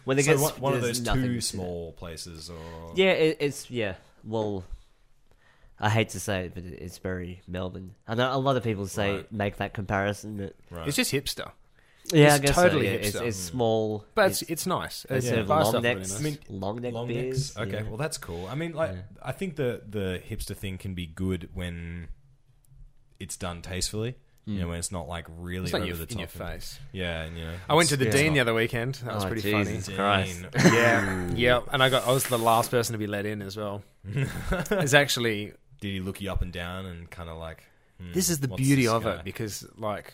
A: when it
J: So
A: gets
J: one, one of
A: there's
J: those
A: nothing to
J: two
A: do.
J: small places, or
A: Yeah, it, it's yeah. Well, I hate to say it, but it, it's very Melbourne. I know a lot of people say
J: Right.
A: make that comparison. That
J: Right.
I: It's just hipster,
A: yeah,
I: It's
A: I guess so,
I: totally
A: yeah. It's,
I: hipster.
A: it's small,
I: but it's it's nice.
A: They
I: It's
A: serve
I: bar
A: long
I: stuff really
A: necks,
I: nice.
J: I mean,
A: long neck
J: long
A: beers.
J: necks. Okay,
A: yeah.
J: well that's cool. I mean, like, I think the the hipster thing can be good when it's done tastefully. You know, when it's not like really
I: Hmm. It's not
J: over
I: your-
J: the
I: in
J: top.
I: your
J: and-
I: face.
J: Yeah, and you know,
I: I went to the
J: it's-
I: dean the
J: it's
I: other weekend. That was
A: Oh,
I: pretty funny.
A: Jesus.
J: not-
A: Christ. (laughs)
J: Dean.
I: Yeah, yeah, and I got I was the last person to be let in as well. it's actually
J: (laughs) Did he look you up and down and kind of like? hmm,
I: this is the
J: what's
I: beauty
J: this
I: of
J: guy?
I: it because like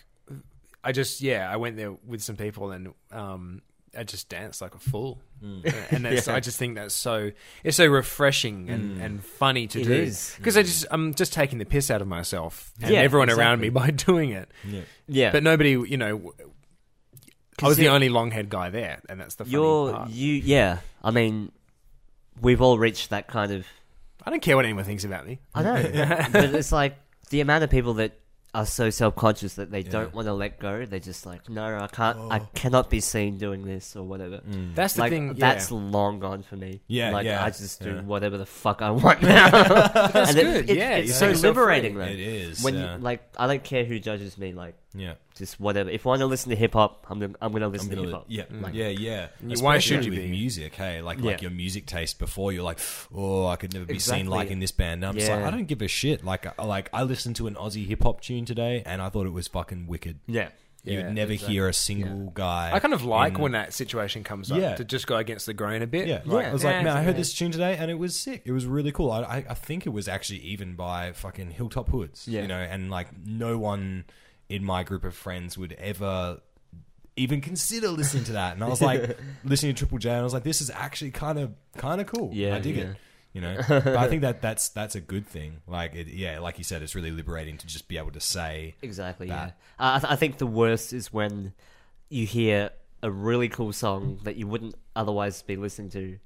I: I just yeah I went there with some people and um I just danced like a fool,
A: Hmm. (laughs)
I: and that's, I just think that's so it's so refreshing and, and funny to
A: Hmm. It
I: do
A: is.
I: because I just I'm just taking the piss out of myself and
A: Yeah,
I: everyone around
A: exactly.
I: me (laughs) by doing it. Yeah,
A: Yeah.
I: but nobody, you know, w- I was the
A: it-
I: only long haired guy there, and that's the funny
A: You're
I: part.
A: you yeah. I mean, we've all reached that kind of.
I: I don't care what anyone thinks about me.
J: (laughs)
A: I know, but it's like the amount of people that are so self conscious that they don't want to let go. They're just like, no, I can't, I
J: Oh.
A: cannot be seen doing this or whatever.
I: That's the
A: Like
I: thing.
A: that's
I: yeah.
A: long gone for me.
J: Mm. Yeah,
A: like
J: yeah,
A: I just do
J: yeah.
A: whatever the fuck I want
J: (laughs)
A: now. (laughs) that's
I: good, yeah,
A: it's
I: you
A: so
I: make yourself
A: liberating.
I: free.
A: Though.
J: It is,
A: when
J: yeah.
A: you, like I don't care who judges me. Like
J: Yeah.
A: just whatever. If I want to listen to hip hop, I'm gonna, I'm gonna listen to hip hop.
J: yeah,
I: Mm.
A: Like,
J: yeah, yeah.
I: why
J: Especially
I: should you
J: with
I: be?
J: music? Hey, like
A: Yeah.
J: like your music taste before you're like, oh, I could never be
A: Exactly.
J: seen like in this band. Now I'm just
A: Yeah.
J: like, I don't give a shit. Like, I, like I listened to an Aussie hip hop tune today, and I thought it was fucking wicked.
A: yeah.
J: you
I: Yeah,
J: would never hear a single guy.
I: I kind of like
J: in-
I: when that situation comes
J: Yeah.
I: up to just go against the grain a bit.
J: Yeah, like, I was like,
I: eh,
J: man, I heard
I: yeah.
J: this tune today, and it was sick. It was really cool. I, I, I think it was actually even by fucking Hilltop Hoods.
A: Yeah.
J: you know, and like no one in my group of friends would ever even consider listening to that. And I
A: (laughs)
J: was like listening to Triple J, and I was like, this is actually kind of kind of cool.
A: Yeah,
J: I dig
A: yeah.
J: it.
A: (laughs)
J: You know, but I think that that's that's a good thing. Like, it, yeah, like you said, it's really liberating to just be able to say,
A: Exactly.
J: that.
A: Yeah. I, I th- I think the worst is when you hear a really cool song that you wouldn't otherwise be listening to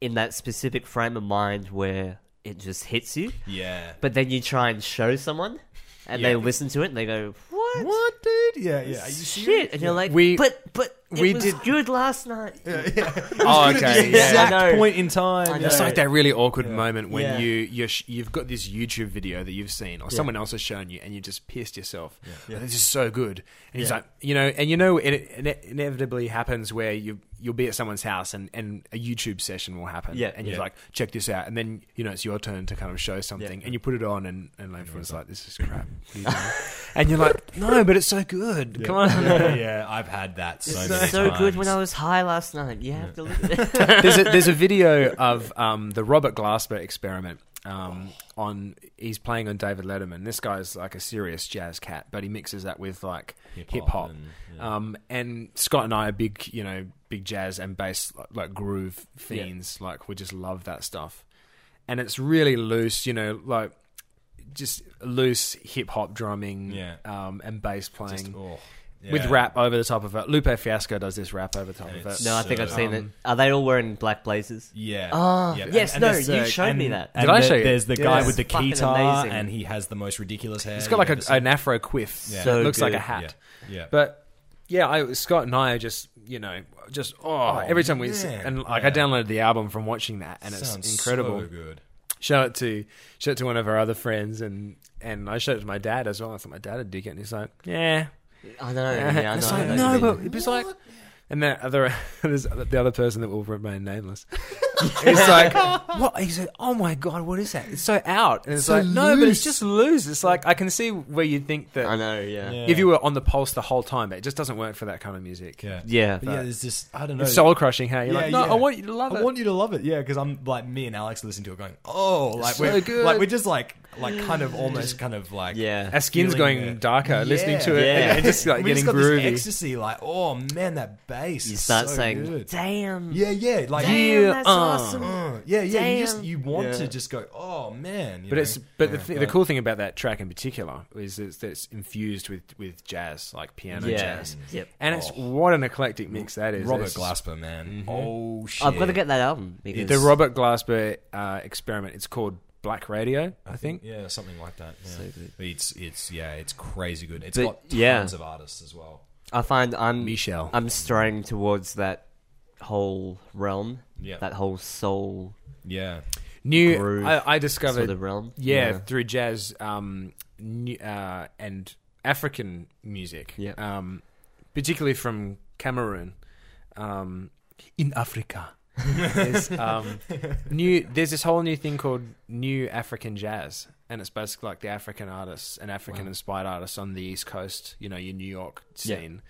A: in that specific frame of mind where it just hits you.
J: yeah,
A: But then you try and show someone and they listen to it and they go, What?
J: what, dude? Yeah, yeah. Are you serious?
A: Shit. And you're like,
I: We-
A: But, but, it
I: we
A: was
I: did-
A: good last night.
J: (laughs)
I: Oh, okay.
A: Yeah, I
I: (laughs) yeah.
A: know.
J: Point in time.
A: I
J: you
A: know.
I: It's
J: know.
I: like that really awkward moment when
A: Yeah.
I: you you're, sh- you've got this YouTube video that you've seen or someone else has shown you, and you just pissed yourself. "Oh, this is so good, and he's like, you know, and you know, it, it inevitably happens where you you'll be at someone's house and, and a YouTube session will happen,
A: Yeah.
I: and you're
J: Yeah.
I: like, check this out, and then you know it's your turn to kind of show something, and you put it on, and and everyone's like, this is crap, What are you doing? and you're like, no, but it's so good, come on.
A: (laughs)
J: yeah, yeah, I've had that so
A: It's
J: many
A: so good when I
J: times.
A: was high last night. You have to listen.
I: there's a, there's a video of um, the Robert Glasper experiment. Um, on he's playing on David Letterman. This guy's like a serious jazz cat, but he mixes that with like
J: Hip-hop
I: hip hop.
J: and-
I: Um, and Scott and I are big, you know, big jazz and bass like groove fiends. Like we just love that stuff, and it's really loose, you know, like just loose hip hop drumming,
J: Yeah.
I: um, and bass playing
J: Just, oh,
I: with
J: yeah.
I: rap over the top of it. Lupe Fiasco does this rap over the top of it.
J: It's
A: no, I think I've
J: So,
A: seen it. Um, Are they all wearing black blazers?
J: Yeah.
A: Ah,
J: yeah.
A: yes, no,
J: there's, uh,
A: you showed me that.
J: and
I: Did I
J: the-
I: show you?
J: There's the
I: Yeah.
J: guy
I: It's
J: with the
A: fucking
J: keytar,
A: amazing.
J: and he has the most ridiculous hair.
I: It's got
J: you've
I: like
J: ever
I: a,
J: seen.
I: an afro quiff.
J: Yeah.
A: So
I: it looks like a
A: good.
I: hat.
J: Yeah. Yeah.
I: But yeah, I, Scott and I are just you know just oh, every time we
J: man.
I: and like I
J: Yeah.
I: downloaded the album from watching that and
J: Sounds
I: it's incredible.
J: So good.
I: Show it to show it to one of our other friends and and I showed it to my dad as well. I thought my dad would dig it and he's like yeah.
A: I know. Yeah, I
I: it's
A: know.
I: like
A: I know
I: no,
A: what you
I: but it's like. And that other, (laughs) there's the other person that will remain nameless. It's like, what? He's like, oh my god, what is that? It's so out, and it's, like, no, but it's just loose. It's like I can see where you think that
A: mean. I know. Yeah.
J: Yeah.
I: if you were on the pulse the whole time, it just doesn't work for that kind of music.
J: Yeah.
A: Yeah.
J: But yeah, there's just I don't know.
I: It's soul crushing, hey? You're
J: Yeah,
I: like, no,
J: yeah.
I: I want you to love
J: I
I: it.
J: want you to love it, yeah, because I'm like me and Alex listen to it, going, oh, like
I: so
J: we're
I: good.
J: like we're just like like kind
I: (sighs)
J: of almost kind of like
A: Yeah.
I: Our skin's
J: feeling
I: going
J: it.
I: darker listening to it
A: Yeah.
I: and, and just
J: (laughs)
I: like
J: we
I: getting
J: just got
I: groovy.
J: This ecstasy, like oh man, that bass.
A: You
J: is
A: start
J: so
A: saying,
J: good.
A: "Damn,
J: yeah, yeah, like
A: damn,
I: Yeah,
A: that's
I: uh,
A: awesome."
J: Uh, yeah, yeah. You just
A: Damn.
J: you want
A: Yeah.
J: to just go, oh man. you
I: but
J: know?
I: it's but the,
J: Yeah,
I: th- the cool thing about that track in particular is it's- that it's infused with, with jazz, like piano
A: Yeah.
I: jazz.
A: Yep.
I: And it's what an eclectic mix that is.
J: Oh. Robert
I: It's Mm-hmm. just-
J: Glasper, man. Oh shit.
A: I've got to get that album because
I: The Robert Glasper uh, experiment. It's called Black Radio, I think.
J: Yeah, something like that. Yeah. It's it's yeah, it's crazy good. It's
A: But,
J: got tons
A: yeah.
J: of artists as well.
A: I find I'm
I: Michelle.
A: I'm straying towards that whole realm.
J: Yeah.
A: That whole soul
J: Yeah.
I: New,
A: Groove
I: I, I discovered
A: sort of realm.
I: yeah, through jazz um, new, uh, and African music,
A: Yeah.
I: um, particularly from Cameroon. Um, in Africa, there's, um, new, there's this whole new thing called New African Jazz, and it's basically like the African artists and African inspired artists on the East Coast, you know, your New York
A: Yeah.
I: scene.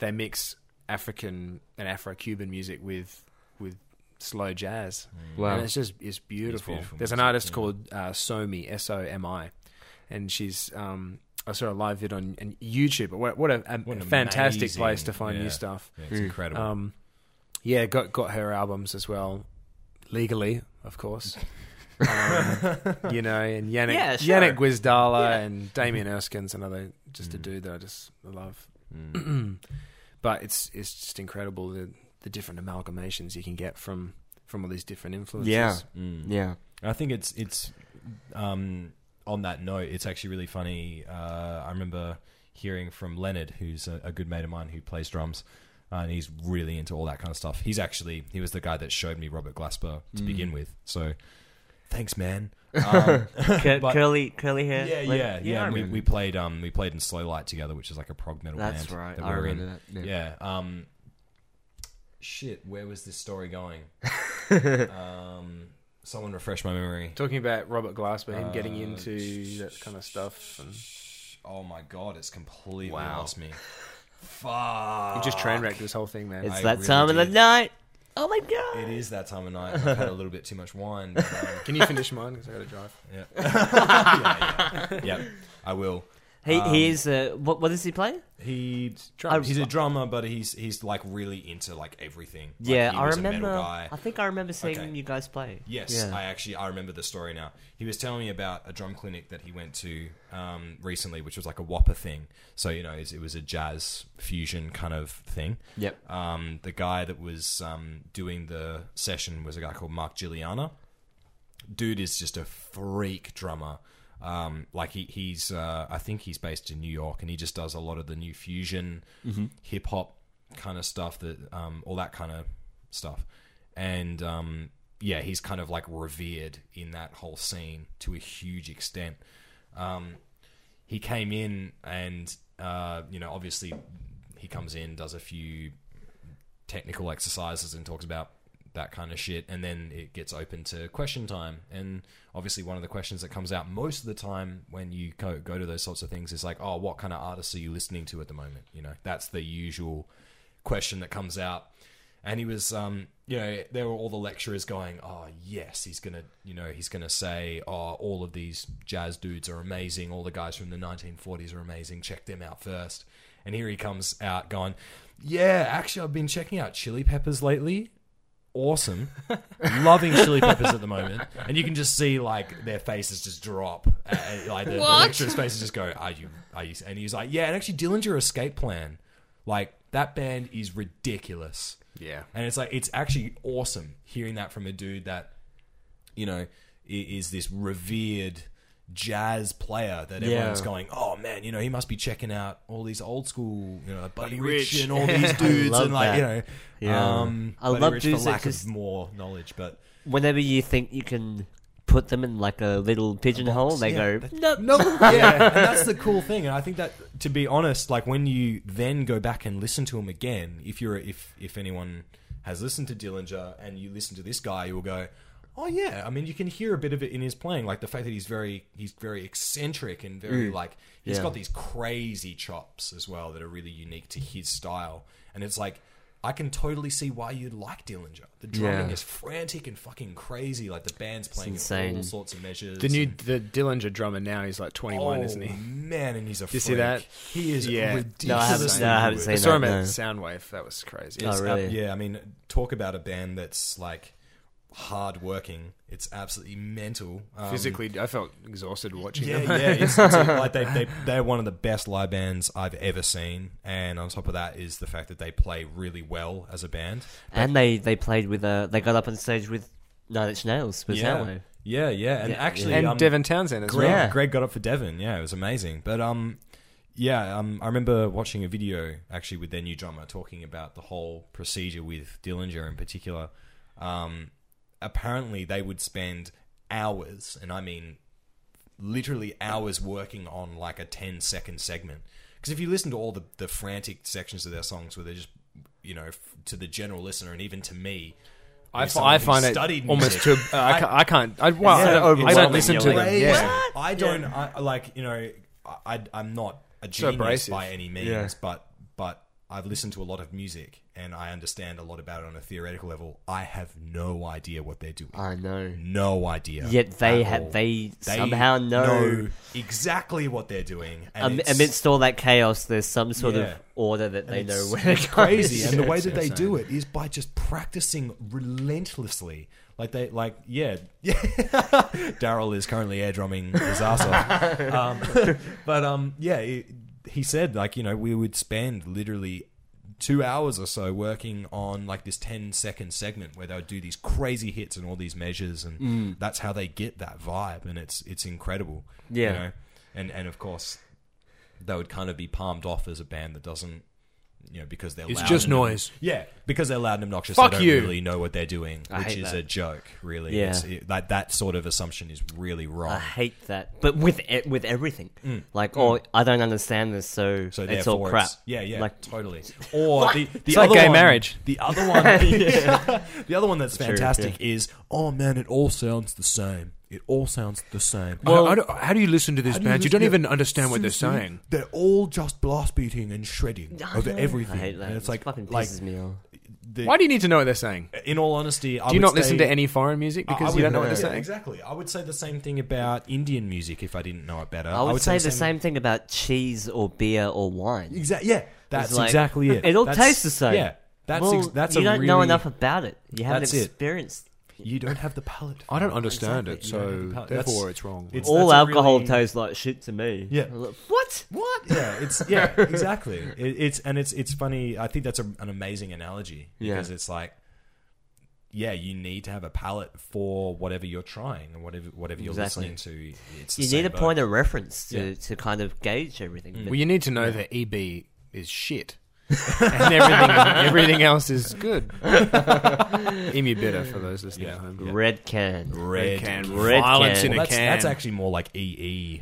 I: They mix African and Afro Cuban music with with slow jazz.
A: Wow.
I: And it's just it's beautiful.
J: beautiful
I: There's an artist called uh, Somi S O M I, and she's um, I saw a live vid on on YouTube. What, what a, a
J: What an
I: fantastic
J: amazing-
I: place to find
J: yeah.
I: new stuff.
J: Yeah, it's
A: Oh,
J: incredible.
I: Um, yeah, got got her albums as well, legally,
J: (laughs)
I: of course. Um, you know, and Yannick
K: Yeah, sure.
I: Yannick Guizdala and Damien Erskine's another just
J: Mm.
I: a dude that I just love. (clears throat) but it's it's just incredible the the different amalgamations you can get from from all these different influences.
A: Yeah.
J: mm. (laughs)
A: Yeah.
J: I think it's it's um, on that note, it's actually really funny. Uh, I remember hearing from Leonard, who's a, a good mate of mine who plays drums, uh, and he's really into all that kind of stuff. He's actually he was the guy that showed me Robert Glasper
K: Mm.
J: to begin with. So thanks, man. Um,
A: Cur-
J: But-
A: curly curly hair.
J: yeah,
A: like-
J: yeah, yeah.
K: I
J: and we,
K: remember.
J: we played um we played in Slow Light together, which is like a prog metal
K: That's
J: band.
K: right.
J: that
K: I
J: we were
K: remember
J: in.
K: that. Yeah.
J: Yeah. Um, shit, where was this story
K: (laughs)
J: going? um, someone refresh my memory.
I: Talking about Robert Glasper, him getting into that kind of stuff. And
J: Oh my god, it's completely
K: Wow.
A: (laughs)
J: lost me. Fuck.
I: he just train wrecked this whole thing, man.
A: It's
J: I
A: that
J: really
A: time of the
J: did.
A: night. Oh my god.
J: It is that time of night. I've had a little bit too much wine. But, um,
A: (laughs)
I: Can you finish mine? Because I got to drive.
J: yeah. yeah, yeah. Yeah, I will.
A: He he
J: um,
A: is. Uh, what what does he play?
J: He
A: Drums.
J: he's a drummer, but he's he's like really into like everything. Like,
A: yeah,
J: he
A: I
J: was A
A: remember.
J: metal guy.
A: I think I remember seeing
J: Okay.
A: you guys play.
J: Yes,
A: Yeah.
J: I actually I remember the story now. He was telling me about a drum clinic that he went to um, recently, which was like a Whopper thing. So you know, it's- it was a jazz fusion kind of thing.
K: Yep.
J: Um, the guy that was um, doing the session was a guy called Mark Giuliana. Dude is just a freak drummer. Um, like he, he's, uh, I think he's based in New York, and he just does a lot of the new fusion, hip hop kind of stuff, that um, all that kind of stuff. And um, yeah, he's kind of like revered in that whole scene to a huge extent Um, he came in and uh, you know obviously he comes in does a few technical exercises and talks about that kind of shit and then it gets open to question time and obviously one of the questions that comes out most of the time when you go, go to those sorts of things is like oh what kind of artists are you listening to at the moment you know that's the usual question that comes out and he was um you know there were all the lecturers going oh yes he's gonna you know he's gonna say oh all of these jazz dudes are amazing all the guys from the 1940s are amazing check them out first and here he comes out going yeah actually i've been checking out chili peppers lately awesome loving chili peppers at the moment and you can just see like their faces just drop uh, like the, the lecturer's faces just go are you are you and he's like yeah and actually dillinger escape plan like that band is ridiculous
I: Yeah.
J: and it's like it's actually awesome hearing that from a dude that you know i- is this revered jazz player that everyone's going oh man you know he must be checking out all these old school you know buddy rich, and
A: (laughs)
J: all these dudes
A: love
J: and like you know
A: that. Yeah.
J: um
A: I
J: Buddy
A: love
J: Rich
A: dudes
J: for
A: that
J: lack
A: just-
J: of more knowledge but
A: Whenever you think you can put them in like a little pigeonhole, they
J: Yeah.
A: go no. (laughs)
J: no yeah and that's the cool thing and i think that to be honest like when you then go back and listen to him again if you're if if anyone has listened to dillinger and you listen to this guy you'll go oh yeah i mean you can hear a bit of it in his playing like the fact that he's very he's very eccentric and very like he's
A: Mm. Yeah.
J: got these crazy chops as well that are really unique to his style and it's like I can totally see why you'd like Dillinger. The drumming
K: Yeah.
J: is frantic and fucking crazy. Like the band's playing
A: insane.
J: all sorts of measures.
I: The new
J: and-
I: the Dillinger drummer now he's like 21,
J: oh,
I: isn't he?
J: Man, and
A: (laughs)
J: he's a.
I: you
J: freak.
I: see that?
J: He is
I: Yeah.
J: ridiculous.
A: No, I haven't. No, I haven't
I: I
A: seen
I: saw
A: that.
I: him at
A: No.
I: Soundwave. That was crazy.
A: Oh,
J: It's
A: really?
J: ab- yeah, I mean, talk about a band that's like hard working. It's absolutely mental. Um,
I: Physically, I felt exhausted
J: (laughs)
I: watching
J: Yeah,
I: them.
J: yeah.
A: (laughs)
J: It's, it's like they, they, they're one of the best live bands I've ever seen. And on top of that is the fact that they play really well as a band.
A: And they they played with uh they got up on stage with Nine Inch Nails with
J: yeah.
A: that one.
J: Yeah, yeah. And actually,
I: (laughs) And
J: um,
I: Devin Townsend as
J: Greg,
I: well.
A: Yeah.
J: Greg got up for Devon. Yeah, it was amazing. But um, yeah, um, I remember watching a video actually with their new drummer talking about the whole procedure with Dillinger in particular. Um, apparently, they would spend hours, and I mean literally hours working on like a 10 second segment. Because if you listen to all the, the frantic sections of their songs where they're just, you know, f- to the general listener and even to me,
I: I,
J: as
I: f-
J: someone
I: I
J: who
I: find it
J: studied
I: almost to.
J: music,
I: Uh, I, ca- I can't. I, well, I, don't, I don't
A: overwhelming,
I: listen to
A: really.
I: them.
J: Crazy.
I: Yeah.
J: I don't. I, like you know, I, I'm not a
I: So
J: genius
I: abrasive.
J: by any means,
K: Yeah.
J: but but I've listened to a lot of music and I understand a lot about it on a theoretical level. I have no idea what they're doing.
A: I know.
J: no idea.
A: Yet they
J: at
A: ha-
J: all.
A: they somehow know-
J: exactly what they're doing. And
A: Am-
J: it's-
A: amidst all that chaos, there's some sort
J: Yeah.
A: of order that they
J: and
A: know
J: it's-
A: where
J: it's
I: (laughs)
A: to go. (laughs)
J: crazy and the way
I: It's
J: that they do
I: insane.
J: it is by just practicing relentlessly like they like
I: (laughs)
J: yeah yeah daryl is currently air drumming his ass
I: (laughs)
J: off um, (laughs) but um yeah it, he said like you know we would spend literally two hours or so working on like this 10 second segment where they would do these crazy hits and all these measures and
I: Mm.
J: that's how they get that vibe and it's it's incredible
A: Yeah.
J: you know and and of course they would kind of be palmed off as a band that doesn't you know, because they're
I: It's
J: loud
I: just
J: and-
I: noise.
J: Yeah, because they're loud and obnoxious.
I: Fuck
J: they don't
I: you.
J: really know what they're doing,
A: I
J: which
A: hate
J: is
A: that.
J: a joke. Really,
A: Yeah. Ah,
J: It's- it- that that sort of assumption is really wrong.
A: I hate that, but with e- with everything, like, oh, I don't understand this, so,
J: Mm. so
A: it's
J: therefore,
A: all crap.
J: it's- yeah, yeah,
A: Like,
J: totally. Or the, the
I: It's like
J: other
I: gay
J: one,
I: marriage.
J: The other
A: (laughs)
J: one, (laughs) the other one that's fantastic is, oh man, it all sounds the same. It all sounds the same.
I: Well, how do you listen to this
J: How do
I: band? You
J: listen
I: don't
J: to-
I: even understand what they're
J: Seriously,
I: saying.
J: They're all just blast beating and shredding
A: I
J: over
A: know.
J: oh, everything.
A: I hate that.
J: And it's like,
A: it fucking pisses
J: like
A: me off.
J: the-
I: Why do you need to know what they're saying? Do
J: in all honesty, I
I: you
J: would
I: not listen
J: say-
I: to any foreign music
J: I- I
I: because
J: would-
I: you don't know what
J: yeah,
I: they're saying?
J: Exactly. I would say the same thing about Indian music if I didn't know it better.
A: I would, say, the same thing about cheese or beer or wine.
J: Exactly. Yeah, that's
A: like-
J: exactly it.
A: It all
J: That's-
A: tastes the same.
J: Yeah, that's
A: well,
J: ex- that's
A: you
J: a
A: don't know
J: really-
A: enough about it. You haven't
J: That's it.
A: experienced.
J: You don't have the palate.
I: I don't understand
A: Exactly.
I: it,
J: You
I: so
J: don't have the palate.
I: therefore
J: That's-
I: it's wrong.
J: it's-
A: All
J: that's a
A: alcohol
J: really-
A: tastes like shit to me.
J: Yeah.
A: I'm like, What?
J: What? Yeah,
I: (laughs)
J: it's yeah, exactly. It, it's and it's it's funny. I think that's a, an amazing analogy
A: Yeah.
J: because it's like, yeah, you need to have a palate for whatever you're trying and whatever whatever you're
A: Exactly.
J: listening to. It's the
A: You
J: same
A: need a
J: boat.
A: point of reference to,
J: Yeah. Mm.
A: to kind of gauge everything.
I: well, you need to know that EB is shit.
J: (laughs)
I: and everything, everything else is good. Emu bitter for those listening
J: Yeah.
I: at home.
A: Red can.
J: red
I: Can
A: Red
I: violence
A: can.
I: in
J: Well,
I: a
J: that's,
I: can. E.
J: that's actually more like
I: (laughs)
J: EE.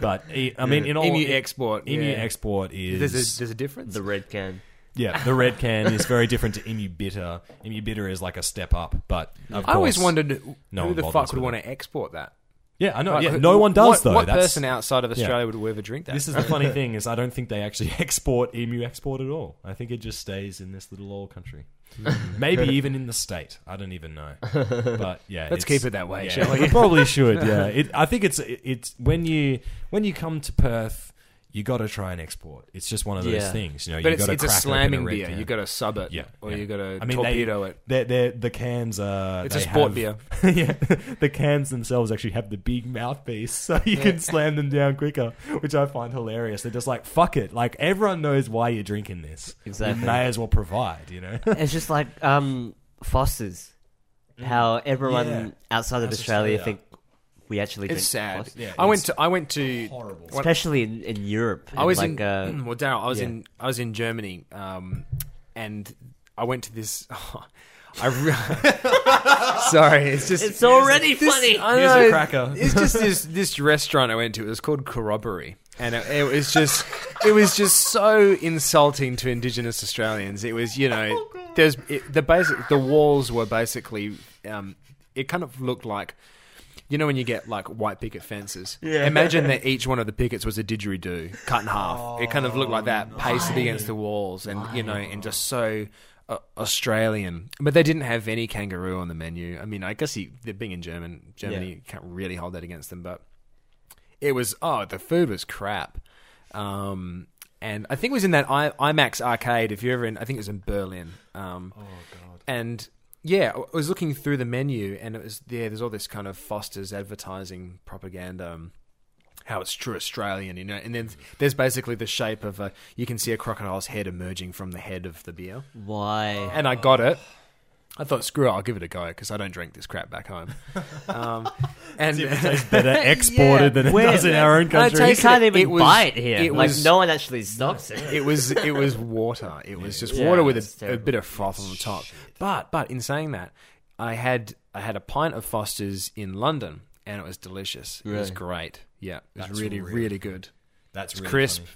J: but e, I mean, in all
I: Emu export,
J: Emu
I: yeah.
J: export is
I: there's a, there's a difference.
A: The red can.
J: yeah. The red can is very different to Emu bitter. Emu bitter is like a step up, but of
I: I always
J: course-
I: wondered
J: No
I: who
J: one
I: the
J: bothers
I: fuck would
J: with
I: want
J: it.
I: to export that.
J: Yeah, I know.
I: Like,
J: yeah,
I: who-
J: no one does
I: what-
J: though.
I: What
J: That's-
I: person outside of Australia would ever drink that?
J: This is the funny thing is I don't think they actually (laughs) export Emu export at all. I think it just stays in this little old country.
I: Hmm.
J: Maybe even in the state. I don't even know. But yeah,
I: (laughs)
J: it's-
I: Let's keep it that way,
J: yeah,
I: shall we? (laughs)
J: probably should. Yeah, it, I think it's it's when you when you come to Perth, you got to try and export. It's just one of those
A: Yeah.
J: things. You know,
I: but
J: you
I: it's,
J: gotta
I: it's a
J: crack open
I: slamming
J: red
I: beer.
J: can.
I: You got to sub it,
J: Yeah,
I: or
J: yeah.
I: you got to
J: I mean,
I: torpedo
J: they,
I: it.
J: They're, they're, the cans are.
I: It's a
J: they
I: sport
J: have- (laughs) yeah, the cans themselves actually have the big mouthpiece, so you can slam them down quicker, which I find hilarious. They're just like, "Fuck it!" Like everyone knows why you're drinking this.
A: Exactly.
J: You may as well provide. You
I: (laughs)
J: know.
A: It's just like um, Foster's. How everyone
J: Mm. Yeah.
A: outside of
J: That's
A: Australia,
J: Australia.
A: think we actually drink
I: It's sad.
A: Foster's.
J: Yeah,
I: I went
J: it's
I: to. I went to.
J: horrible.
I: when-
A: Especially in, in Europe.
I: I was
A: like,
I: in.
J: (clears throat)
I: mm,
A: uh,
I: well, Daryl, I was
A: yeah.
I: in. I was in Germany, um, and I went to this. (laughs) I re- (laughs) sorry, it's just
A: It's already funny.
I: I don't
J: Here's
I: know,
J: a cracker.
I: (laughs) It's just this this restaurant I went to. It was called Corroboree, and it, it was just it was just so insulting to Indigenous Australians. It was you
A: Oh,
I: know there's it, the basic the walls were basically um, it kind of looked like. You know when you get like white picket fences? Yeah. Imagine that each one of the pickets was a didgeridoo cut in half. it kind of looked like that, pasted against the walls, and you know, and just so uh, Australian. But they didn't have any kangaroo on the menu. I mean, I guess he, they're being in German, Germany you can't really hold that against them. But it was oh, the food was crap. Um, and I think it was in that I, IMAX arcade. If you're ever in, I think it was in Berlin. Um, oh god. And yeah, I was looking through the menu, and it was yeah. There's all this kind of Foster's advertising propaganda. um, how it's true Australian, you know, and then there's basically the shape of a. You can see a crocodile's head emerging from the head of the beer
A: why?
I: and I got it. I thought, screw it, I'll give it a go because I don't drink this crap back home. Um, and
J: better exported than it
A: Where-
J: does in our own
I: I
J: country.
A: You
I: taste-
A: can't
I: it-
A: even
I: it was-
A: buy it here.
I: it
A: like,
I: was-
A: no one actually stops it.
I: it was it was water. It was just
A: Yeah,
I: water with
A: that's
I: a, a
A: terrible.
I: bit of froth on the top. But but in saying that, I had I had a pint of Foster's in London and it was delicious. It was
A: Really?
I: great. Yeah, it was
J: That's
I: really
J: really
I: really good.
J: That's really
I: crisp.
J: funny.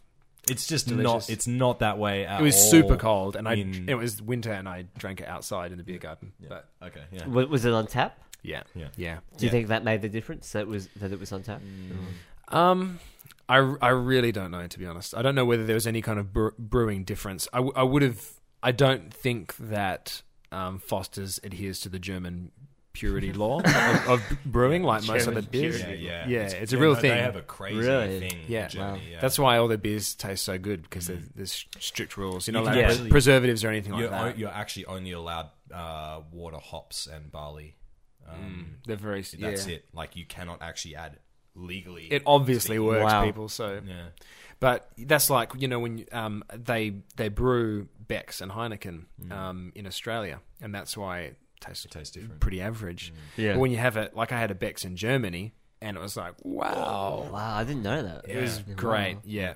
J: It's just
I: Delicious.
J: not. It's not that way at
I: It was
J: all
I: super cold, and I
J: Oh, in-
I: it was winter, and I drank it outside in the beer garden. But
J: okay. Yeah.
A: W- Was it on tap?
I: yeah,
J: Yeah.
I: yeah.
A: Do you
J: Yeah.
K: Mm.
A: think that made the difference? That it was that it was on tap.
I: Um, I, I really don't know, to be honest. I don't know whether there was any kind of bre- brewing difference. I, w- I would have. I don't think that um, Foster's adheres to the German purity law of, of brewing, like most
K: German
I: other beers.
J: Yeah, yeah,
I: yeah. It's, a real
J: no,
I: thing.
J: They have a crazy
K: Really?
J: thing. in
I: yeah.
J: Germany, yeah. Mm.
I: that's why all their beers taste so good because there's there's strict rules. You know,
J: You
I: like
J: can
I: pres-
J: actually-
I: preservatives or anything like
J: you're, o-
I: that.
J: you're actually only allowed uh, water, hops, and barley. Um,
I: They're very.
J: That's
I: yeah.
J: it. Like you cannot actually add legally.
I: It obviously works,
K: Wow.
I: people. So
J: Yeah.
I: But that's like you know when um, they they brew Beck's and Heineken um, in Australia, and that's why it tastes,
J: tastes different.
I: pretty average.
K: Yeah.
I: But when you have it, like I had a Beck's in Germany, and it was like wow,
K: Wow, I didn't know that.
I: it was great. Yeah.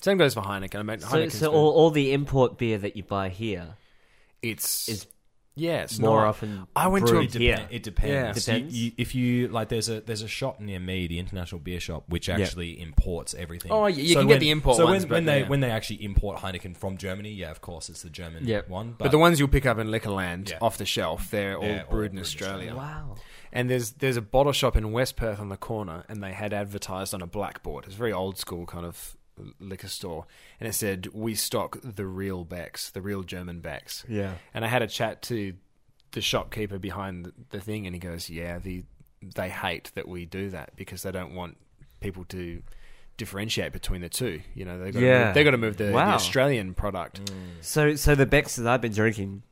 I: Same goes for Heineken. I mean,
K: So,
I: Heineken's
K: so all, all the import beer that you buy here
I: it's
K: is
I: yeah, it's
K: more
I: not-
K: often
I: I went to a,
K: brewed
J: It, depen-
K: here.
J: it depends. So
I: Yeah.
J: you-
K: Depends.
J: you- if you like, there's a there's a shop near me, the International Beer Shop, which actually imports everything.
I: Oh, yeah, you can get the import
J: So
I: ones,
J: when,
I: but
J: when they
I: yeah.
J: when they actually import Heineken from Germany, yeah, of course it's the German
K: Yeah.
J: one. But,
I: But the ones you'll pick up in Liquorland
J: Yeah.
I: off the shelf, they're all
J: They're all
I: brewed in
J: brewed in
I: Australia.
J: Australia.
K: wow.
I: And there's there's a bottle shop in West Perth on the corner, and they had advertised on a blackboard. It's a very old school kind of liquor store, and it said, "We stock the real backs, the real German backs."
K: Yeah.
I: And I had a chat to the shopkeeper behind the, the thing, and he goes, "Yeah, the they hate that we do that because they don't want people to." Differentiate between the two, you know, they've got
K: Yeah.
I: to move the, the
K: Wow.
I: Australian product.
K: So, so the Becks that I've been drinking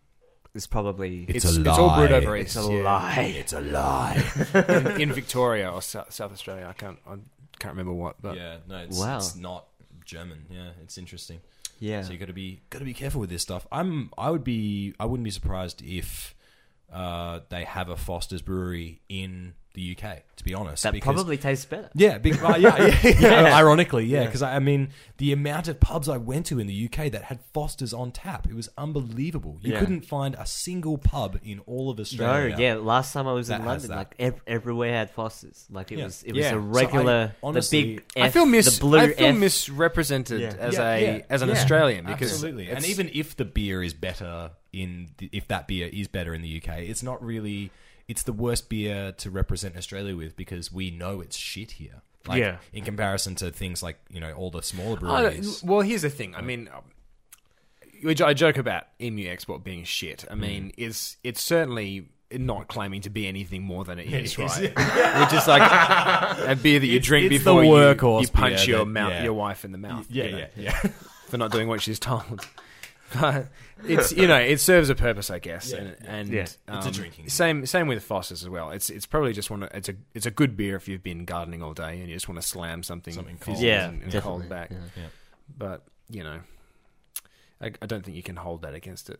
K: is probably
I: It's, it's all brewed over
K: it's
I: East.
K: a
I: yeah.
K: lie.
J: it's a lie.
I: (laughs) in, in Victoria or South, South Australia. I can't I can't remember what, but
J: yeah, no, it's,
K: Wow.
J: it's not German. Yeah, it's interesting.
K: Yeah.
J: So you got to be got to be careful with this stuff. I'm I would be I wouldn't be surprised if uh, they have a Foster's brewery in the UK. To be honest,
K: that
J: because-
K: probably tastes better.
J: Yeah, big, uh, yeah, yeah, yeah, Ironically, yeah, because I, I mean, the amount of pubs I went to in the UK that had Foster's on tap, it was unbelievable. You
K: Yeah.
J: couldn't find a single pub in all of
K: No,
J: Australia.
K: Oh, yeah. Last time I was in
J: That has
K: London,
J: that.
K: like ev- everywhere had Fosters. Like it
J: Yeah.
K: was, it
I: Yeah.
K: was a
I: So I-
K: regular,
J: honestly-
K: the big. F,
I: I feel mis-
K: the blue
I: I feel
K: F.
I: misrepresented
K: Yeah.
I: as
J: Yeah,
I: a
J: yeah,
I: as an
J: yeah.
I: Australian because
J: Absolutely, and
I: it's-
J: even if the beer is better in the, if that beer is better in the UK, it's not really. It's the worst beer to represent Australia with because we know it's shit here. Like,
K: Yeah.
J: In comparison to things like you know all the smaller
I: I don't- (laughs)
J: breweries.
I: well, here's the thing. I mean, um, which I joke about emu export being shit. I
J: Mm.
I: mean, it's it's certainly not claiming to be anything more than it is, right? (laughs) Which is like a beer that you drink
J: it's the
I: before you,
J: workhorse
I: you punch
J: beer
I: your
J: that-
I: mouth,
J: yeah.
I: your wife in the mouth.
J: (laughs) yeah,
I: you know?
J: yeah, yeah.
I: for not doing what she's told. (laughs) But it's you know it serves a purpose, I guess, and, and
K: Yeah.
I: um,
J: It's a drinking beer.
I: Same same with Foster's as well. It's it's probably just one. of- It's a it's a good beer if you've been gardening all day and you just want to slam something,
J: Something
I: fizzy
J: cold.
K: Yeah,
I: and, and
K: definitely,
I: cold back.
K: yeah.
J: Yeah.
I: But you know, I, I don't think you can hold that against it.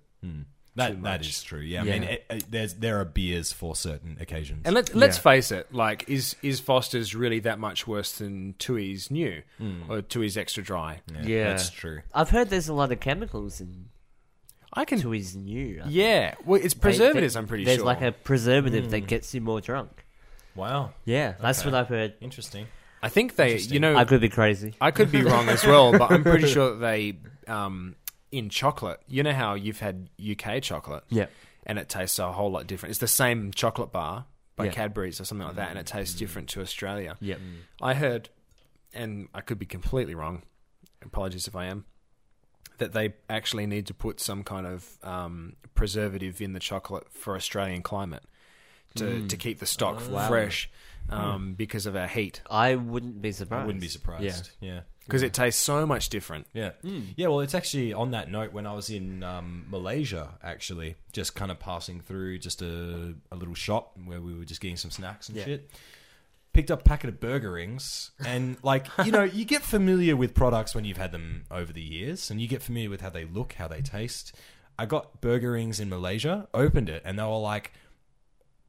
J: That that is true. Yeah, I mean, it, it, there's there are beers for certain occasions.
I: And let, let's face it, like is is Foster's really that much worse than Tui's new
J: Hmm.
I: or Tui's extra dry?
K: Yeah.
J: that's true.
K: I've heard there's a lot of chemicals in
I: I can.
K: to his new. I think.
I: Yeah, well, it's
K: They-
I: preservatives.
K: they-
I: I'm pretty
K: there's
I: sure.
K: like a preservative that gets you more drunk.
J: Wow,
K: Yeah, that's
J: Hmm. Okay.
K: what I've heard.
J: interesting.
I: I think they, you know,
K: I could be crazy.
I: I could be wrong as well, but I'm pretty sure that they um, in chocolate. You know how you've had UK chocolate,
K: Yeah.
I: and it tastes a whole lot different. It's the same chocolate bar by
K: Yeah. Mm.
I: Cadbury's or something like that, and it tastes different to Australia.
K: Yep.
I: I heard, and I could be completely wrong. Apologies if I am. That they actually need to put some kind of um, preservative in the chocolate for Australian climate to, to
K: Mm.
I: keep the stock fresh
K: Hmm.
I: um, because of our heat.
K: I wouldn't be surprised.
J: I wouldn't be surprised. yeah.
I: Because it tastes so much different.
J: Yeah.
K: Hmm.
J: Yeah, well, it's actually on that note when I was in um, Malaysia, actually, just kind of passing through just a, a little shop where we were just getting some snacks and shit. Picked up a packet of burger rings, and
K: (laughs)
J: like, you know, you get familiar with products when you've had them over the years, and you get familiar with how they look, how they taste. I got burger rings in Malaysia, opened it, and they were like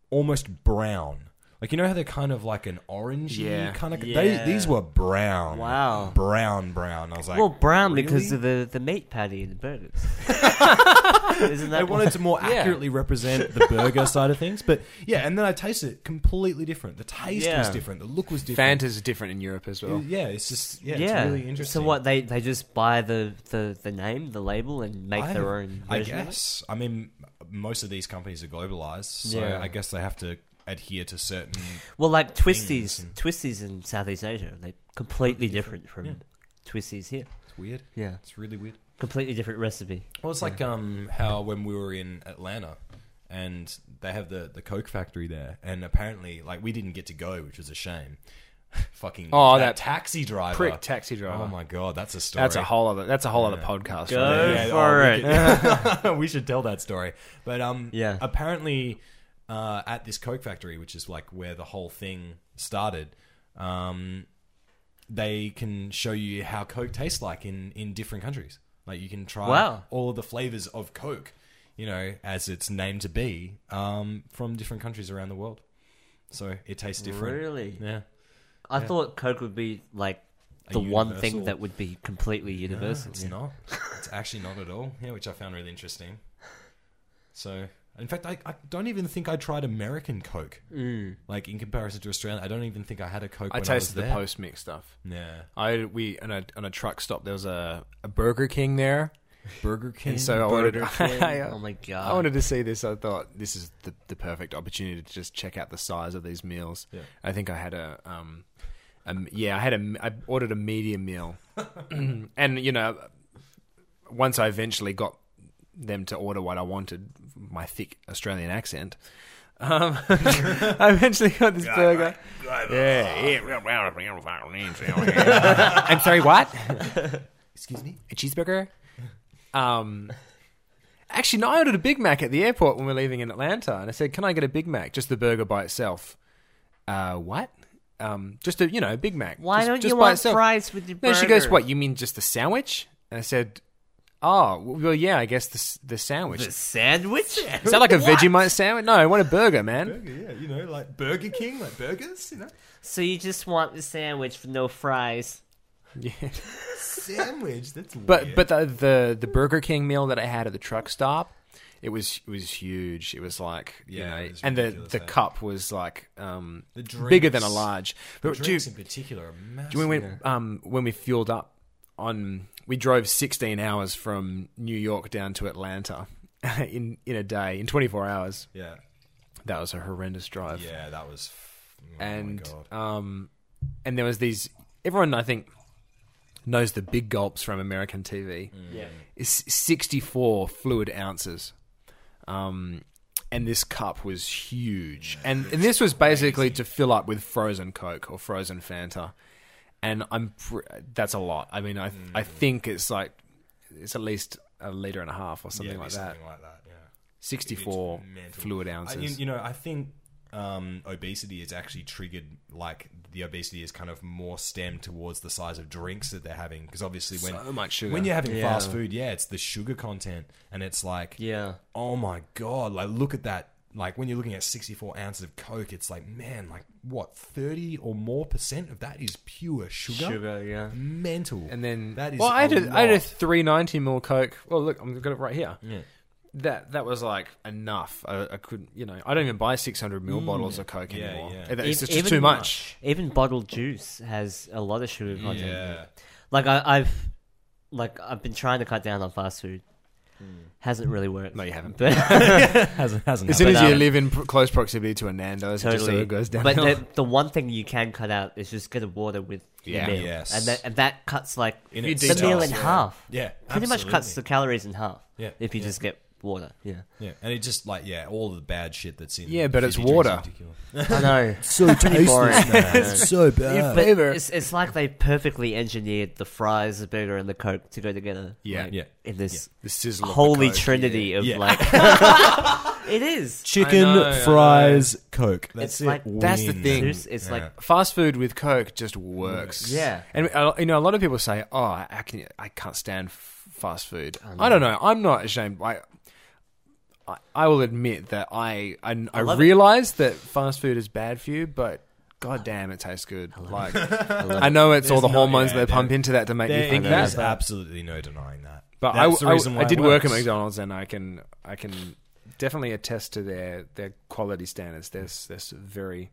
J: almost brown. Like you know how they're kind of like an orangey
I: Yeah.
J: kind of.
K: Yeah.
J: They, these were brown.
K: Wow.
J: Brown, brown. I was like,
K: Well, brown
J: really?
K: because of the, the meat patty in the burgers.
J: (laughs)
K: Isn't that
J: They wanted to more accurately represent the burger side of things, but yeah, and then I tasted it completely different. The taste was
K: Yeah.
J: different. The look was different.
I: Fantas are different in Europe as well.
J: Yeah, it's just yeah,
K: (laughs) Yeah.
J: it's really interesting.
K: So what they they just buy the, the, the name, the label, and make
J: I-
K: their own.
J: I
K: version of it?
J: guess. I mean, most of these companies are globalized, so
K: Yeah.
J: I guess they have to adhere to certain.
A: Well, like
J: things
A: twisties,
J: and-
A: twisties in Southeast Asia, they're completely different from
J: Yeah.
A: twisties here.
J: It's weird.
A: Yeah.
J: It's really weird.
A: Completely different recipe.
J: Well, it's
A: Yeah.
J: like um, how when we were in Atlanta, and they have the the Coke factory there, and apparently, like we didn't get to go, which was a shame. (laughs) Fucking
I: Oh, that
J: taxi driver,
I: prick taxi driver.
J: Oh my god, that's a story.
I: That's a whole other. That's a whole other podcast.
J: Go
I: right there.
J: for
I: Yeah, oh, we
J: it.
I: could-
J: (laughs) we should tell that story. But um,
A: Yeah.
J: apparently uh, at this Coke factory, which is like where the whole thing started, um, they can show you how Coke tastes like in in different countries. Like you can try
A: Wow.
J: all of the flavors of Coke, you know, as it's named to be, um, from different countries around the world. So it tastes different.
A: Really?
J: Yeah.
A: I
J: Yeah.
A: thought Coke would be like
J: A
A: the one thing
J: universal-
A: that would be completely
J: No,
A: universal.
J: it's
A: yeah.
J: not. It's actually not at all. Yeah, which I found really interesting. So, in fact, I, I don't even think I tried American Coke.
I: Mm.
J: Like in comparison to Australia, I don't even think I had a Coke.
I: I
J: when
I: tasted
J: I was
I: the
J: there.
I: post mix stuff.
J: Yeah.
I: I we on a on a truck stop. There was a, a Burger King there.
J: Burger King.
I: And so I
J: Burger
I: wanted, (laughs)
J: King.
I: I, uh,
A: Oh my God.
I: I wanted to see this. I thought this is the, the perfect opportunity to just check out the size of these meals.
J: Yeah.
I: I think I had a um, um yeah, I had a I ordered a
A: (coughs)
I: medium meal, (clears throat) and you know, once I eventually got them to order what I wanted, my thick Australian accent. Um, (laughs) I eventually got this burger. Yeah, yeah. (laughs) I'm sorry, what?
J: Excuse me.
I: a cheeseburger. Um, actually, no, I ordered a Big Mac at the airport when we were leaving in Atlanta, and I said, "Can I get a Big Mac, just the burger by itself?" Uh, what? Um, just a you know, a Big Mac.
K: Why
I: just,
K: don't
I: just
K: you
I: by
K: want
I: itself.
K: fries with your
I: No, she goes,
K: burger?
I: "What? You mean just the sandwich?" And I said, "Oh, well, yeah, I guess the s- the sandwich."
A: The sandwich?
I: (laughs) Is that like a Vegemite sandwich? No, I want a burger, man. (laughs)
J: Burger, yeah, you know, like Burger King, like burgers, you know,
K: So you just want the sandwich with no fries?
I: Yeah.
J: sandwich. That's
I: But
J: weird.
I: but the, the the Burger King meal that I had at the truck stop, it was it was huge. It was like
J: Yeah, it
I: you know,
J: was
I: and the
J: ridiculous,
I: the
J: eh?
I: cup was like um
J: The
I: bigger than a
J: drinks-
I: large.
J: The
I: But do you,
J: drinks in particular are massive.
I: do you when we, um when we fueled up on we drove 16 hours from New York down to Atlanta (laughs) in in a day in 24 hours.
J: yeah,
I: That was a horrendous drive
J: yeah, that was. f- Oh
I: and
J: my god.
I: um, and there was these. Everyone I think knows the big gulps from American
J: Mm.
I: TV. Yeah, is sixty-four fluid ounces, um, and this cup was huge. and and this was basically to fill up with frozen Coke or frozen Fanta, and I'm pr- that's a lot. I mean, I
J: Mm.
I: I think it's like it's at least a liter and a half or
J: Yeah,
I: something
J: it'd be
I: like that.
J: Something like that. Yeah.
I: Sixty-four
J: It's mental.
I: fluid
J: I-
I: ounces.
J: you, you know, I think um, obesity is actually triggered. Like the obesity is kind of more stemmed towards the size of drinks that they're having. Because obviously, when
I: So much sugar.
J: when you're having
A: Yeah.
J: fast food, yeah, it's the sugar content, and it's like,
A: Yeah.
J: oh my god, like look at that. Like when you're looking at 64 ounces of Coke, it's like, man, like what 30 or more percent of that is pure sugar.
A: Sugar, yeah.
J: mental.
I: and then
J: that is
I: well, I had
J: a
I: a, I had a
J: lot.
I: three ninety mil Coke. Well, look, I've got it right here.
J: Yeah.
I: That that was like enough. I, I couldn't, you know, I don't even buy six hundred
A: Mm.
I: mil bottles of Coke
J: Yeah,
I: anymore.
J: yeah.
I: It- It's
A: Ev-
I: just too much.
A: Even bottled juice has a lot of sugar content. in it.
J: yeah.
A: Like I, I've, like I've been trying to cut down on fast food. Hasn't really worked.
I: Hmm. No,
A: (laughs)
I: you haven't. (laughs)
A: But,
J: hasn't hasn't
I: As soon
A: But,
I: as you
A: um,
I: live in pr- close proximity to a Nando's, it just sort
A: totally
I: of goes down.
A: But the, the one thing you can cut out is just get a water with
I: Yeah.
A: your meal,
J: Yes.
A: and that and that cuts like
J: In
A: the
J: its
A: meal
J: details,
A: in
J: yeah.
A: half.
J: Yeah,
A: pretty much cuts the
J: absolutely.
A: calories in half.
J: Yeah,
A: if you
J: yeah.
A: just get water. Yeah,
J: Yeah, and it just like yeah, all of the bad shit that's in.
I: Yeah, but it's
J: fizzy drinks in
I: water.
J: particular.
A: I
I: (laughs)
A: know.
J: so
A: Pretty boring.
J: (laughs) it's so bad.
A: But it's, it's like they perfectly engineered the fries, the burger, and the coke to go together.
I: Yeah.
A: like,
J: Yeah.
A: In this
I: the sizzle, of the
A: holy
I: Coke,
A: trinity
I: yeah.
A: of
J: Yeah.
A: like, (laughs) it is.
J: Chicken,
I: I know, I know.
J: fries, Coke.
A: It's
J: That's it.
A: like-
I: that's the
J: Win.
I: thing.
A: It's, it's like
I: Fast food with Coke just works.
A: Yeah.
I: and uh, you know, a lot of people say, "Oh, I I can, I can't stand f- fast food." I, don't know. I'm not ashamed. I, I, I will admit that I, I, I
A: love it.
I: realize that fast food is bad for you, but. God damn, it tastes good. like, I, know it's all the
J: There's no-
I: hormones
J: yeah,
I: they
J: there-
I: pump into that to make you
J: There
I: think
J: there's
I: that.
J: absolutely no denying that.
I: But I,
J: That's the
I: I,
J: reason why
I: I
J: it
I: did work at
J: works.
I: McDonald's, and I can I can definitely attest to their their quality standards. They're s- they're s- very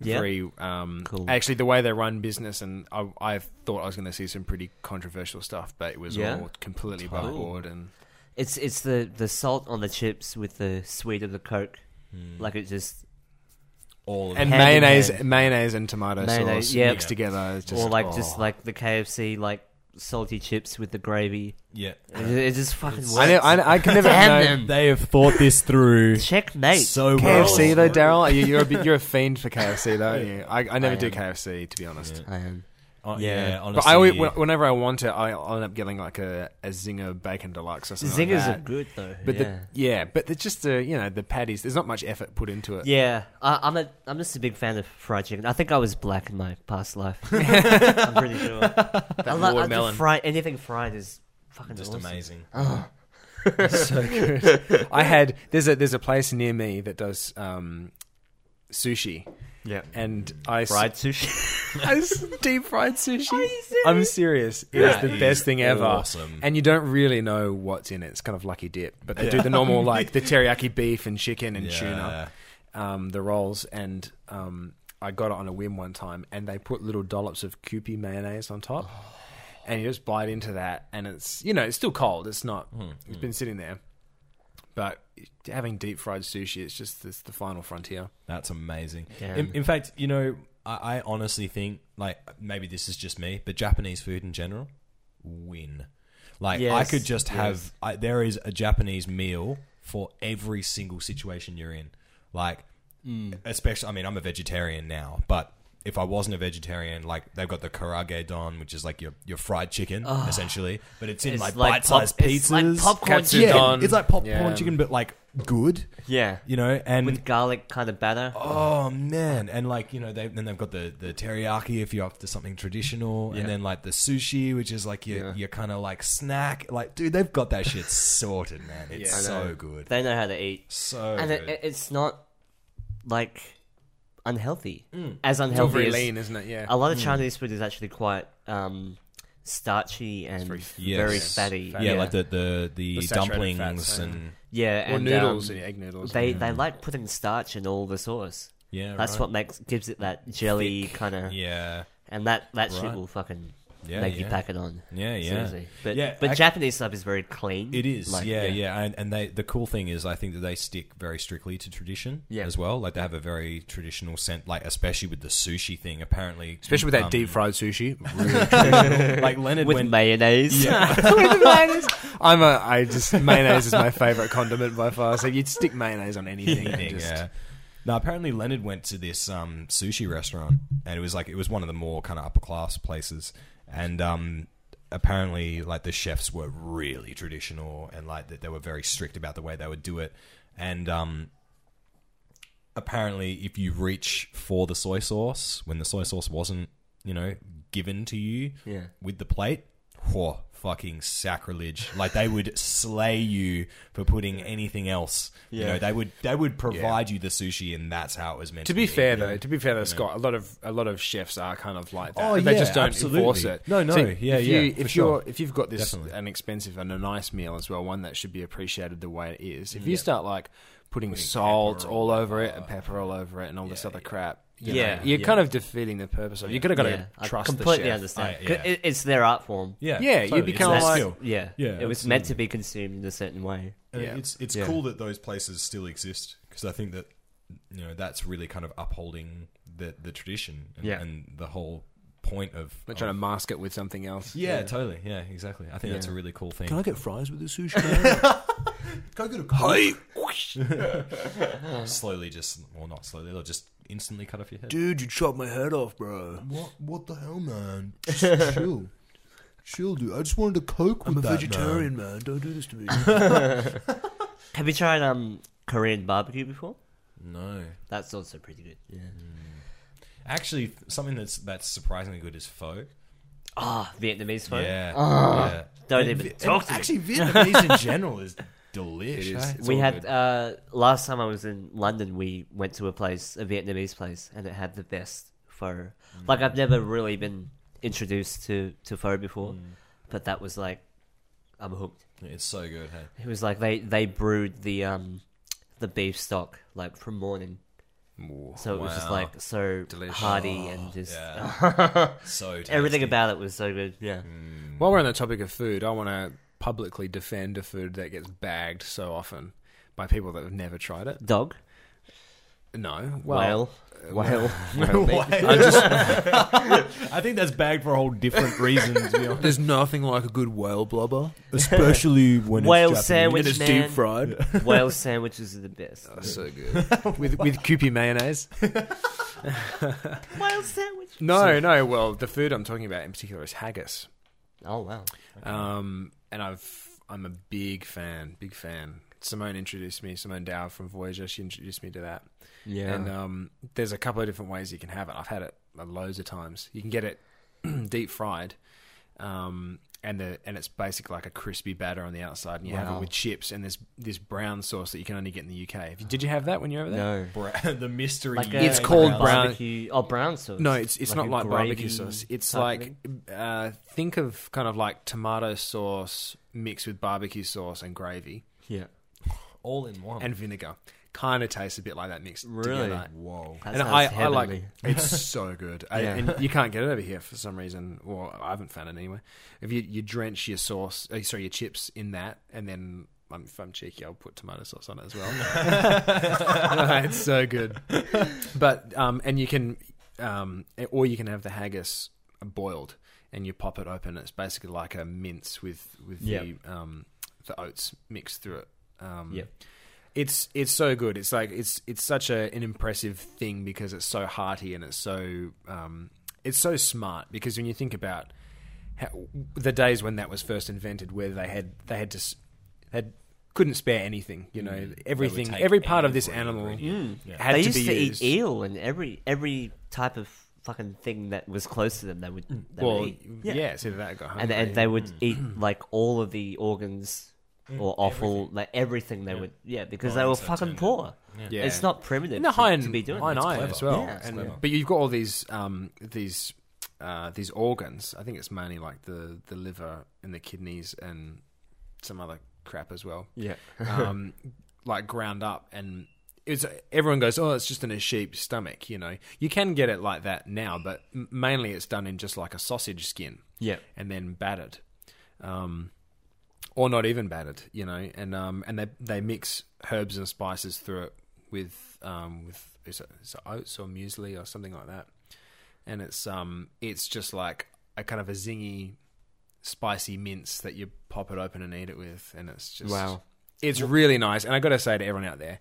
A: Yeah.
I: very um,
A: Cool.
I: Actually, the way they run business, and I, I thought I was going to see some pretty controversial stuff, but it was
A: Yeah.
I: all completely above
A: Totally.
I: board. And
A: It's it's the the salt on the chips with the sweet of the coke, like it just
J: all of
I: and
J: them.
I: mayonnaise, mayonnaise and tomato
A: Mayonnaise,
I: sauce
A: yeah.
I: mixed together. It's just,
A: or like
I: oh.
A: just like the KFC like salty chips with the gravy.
J: Yeah.
A: it, it just fucking works.
I: I, know, I, I
A: (laughs)
I: can never
A: Damn
I: know-
A: them.
J: They have thought this through.
A: Checkmate.
J: So well.
I: KFC though, Daryl, you, you're a bit, you're a fiend for KFC though, aren't you? I, I never do KFC to be honest.
A: I am.
J: Oh,
L: Yeah.
J: yeah.
L: But I
J: honestly.
I: But I always, whenever I want it, I I'll end up getting like a, a zinger bacon deluxe or something.
A: Zingers
I: like
A: are
I: that.
A: good though.
I: But
A: yeah.
I: the yeah, but it's just the you know the patties. There's not much effort put into it.
A: yeah, I, I'm a I'm just a big fan of fried chicken. I think I was black in my past life. I'm (laughs) pretty sure. I love
I: watermelon.
A: fried anything fried is fucking
J: just
A: awesome.
J: amazing.
I: (laughs) I had there's a there's a place near me that does um, sushi.
L: Yeah.
I: and I s-
L: Fried sushi.
I: I s- deep fried sushi. I'm serious. It is
J: That
I: the
J: is
I: best thing ever.
J: awesome.
I: And you don't really know what's in it. It's kind of lucky dip, but they do
J: (laughs)
I: the normal like the teriyaki beef and chicken and tuna, um, the rolls, and um, I got it on a whim one time, and they put little dollops of Kewpie mayonnaise on top,
J: Oh.
I: and you just bite into that, and it's you know it's still cold. It's not.
J: Hmm.
I: It's been sitting there, but having deep fried sushi, it's just it's the final frontier.
J: That's amazing.
A: Damn.
J: In, in fact, you know, I, I honestly think, like, maybe this is just me, but Japanese food in general, win. Like, I
A: Yes,
J: could just
A: yes.
J: have, I, there is a Japanese meal for every single situation you're in. Like,
A: Mm.
J: especially, I mean, I'm a vegetarian now, but if I wasn't a vegetarian, like, they've got the karage don, which is like your, your fried chicken, essentially, but it's
A: Ah.
J: in
A: It's
J: like
A: like
J: bite sized
A: pop-
J: pizzas.
A: it's like popcorn
J: Yeah,
A: chicken.
J: It's like popcorn
I: Yeah.
J: chicken, but like good,
L: yeah.
J: you know, and
A: with garlic kind of batter.
J: Oh man! And like you know, they then they've got the the teriyaki if you're up to something traditional, and then like the sushi, which is like your your kind of like snack. Like, dude, they've got that shit sorted, man. It's so good,
A: They know how to eat.
J: so
A: and
J: good.
A: it, it- it's not like unhealthy as unhealthy
I: Very
A: as
I: lean, isn't it? Yeah.
A: a
J: Hmm.
A: lot of Chinese food is actually quite um, starchy and very,
J: Yes.
A: fatty.
J: yeah, like the the the,
I: saturated
J: dumplings
I: fats,
J: and
A: yeah,
I: Or
A: and,
I: noodles,
A: um,
I: yeah, egg noodles.
A: they they like putting starch in all the sauce.
J: yeah,
A: That's
J: Hmm. right.
A: what makes gives it that jelly kind of,
J: Yeah,
A: and that that shit
J: Right.
A: will fucking
J: Yeah,
A: make you
J: yeah.
A: pack it on.
J: Yeah, yeah.
A: Seriously. But
J: Yeah,
A: but
J: ac-
A: Japanese stuff is very clean.
J: It is,
A: Like,
J: yeah, yeah, and, and they the cool thing is, I think that they stick very strictly to tradition
A: Yeah.
J: as well. Like they have a very traditional scent, like especially with the sushi thing. Apparently,
I: Especially with that
J: um, (laughs)
I: deep fried sushi.
J: like Leonard
A: With
J: when
A: mayonnaise, (laughs)
J: (laughs)
I: I'm a. I just mayonnaise is my favorite condiment by far. So you'd stick
J: (laughs)
I: mayonnaise on anything. and just-
J: yeah. Now, apparently, Leonard went to this um, sushi restaurant, and it was like it was one of the more kind of upper class places, and um, apparently, like the chefs were really traditional, and like that they were very strict about the way they would do it, and um, apparently, if you reach for the soy sauce when the soy sauce wasn't, you know, given to you
A: Yeah.
J: with the plate, whoa, fucking sacrilege! Like they
I: (laughs)
J: would slay you for putting anything else. You know, they would they would provide you the sushi, and that's how it was meant.
I: To
J: To,
I: be fair though,
J: eaten.
I: to be fair though, Scott, a lot of a lot of chefs are kind of like that.
J: Oh,
I: they
J: yeah,
I: just don't
J: absolutely.
I: enforce it.
J: No, no, yeah,
I: if
J: yeah,
I: You,
J: for
I: if
J: sure.
I: you're if you've got this
J: Definitely.
I: an expensive and a nice meal as well, one that should be appreciated the way it is. If you start like putting, salt all over it and pepper all over it and all this other crap, you know,
A: Yeah,
I: you're
A: yeah.
I: kind of defeating the purpose of. it. You gotta gotta
A: I
I: trust
A: completely
I: the chef.
A: understand.
J: I- yeah.
A: It- it's their art form.
J: yeah,
I: yeah, you
J: totally. It's
I: become
J: a
I: like-
J: skill.
A: Yeah,
J: Yeah,
A: It was meant to be consumed in a certain way.
J: And
I: Yeah.
J: It's it's
A: Yeah.
J: cool that those places still exist because I think that you know that's really kind of upholding the the tradition and,
A: Yeah.
J: and the whole point of.
I: They're trying to
J: of-
I: mask it with something else.
J: yeah, totally. Yeah, exactly. I think that's a really cool thing.
I: Can I get fries with the sushi?
J: go get a coke? slowly, just well, not slowly. They'll just instantly cut off your head.
I: Dude, you chopped my head off, bro.
J: What? What the hell, man? (laughs)
I: Chill.
J: Chill, dude. I just wanted a coke with
I: man. Don't do this to me.
A: Have you tried um Korean barbecue before?
J: No,
A: That's also pretty good. Yeah.
J: actually, something that's that's surprisingly good is pho.
A: Ah, Vietnamese food.
J: Yeah.
I: Ah.
J: yeah.
A: Don't
J: And
A: even
J: Vi-
A: talk
J: and
A: to me.
J: Actually, Vietnamese in general is delish.
I: It is.
J: eh?
I: It's
A: we
I: all
A: had
I: good.
A: uh, last time I was in London. We went to a place, a Vietnamese place, and it had the best pho. Like I've never really been introduced to to pho before, but that was like, I'm hooked.
J: It's so good. Hey.
A: It was like they they brewed the um the beef stock like from morning. So it was just
J: Wow.
A: like so hearty and just
J: So tasty.
A: everything about it was so good. Yeah.
I: While we're on the topic of food, I want to publicly defend a food that gets bagged so often by people that have never tried it.
A: Dog.
I: No, well,
M: Whale.
A: Whale.
J: (laughs) I,
I: (laughs)
J: just, (laughs) I think that's bagged for a whole different reason. To be honest.
I: There's nothing like a good whale
J: (laughs)
I: blubber.
J: especially when
A: Whale
J: it's Japanese.
A: sandwich,
J: And it's
A: man.
J: deep fried.
I: (laughs)
A: Whale sandwiches are the best.
I: so good. (laughs) with with Koopy mayonnaise. (laughs)
A: Whale sandwich.
I: No, no. Well, the food I'm talking about in particular is haggis.
A: Oh wow.
I: Um, and I've I'm a big fan, big fan. Simone introduced me. Simone Dow from Voyager. She introduced me to that.
A: Yeah.
I: And um, there's a couple of different ways you can have it. I've had it loads of times. You can get it (clears throat) deep fried, um, and the and it's basically like a crispy batter on the outside, and you have it with chips and this this brown sauce that you can only get in the UK. Have you- Did you have that when you were over
A: no.
I: there?
J: Bra- (laughs) the mystery.
A: Like a,
I: It's called
A: like a
I: brown-
A: Barbecue, oh, brown sauce.
I: No, it's it's
A: a
I: not like barbecue
A: gravy
I: sauce. It's
A: type
I: like
A: thing.
I: uh, think of kind of like tomato sauce mixed with barbecue sauce and gravy
A: yeah.
J: all in one.
I: and vinegar. Kind of tastes a bit like that mixed
A: Oh. Really?
I: together.
J: Whoa.
A: That
I: and
A: sounds
I: I, I
A: heavenly.
I: like
A: (laughs)
I: it's so good, I,
A: Yeah.
I: and you can't get it over here for some reason. Well, I haven't found it anyway. If you you drench your sauce, uh, sorry, your chips in that, and then um, if I'm cheeky, I'll put tomato sauce on it
A: (laughs)
I: as well. (laughs) it's so good, but um, and you can um, or you can have the haggis boiled, and you pop it open. It's basically like a mince with with
A: Yep.
I: the um, the oats mixed through it. Um,
A: Yep.
I: it's it's so good. It's like it's it's such a, an impressive thing because it's so hearty and it's so um, it's so smart. Because when you think about how, the days when that was first invented, where they had they had to s- had couldn't spare anything. You know, everything,
J: Mm. take
I: every part of this
J: every
I: animal
J: ingredient. Yeah.
A: Mm.
I: had
A: they
I: to
A: used
I: be
A: to
I: used.
A: eat eel and every every type of fucking thing that was close to them. They would. They
I: well,
A: would eat.
I: yeah, it's either that got
A: and
I: hungry.
A: and they
I: Mm.
A: would eat like all of the organs or offal, like everything they would. Yeah, because they were
J: Organs, that's
A: fucking
J: it.
A: poor.
I: Yeah.
A: It's not primitive
I: and the
A: to,
I: high
A: to be doing.
I: high
A: that.
I: iron
J: clever.
I: as well.
A: Yeah. It's
I: And-
J: clever.
I: but you've got all these um, these uh, these organs. I think it's mainly like the the liver and the kidneys and some other crap as well.
A: Yeah.
I: (laughs) um, like ground up and. It's, everyone goes, oh, it's just in a sheep's stomach, you know. You can get it like that now, but m- mainly it's done in just like a sausage skin
A: Yeah.
I: and then battered, um, or not even battered, you know. And um, and they they mix herbs and spices through it with um, with is it, is it oats or muesli or something like that. And it's um it's just like a kind of a zingy, spicy mince that you pop it open and eat it with, and it's just
A: Wow.
I: it's really nice. And I got to say to everyone out there,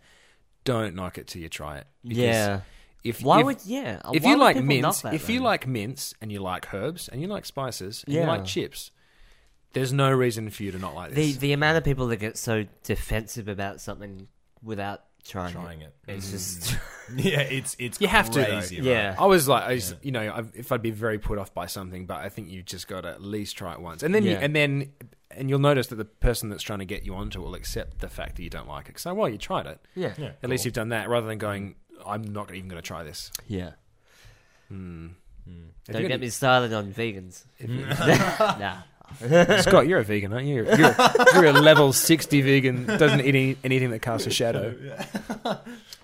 I: don't knock it till you try it. because
A: Yeah.
I: If,
A: Why
I: if-
A: would yeah?
I: if
A: why
I: you
A: would
I: like
A: people knock
I: mints,
A: that,
I: if you
A: though?
I: like mints and you like herbs and you like spices and you
A: Yeah.
I: like chips, there's no reason for you to not like
A: the
I: this.
A: the amount of people that get so defensive about something without trying,
J: Trying it. Mm.
A: it's just (laughs)
J: Yeah, it's it's
I: you have
J: crazy,
I: to, though.
J: right? Oh,
A: yeah.
I: I was like, I was, you know, i if I'd be very put off by something, but I think you've just got to at least try it once, and then you,
A: Yeah.
I: and then and you'll notice that the person that's trying to get you onto it will accept the fact that you don't like it. So, well, you tried it.
A: Yeah.
J: Yeah,
I: At least you've done that, rather than going, I'm not even going to try this.
A: Yeah.
I: Have
A: Don't
I: you got
A: get me started on vegans.
J: (laughs)
A: (laughs) nah.
I: any- (laughs) Scott, you're a vegan, aren't you? You're, you're, you're a level sixty vegan, doesn't eat any, anything that casts a shadow.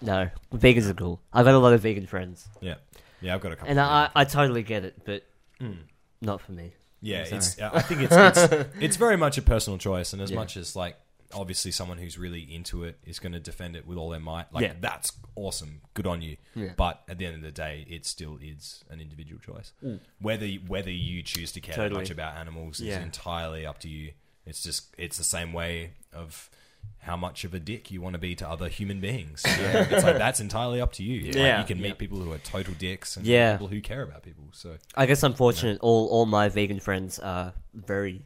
A: No. Vegans are cool. I've got a lot of vegan friends.
J: yeah, yeah. I've got a couple.
A: And
I: uh,
J: of
A: I, I totally get it, but
J: Mm.
A: not for me.
J: Yeah, it's. I I think it's,
A: (laughs)
J: it's it's very much a personal choice, and as much as like obviously someone who's really into it is going to defend it with all their might. Like
A: Yeah.
J: that's awesome, good on you.
A: Yeah.
J: But at the end of the day, it still is an individual choice. Whether whether you choose to care that
A: Mm. Totally.
J: much about animals
A: Yeah.
J: is entirely up to you. It's just it's the same way of. How much of a dick you want to be to other human beings? You know?
A: (laughs)
J: It's like that's entirely up to you. Like,
A: Yeah.
J: you can meet
A: Yeah.
J: people who are total dicks and
A: Yeah.
J: people who care about people. So
A: I guess I'm fortunate. All all my vegan friends are very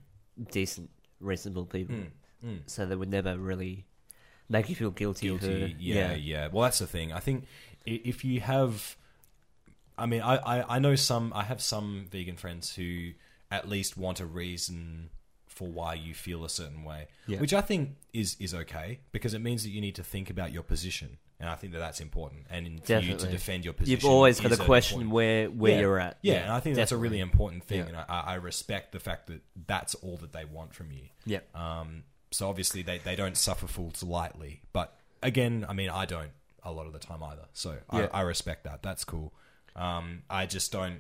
A: decent, reasonable people,
J: Mm.
A: so they would never really make you feel guilty.
J: guilty.
A: for-
J: yeah, yeah, Well, that's the thing. I think i- if you have, I mean, I, I, I know some. I have some vegan friends who at least want a reason for why you feel a certain way, which I think is is okay because it means that you need to think about your position, and I think that that's important. And in, for you to
A: Definitely.
J: defend your position,
A: You've always got
J: is
A: to
J: a
A: question
J: important-
A: where where
J: yeah.
A: you're at.
J: Yeah, and I think that's a really important thing,
A: Yeah.
J: and I- I, I respect the fact that that's all that they want from you.
A: yeah.
J: Um, so obviously they, they don't suffer fools lightly. But again, I mean, I don't a lot of the time either. So
A: Yeah.
J: I, I respect that. That's cool. Um, I just don't.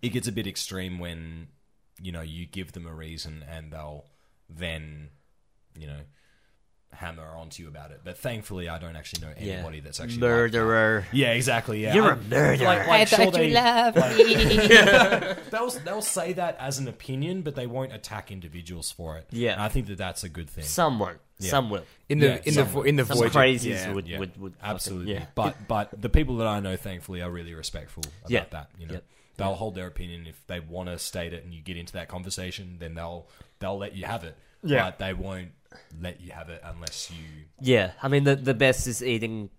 J: It gets a bit extreme when you know you give them a reason and they'll then you know hammer onto you about it. But thankfully, I don't actually know anybody that's actually like
K: murderer.
J: that. yeah, exactly. Yeah,
K: You're
J: a
K: a murderer.
J: Like, like, sure they, (laughs)
N: me.
J: like- they'll they'll say that as an opinion, but they won't attack individuals for it.
K: Yeah.
J: and I think that that's a good thing.
K: Some won't.
J: Yeah.
K: Some will.
I: In the- in the
J: some
I: vo-
J: will.
I: in the
K: Some
I: Voyager-
K: crazies
I: yeah,
K: would,
J: Yeah,
K: would would fucking-
J: absolutely.
K: Yeah.
J: But but the people that I know, thankfully, are really respectful about
K: Yeah.
J: that. You know,
K: Yeah.
J: they'll hold their opinion if they want to state it, and you get into that conversation, then they'll they'll let you have it.
K: Yeah.
J: but they won't let you have it unless you.
K: Yeah, I mean the the best is eating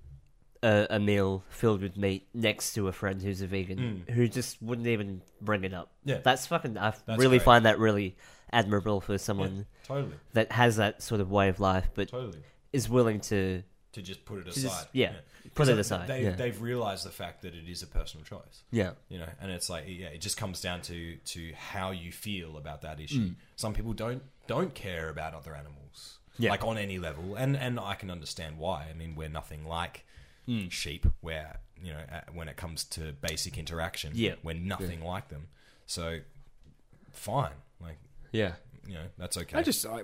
K: a, a meal filled with meat next to a friend who's a vegan who just wouldn't even bring it up.
J: Hmm. Yeah.
K: that's fucking. I
J: That's
K: really
J: great.
K: find that really admirable for someone
J: Totally,
K: that has that sort of way of life, but
J: totally.
K: is willing to.
J: To just put it
K: just-
J: aside.
K: yeah, put it aside,
J: They,
K: yeah.
J: They've realized the fact that it is a personal choice.
K: Yeah,
J: you know and it's like yeah it just comes down to to how you feel about that issue
I: Mm.
J: some people don't don't care about other animals
K: Yeah.
J: like on any level and and i can understand why i mean we're nothing like
I: Mm.
J: sheep where you know uh, when it comes to basic interaction
K: Yeah.
J: we're nothing like them so fine like
K: yeah,
J: you know that's okay
I: I just I,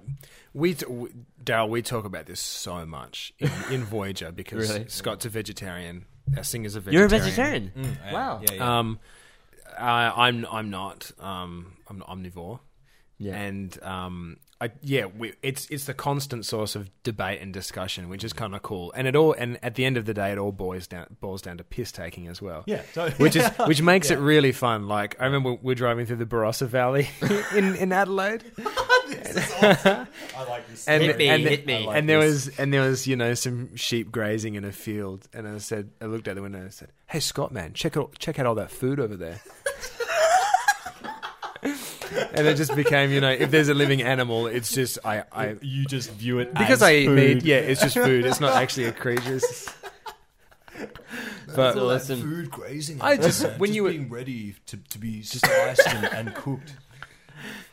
I: we, t- we Daryl, we talk about this so much in, in Voyager because
K: (laughs) Really?
I: Scott's a vegetarian, our singer's a
K: you're a
I: vegetarian.
K: vegetarian.
J: Yeah,
K: wow.
J: yeah, yeah.
I: Um, I, I'm I'm not um I'm not omnivore.
K: Yeah.
I: and um, I yeah we, it's it's the constant source of debate and discussion, which is kind of cool. And it all and at the end of the day, it all boils down boils down to piss taking as well.
J: Yeah, totally.
I: (laughs)
J: (laughs)
I: which is which makes it really fun. Like I remember we're driving through the Barossa Valley (laughs) in in Adelaide,
J: i like this
I: and
J: story.
I: and,
J: I like
I: and there
J: this.
I: was and there was you know some sheep grazing in a field, and I said I looked out the window and I said, "Hey Scott, man, check out check out all that food over there." (laughs) and it just became you know if there's a living animal, it's just I I
J: you just view it
I: because
J: as
I: I eat
J: food.
I: meat. Yeah, it's (laughs) just food. It's not actually a creature. It's- But
J: All that
K: Listen.
J: food grazing.
I: I
J: (laughs)
I: just-
J: man,
I: when you were-
J: being ready to, to be sliced and, and cooked.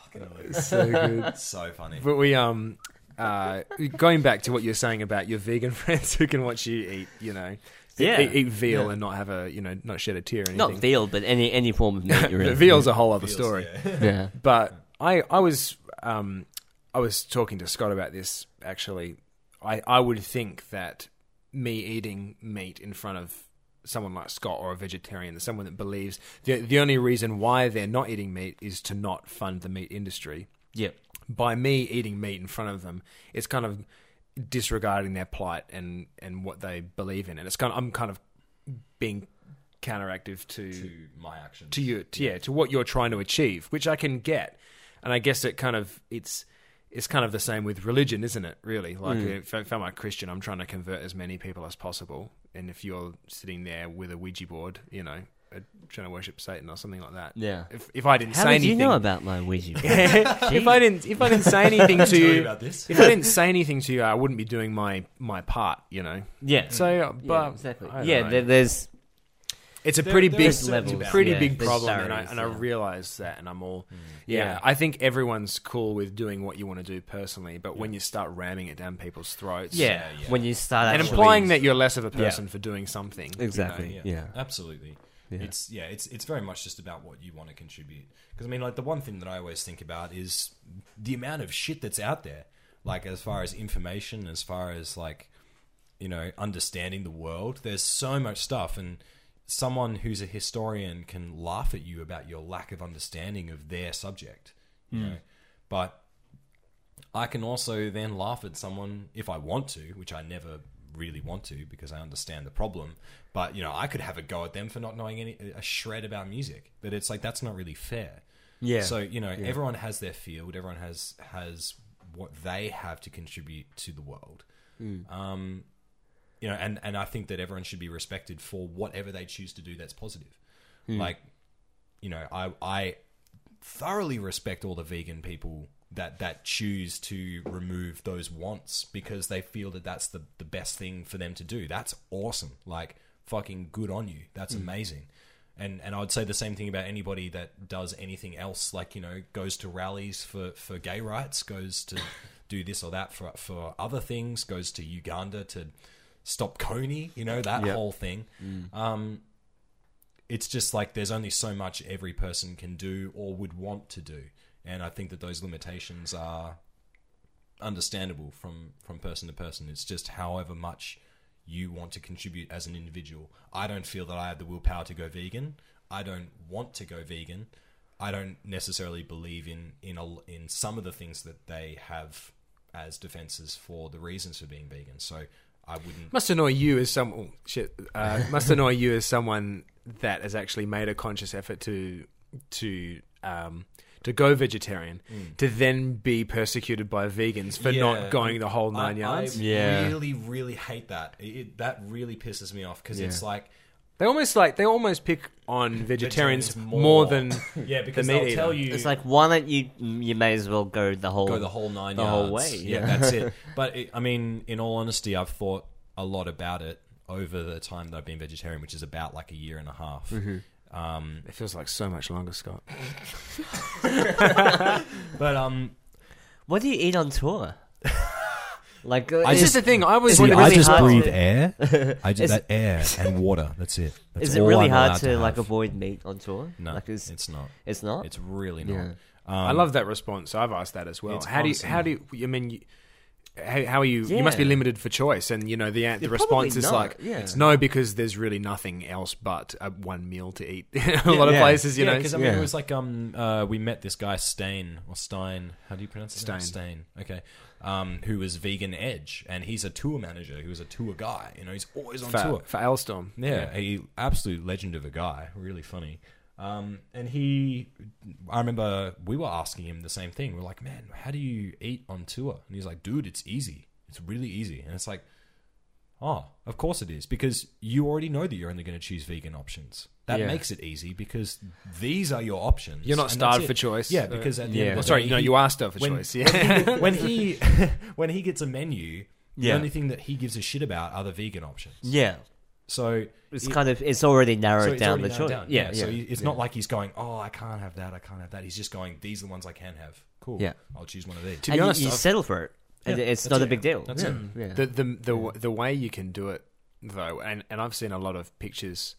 J: Fucking hell, it's
I: so good.
J: so
I: (laughs)
J: funny.
I: But we um uh going back to what you're saying about your vegan (laughs) friends who can watch you eat, you know, e-,
K: Yeah.
I: eat, eat veal and not have a you know not shed a tear or anything.
K: Not veal, but any any form of
J: (laughs)
K: meat. You're
I: But
K: in.
I: veal's a whole other story.
A: (laughs)
K: Yeah,
I: But I I was um I was talking to Scott about this actually. I I would think that me eating meat in front of someone like Scott or a vegetarian, someone that believes the the only reason why they're not eating meat is to not fund the meat industry
K: yeah,
I: by me eating meat in front of them, it's kind of disregarding their plight and and what they believe in, and it's kind of I'm kind of being counteractive to
J: To my action.
I: to you to, yeah to what you're trying to achieve, which I can get, and I guess it kind of it's. It's kind of the same with religion, isn't it? Really, like
K: Mm.
I: if, I- if I'm a Christian, I'm trying to convert as many people as possible. And if you're sitting there with a Ouija board, you know, uh, trying to worship Satan or something like that,
K: Yeah.
I: If, if I didn't
K: How
I: say
K: did
I: anything,
K: you know about
J: (laughs)
K: my Ouija?
I: if I didn't if I didn't say anything to
J: Tell you
I: you
J: about this.
I: if I didn't say anything to you, I wouldn't be doing my my part, you know.
K: yeah,
I: So, but
K: yeah, exactly.
I: I don't
K: Yeah,
I: know.
K: there, there's
I: it's a pretty
J: there are
I: big
J: certain levels,
I: pretty
K: yeah.
I: big
K: There's
I: problem, and I
K: barriers,
I: and I
K: yeah. Mm.
I: realize that, and I'm all yeah,
K: Yeah.
I: I think everyone's cool with doing what you want to do personally, but when you start ramming it down people's throats,
K: yeah, when you start
I: and
K: actually-
I: implying that you're less of a person for doing something,
K: exactly
J: Yeah,
K: yeah.
J: absolutely. It's yeah, it's it's very much just about what you want to contribute. Because I mean, like the one thing that I always think about is the amount of shit that's out there. Like as far as information, as far as like you know understanding the world, there's so much stuff, and someone who's a historian can laugh at you about your lack of understanding of their subject. You know, but I can also then laugh at someone if I want to, which I never really want to because I understand the problem. But you know, I could have a go at them for not knowing any a shred about music. But it's like that's not really fair.
K: Yeah.
J: So you know, everyone has their field. Everyone has has what they have to contribute to the world.
K: Mm.
J: Um, you know, and and I think that everyone should be respected for whatever they choose to do. That's positive.
K: Mm.
J: Like, you know, I I thoroughly respect all the vegan people that that choose to remove those wants because they feel that that's the the best thing for them to do. That's awesome. Like fucking good on you. That's amazing. And and I would say the same thing about anybody that does anything else like, you know, goes to rallies for for gay rights, goes to do this or that for for other things, goes to Uganda to stop Coney, you know, that whole thing it's just like there's only so much every person can do or would want to do and i think that those limitations are understandable from from person to person. It's just however much you want to contribute as an individual. I don't feel that I have the willpower to go vegan. I don't want to go vegan. I don't necessarily believe in in a, in some of the things that they have as defenses for the reasons for being vegan. So I wouldn't.
I: Must annoy you as some oh, shit.
J: (laughs)
I: Uh, must annoy you as someone that has actually made a conscious effort to to um, to go vegetarian, to then be persecuted by vegans for
J: Mm. Yeah.
I: not going the whole nine
J: I-
I: yards.
J: I
K: Yeah.
J: really, really hate that. It, it- that really pisses me off because it's
I: Yeah.
J: like
I: They almost like they almost pick on vegetarians,
J: vegetarians
I: more, than
J: (laughs) yeah, because
I: the
J: they'll
I: meat eater.
J: tell you
K: It's like why don't you? You may as well go the whole
J: go the whole nine
K: the
J: yards.
K: whole way.
J: Yeah, that's
K: (laughs)
J: it. But it, I mean, in all honesty, I've thought a lot about it over the time that I've been vegetarian, which is about like a year and a half.
K: Mm-hmm.
I: It feels like so much longer, Scott.
J: But um,
K: What do you eat on tour? like
J: I
I: This
K: is,
I: is the thing. I was
K: See,
I: really
K: I just
I: hard-
K: breathe
J: air.
K: (laughs)
J: I
K: Is-
J: just that air and water. That's it. That's
K: is it
J: all
K: really
J: I'm
K: hard
J: allowed
K: to, like
J: have.
K: avoid meat on tour?
J: No,
K: like is,
J: it's not.
K: it's not.
J: It's really not.
K: Yeah.
I: I love that response. I've asked that as well.
J: Um, It's
I: How do you,
J: awesome.
I: how do you, I mean? You, how, how are you? You must be
K: Yeah.
I: limited for choice, and you know the an- the
K: You're
I: response
K: probably
I: is
K: not,
I: like
K: yeah.
I: it's no because there's really nothing else but uh, one meal to eat. (laughs) a lot of places, you know,
J: because I mean, it was like um, uh, we met this guy Stein or Stein. How do you pronounce his name? Stein. Okay. Um, who was vegan edge, and he's a tour manager. He was a tour guy. You know, he's always on tour.
I: for, for Alstom.
J: Yeah, a absolute legend of a guy, really funny. Um, and he, I remember we were asking him the same thing. We're like, man, how do you eat on tour? And he's like, dude, it's easy. It's really easy. And it's like, oh, of course it is because you already know that you're only going to choose vegan options. That
I: Yeah.
J: makes it easy because these are your options.
I: You're not
J: and that's
I: starved
J: it.
I: for choice.
J: Yeah, because at the end
I: Well,
J: of the
I: sorry,
J: day,
I: no,
J: he-
I: you are starved for
J: when-
I: choice. Yeah,
J: (laughs) when he (laughs) when he gets a menu, the
K: Yeah.
J: only thing that he gives a shit about are the vegan options.
K: yeah,
J: So
K: it's kind of it's already narrowed
J: so it's
K: down
J: already
K: the
J: narrowed
K: choice.
J: down.
K: Yeah, yeah,
J: So he- it's not like he's going, oh, I can't have that, I can't have that. He's just going, these are the ones I can have. Cool.
K: Yeah.
J: I'll choose one of these.
I: to be
K: and
I: honest,
K: you, you
I: I've-
K: settle for it. and it's not a big deal.
J: That's
K: yeah.
J: it.
K: Yeah.
I: the the the, w the way you can do it though, and and I've seen a lot of pictures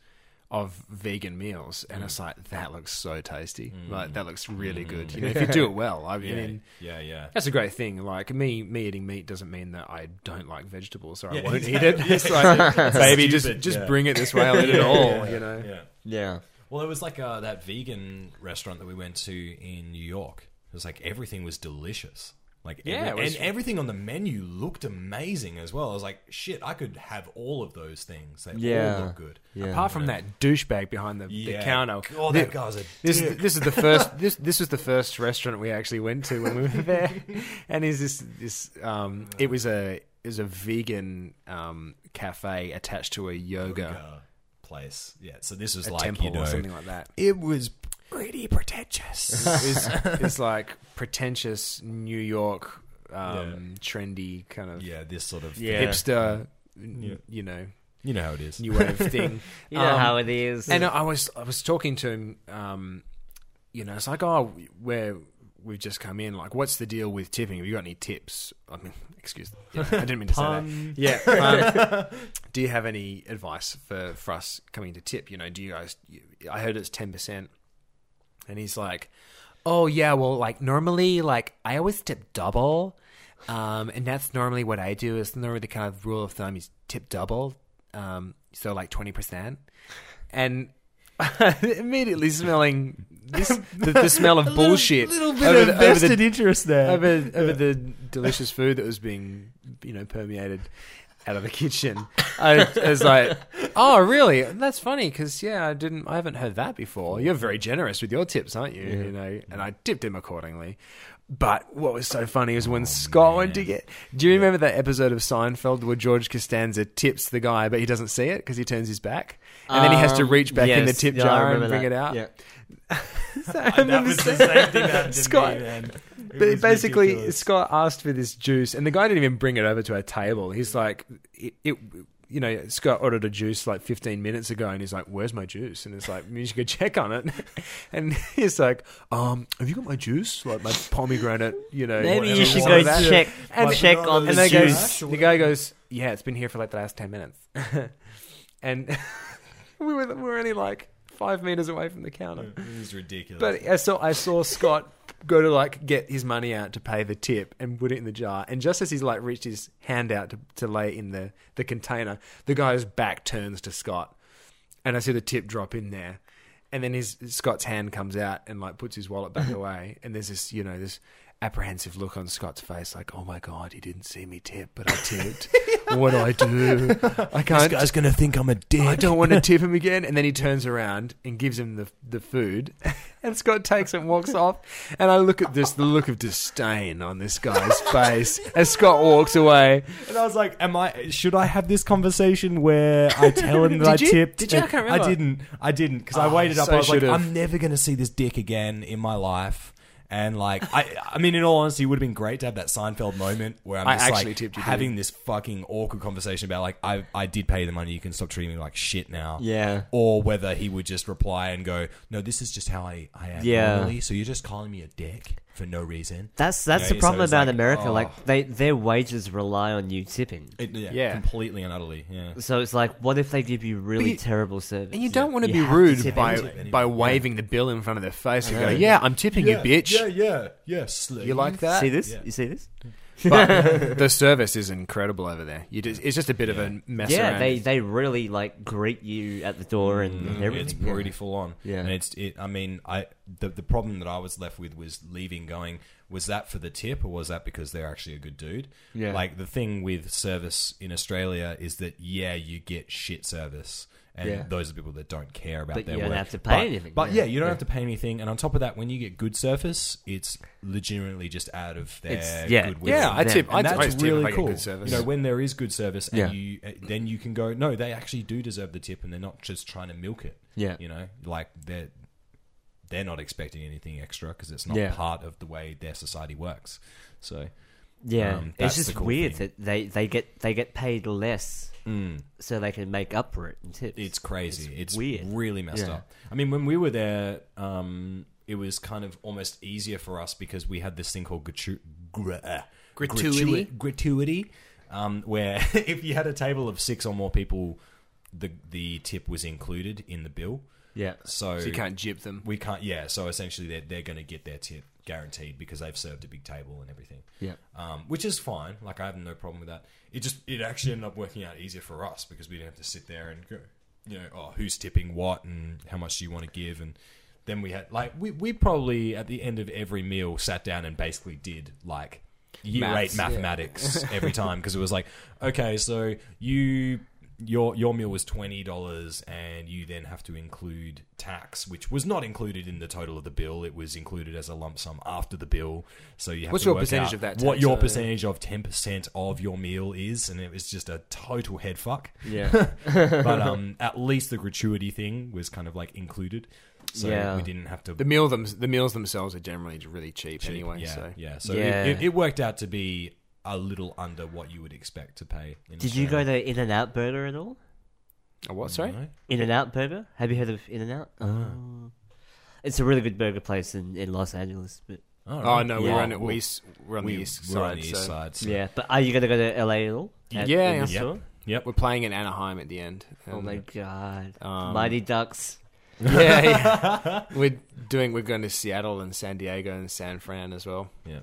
I: of vegan meals,
J: Mm.
I: and it's like that looks so tasty. Like that looks really good. You know,
J: (laughs)
I: if you do it well, I mean.
J: Yeah, yeah.
I: That's a great thing. Like me, me eating meat doesn't mean that I don't like vegetables or I
J: Yeah,
I: won't eat it.
J: exactly.
I: (laughs) It's like, baby,
J: stupid,
I: just just
J: yeah.
I: bring it this way. I'll eat it all. You know.
J: Yeah.
K: yeah.
J: Well, it was like uh, that vegan restaurant that we went to in New York. It was like everything was delicious. Like
I: Yeah,
J: every-
I: it was-
J: and everything on the menu looked amazing as well. I was like, shit, I could have all of those things. They all
K: Yeah.
J: look good.
I: Apart from that douchebag behind the,
J: Yeah.
I: the counter.
J: God, that guy was a
I: This, this is the first. This this was the first restaurant we actually went to when we were there, (laughs) and is this this um? It was a is a vegan um cafe attached to a yoga,
J: Uh, place. Yeah. So this was
I: a
J: like
I: temple
J: you know,
I: or something like that.
J: it was pretty
I: (laughs)
J: pretentious.
I: is is like pretentious New York, um, trendy kind of
J: yeah, this sort of
K: Yeah.
I: hipster, n- you know,
J: You know how it is.
I: new wave thing.
K: You know
I: Um,
K: how it is.
I: And I was I was talking to him. Um, you know, it's like, oh, we're we've just come in. Like, what's the deal with tipping? Have you got any tips? I mean, (laughs) excuse, yeah, I didn't mean to say that.
K: (laughs)
I: Yeah. um, do you have any advice for for us coming to tip? You know, do you guys? You, I heard it's ten percent, and he's like, oh yeah, well, like normally, like I always tip double. Um, and that's normally what I do. Is normally the kind of rule of thumb is tip double, um, so like twenty percent and (laughs) immediately smelling this, the, the
J: (laughs)
I: smell of bullshit.
J: little bit of vested
I: the,
J: interest there.
I: over,
K: (laughs)
I: over the delicious food that was being, you know, permeated out of the kitchen. I, was like, oh, really? That's funny because yeah, I didn't, I haven't heard that before. You're very generous with your tips, aren't you? You know, and I tipped him accordingly. But what was so funny was when Scott
K: Oh,
I: went to get. Do you remember that episode of Seinfeld where George Costanza tips the guy, but he doesn't see it because he turns his back, and then he has to
K: Um,
I: reach back in the
K: yes.
I: tip
K: Yeah, I
I: jar and
K: remember
I: bring
K: that.
I: it out?
K: Yeah.
I: So (laughs) I remember saying- (laughs) Scott, but basically, Scott asked for this juice, and the guy didn't even bring it over to our table. He's like, it, it, you know, Scott ordered a juice like 15 minutes ago, and he's like, "Where's my juice?" And it's like, "You should go (laughs) check on it." And he's like, "Um, have you got my juice? Like my pomegranate? You know,
K: Maybe
I: whatever
K: you should
I: one
K: go
I: of that."
K: check
I: And-
K: check on the
I: and they
K: juice.
I: goes, the guy goes, "Yeah, it's been here for like the last ten minutes," (laughs) and (laughs) we were we were only like five meters away from the counter.
J: It was ridiculous. (laughs)
I: But I saw I saw Scott go to like get his money out to pay the tip and put it in the jar. And just as he's like reached his hand out to, to lay in the, the container, the guy's back turns to Scott. And I see the tip drop in there. And then his Scott's hand comes out and like puts his
J: (laughs)
I: wallet back away. And there's this, you know, this apprehensive look on Scott's face, like, "Oh my god, he didn't see me tip, but I
J: (laughs)
I: tipped. what do I do? I
J: This
I: can't.
J: guy's gonna think I'm a dick.
I: I don't
K: (laughs)
I: want to tip him again." And then he turns around and gives him the the food, (laughs) and Scott takes it and walks off. And I look at this, the look of disdain on this
K: (laughs)
I: guy's face as Scott walks away.
J: And I was like, "Am I? Should I have this conversation where I tell
I: (laughs)
J: him that I
I: Did you?
J: tipped?
I: Did you? I can't remember.
J: I didn't. I didn't because I
I: Oh,
J: waited up.
I: so
J: I was like,
I: should've.
J: I'm never going to see this dick again in my life. And like, I, I mean, in all honesty, it would have been great to have that Seinfeld moment where I'm
I: I
J: just
I: actually
J: like
I: tipped you,
J: having this fucking awkward conversation about like, I, I did pay the money. You can stop treating me like shit now.
K: Yeah.
J: Or whether he would just reply and go, No, this is just how I, I am.
K: Yeah.
J: Normally, so you're just calling me a dick for no reason.
K: That's that's
J: Yeah,
K: the
J: so
K: problem
J: it's
K: about
J: like,
K: America.
J: oh.
K: Like they their wages rely on you tipping.
J: It- yeah,
I: Yeah.
J: Completely and utterly. Yeah.
K: So it's like, what if they give you really
I: you-
K: terrible service?
I: And you don't want to
K: You
I: be
K: have to
I: rude
K: tip
I: by
K: anyway.
I: by waving the bill in front of their face and go, "Yeah, I'm tipping you, bitch."
J: Yeah, yeah, yeah. Slave.
I: You like that?
K: See this?
J: Yeah.
K: You see this? (laughs)
I: But the service is incredible over there. You just, it's just a bit of a mess
K: Yeah,
I: around.
K: they, they really like greet you at the door and, and everything.
J: Mm, It's pretty full on.
K: Yeah.
J: And it's it I mean, I the the problem that I was left with was leaving going, was that for the tip or was that because they're actually a good dude?
I: Yeah.
J: Like the thing with service in Australia is that yeah, you get shit service. And
K: Yeah.
J: those are people that don't care about
K: But
J: their
K: you don't
J: work.
K: have to pay
J: But-
K: anything,
J: But yeah,
K: yeah.
J: you don't have to pay anything. And on top of that, when you get good service, it's legitimately just out of their
K: It's- yeah.
J: goodwill.
I: yeah, I
K: them.
I: tip. I,
J: And
I: I
J: that's
I: just tip
J: really
I: if I get
J: cool.
I: good service.
J: You know, when there is good service, and
K: Yeah.
J: you uh, then you can go, no, they actually do deserve the tip, and they're not just trying to milk it.
K: Yeah.
J: you know, like they're they're not expecting anything extra because it's not
K: Yeah.
J: part of the way their society works. So
K: Yeah,
J: Um, that's
K: it's
J: the
K: just
J: cool
K: weird
J: thing. Mm.
K: that they, they get they get paid less, so they can make up for it in tips.
J: it's crazy. It's,
K: weird.
J: really messed
K: Yeah.
J: up. I mean, when we were there, um, it was kind of almost easier for us because we had this thing called gratu- gra- uh,
I: Gratuity?
J: gratui- gratuity, um, where (laughs) if you had a table of six or more people, the the tip was included in the bill.
K: yeah,
J: So,
I: so you can't jip them.
J: We can't. Yeah. So essentially, they're they're going to get their tip guaranteed because they've served a big table and everything.
K: yeah,
J: Um, which is fine. Like I have no problem with that. It just it actually ended up working out easier for us because we didn't have to sit there and go, you know, oh, who's tipping what and how much do you want to give and then we had like we we probably at the end of every meal sat down and basically did like year
I: Maths,
J: eight mathematics
I: (laughs)
J: every time because it was like okay, so you. Your your meal was twenty dollars, and you then have to include tax, which was not included in the total of the bill. It was included as a lump sum after the bill. So you have
I: What's
J: to
I: your
J: work
I: percentage
J: out
I: of that
J: What
I: tax?
J: your
I: Uh,
J: percentage percentage of ten percent of your meal is, and it was just a total head fuck.
K: yeah,
I: (laughs)
J: but um, at least the gratuity thing was kind of like included, so
K: Yeah.
J: we didn't have to.
I: The meal them, the meals themselves are generally really cheap, anyway.
J: yeah,
I: so
J: yeah. So
K: Yeah.
J: It, it, it worked out to be a little under what you would expect to pay. In
K: (laughs) Did you go
J: Australia.
K: to In and Out Burger at all?
I: Oh, what? Sorry.
J: No?
K: In and Out Burger? Have you heard of In and Out?
J: Uh-huh.
K: Oh. It's a really good burger place in, in Los Angeles, but
I: Oh no, we
K: Yeah.
I: we're on it. We, s- we're on
J: we
I: the east
J: were
I: side.
J: on the east
I: so
J: side. So.
K: yeah. But are you gonna go to LA at all? At-
I: Yeah,
K: in
I: yeah.
K: this
J: Yep.
K: tour?
J: Yep.
I: We're playing in Anaheim at the end.
K: Oh
I: Um,
K: my god,
I: um, (laughs)
K: Mighty Ducks.
I: yeah,
K: (laughs)
I: yeah. we're doing. We're going to Seattle and San Diego and San Fran as well.
J: Yeah.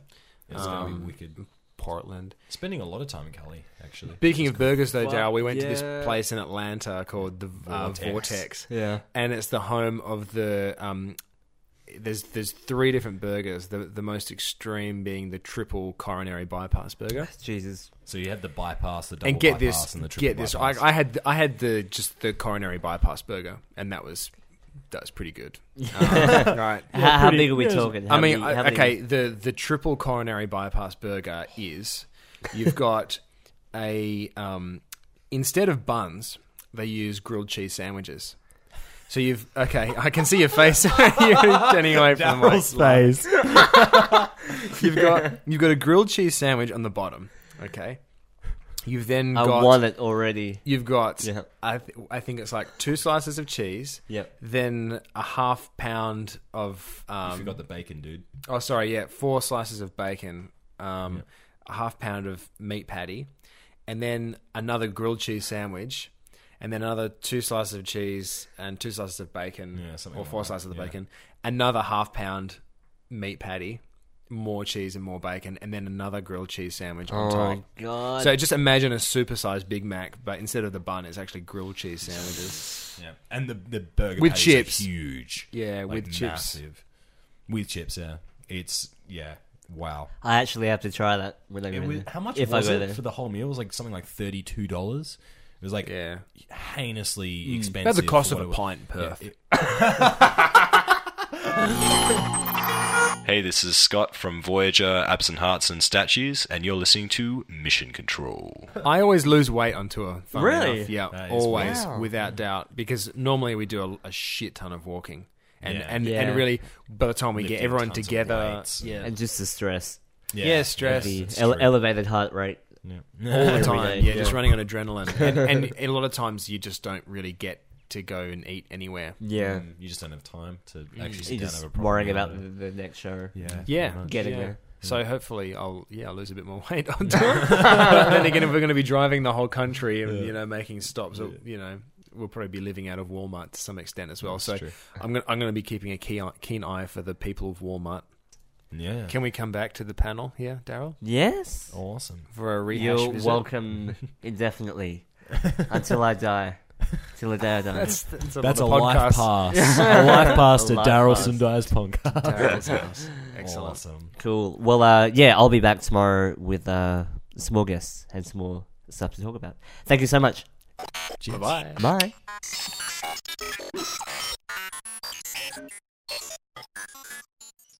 J: It's gonna
I: Um,
J: be wicked.
I: Portland.
J: Spending a lot of time in Cali, actually.
I: Speaking of burgers, though,
K: Fuck
I: Dale, we went to
K: yeah.
I: this place in Atlanta called the uh,
J: Vortex.
I: Vortex,
K: Yeah,
I: and it's the home of the. Um, there's there's three different burgers. The the most extreme being the triple coronary bypass burger.
K: Jesus.
J: So you had the bypass, the double
I: And get
J: bypass,
I: this,
J: and the triple
I: get this. I,
J: bypass.
I: I had I had the just the coronary bypass burger, and that was that was pretty
K: (laughs)
I: good. Um, right.
K: how, how big are we talking? How
I: I mean,
K: many- how
I: I,
K: many-
I: okay, the the triple coronary bypass burger is you've got a um, instead of buns, they use grilled cheese sandwiches. So you've okay. I can see your face. (laughs) You're turning away from the mic.
J: space.
I: (laughs) You've got you've got a grilled cheese sandwich on the bottom. Okay. You've then
K: I
I: got
K: want it already.
I: You've got,
K: Yeah.
I: I, th- I think it's like two slices of cheese.
K: Yep.
I: Then a half pound of,
J: I
I: um,
J: forgot the bacon, dude.
I: oh, sorry, yeah, four slices of bacon, um, a half pound of meat patty, and then another grilled cheese sandwich, and then another two slices of cheese and two slices of bacon,
J: Yeah, something
I: or
J: like
I: four
J: that,
I: slices of the
J: yeah.
I: bacon, another half pound meat patty, more cheese and more bacon, and then another grilled cheese sandwich
A: Oh,
I: on top.
A: God.
I: So just imagine a supersized Big Mac, but instead of the bun, it's actually grilled cheese sandwiches.
J: Yeah, and the the burger
I: With
J: patties are
I: chips.
J: huge.
I: Yeah, with chips.
J: massive. With chips, yeah. It's yeah, wow.
A: I actually have to try that when I go
J: It was,
A: there.
J: how much
A: if
J: was
A: I go
J: it
A: there.
J: for the whole meal? It was like something like thirty two dollars. It was like
I: Yeah.
J: heinously
I: Mm.
J: expensive.
I: That's the
J: for
I: cost of
J: what
I: a
J: it was.
I: pint in Perth.
J: Yeah, it- Hey, this is Scott from Voyager, Absent Hearts and Statues, and you're listening to Mission Control.
I: I always lose weight on tour. funnily
A: Really?
I: enough. Yeah,
J: That is
I: always,
J: weird.
I: without doubt. Because normally we do a, a shit ton of walking, and
J: Yeah.
I: and,
A: Yeah.
I: and really by the time we get
J: Lifting
I: everyone
J: tons of
I: together,
J: weights.
I: yeah,
A: and just the stress,
J: Yeah,
I: stress.
A: the
J: that's
A: ele-
J: true.
A: elevated heart rate.
J: (laughs)
I: all the time.
A: day,
I: Yeah, just
A: yeah.
I: running on adrenaline, and, and a lot of times you just don't really get to go and eat anywhere.
A: Yeah,
J: Mm, You just don't have time to actually sit
A: you're
J: down and
A: just
J: have a proper
A: worrying
J: meal.
A: about the, the next show.
J: yeah, pretty
I: Yeah,
J: much.
A: Getting
I: yeah.
A: there.
I: So hopefully I'll yeah I'll lose a bit more (laughs) weight on tour. but then again, if we're going to be driving the whole country and you know making stops, it'll- you know we'll probably be living out of Walmart to some extent as well. so
J: true.
I: I'm going to I'm going to be keeping a keen eye, keen eye for the people of Walmart.
J: Yeah,
I: Can we come back to the panel here, Daryl,
A: Yes,
J: Oh, awesome.
I: for a rehash
A: you're
I: visit?
A: welcome indefinitely until I die, till the day I die.
I: That's, that's a,
J: That's a
I: lot of
J: life
I: podcasts.
J: pass. (laughs) a life pass to
A: life
J: Daryl
A: pass.
J: Sundias Punk.
I: Daryl's house. (laughs) Excellent.
J: Awesome.
A: Cool. Well, uh, yeah, I'll be back tomorrow with uh, some more guests and some more stuff to talk about. Thank you so much.
J: Cheers.
I: Bye.
A: Bye.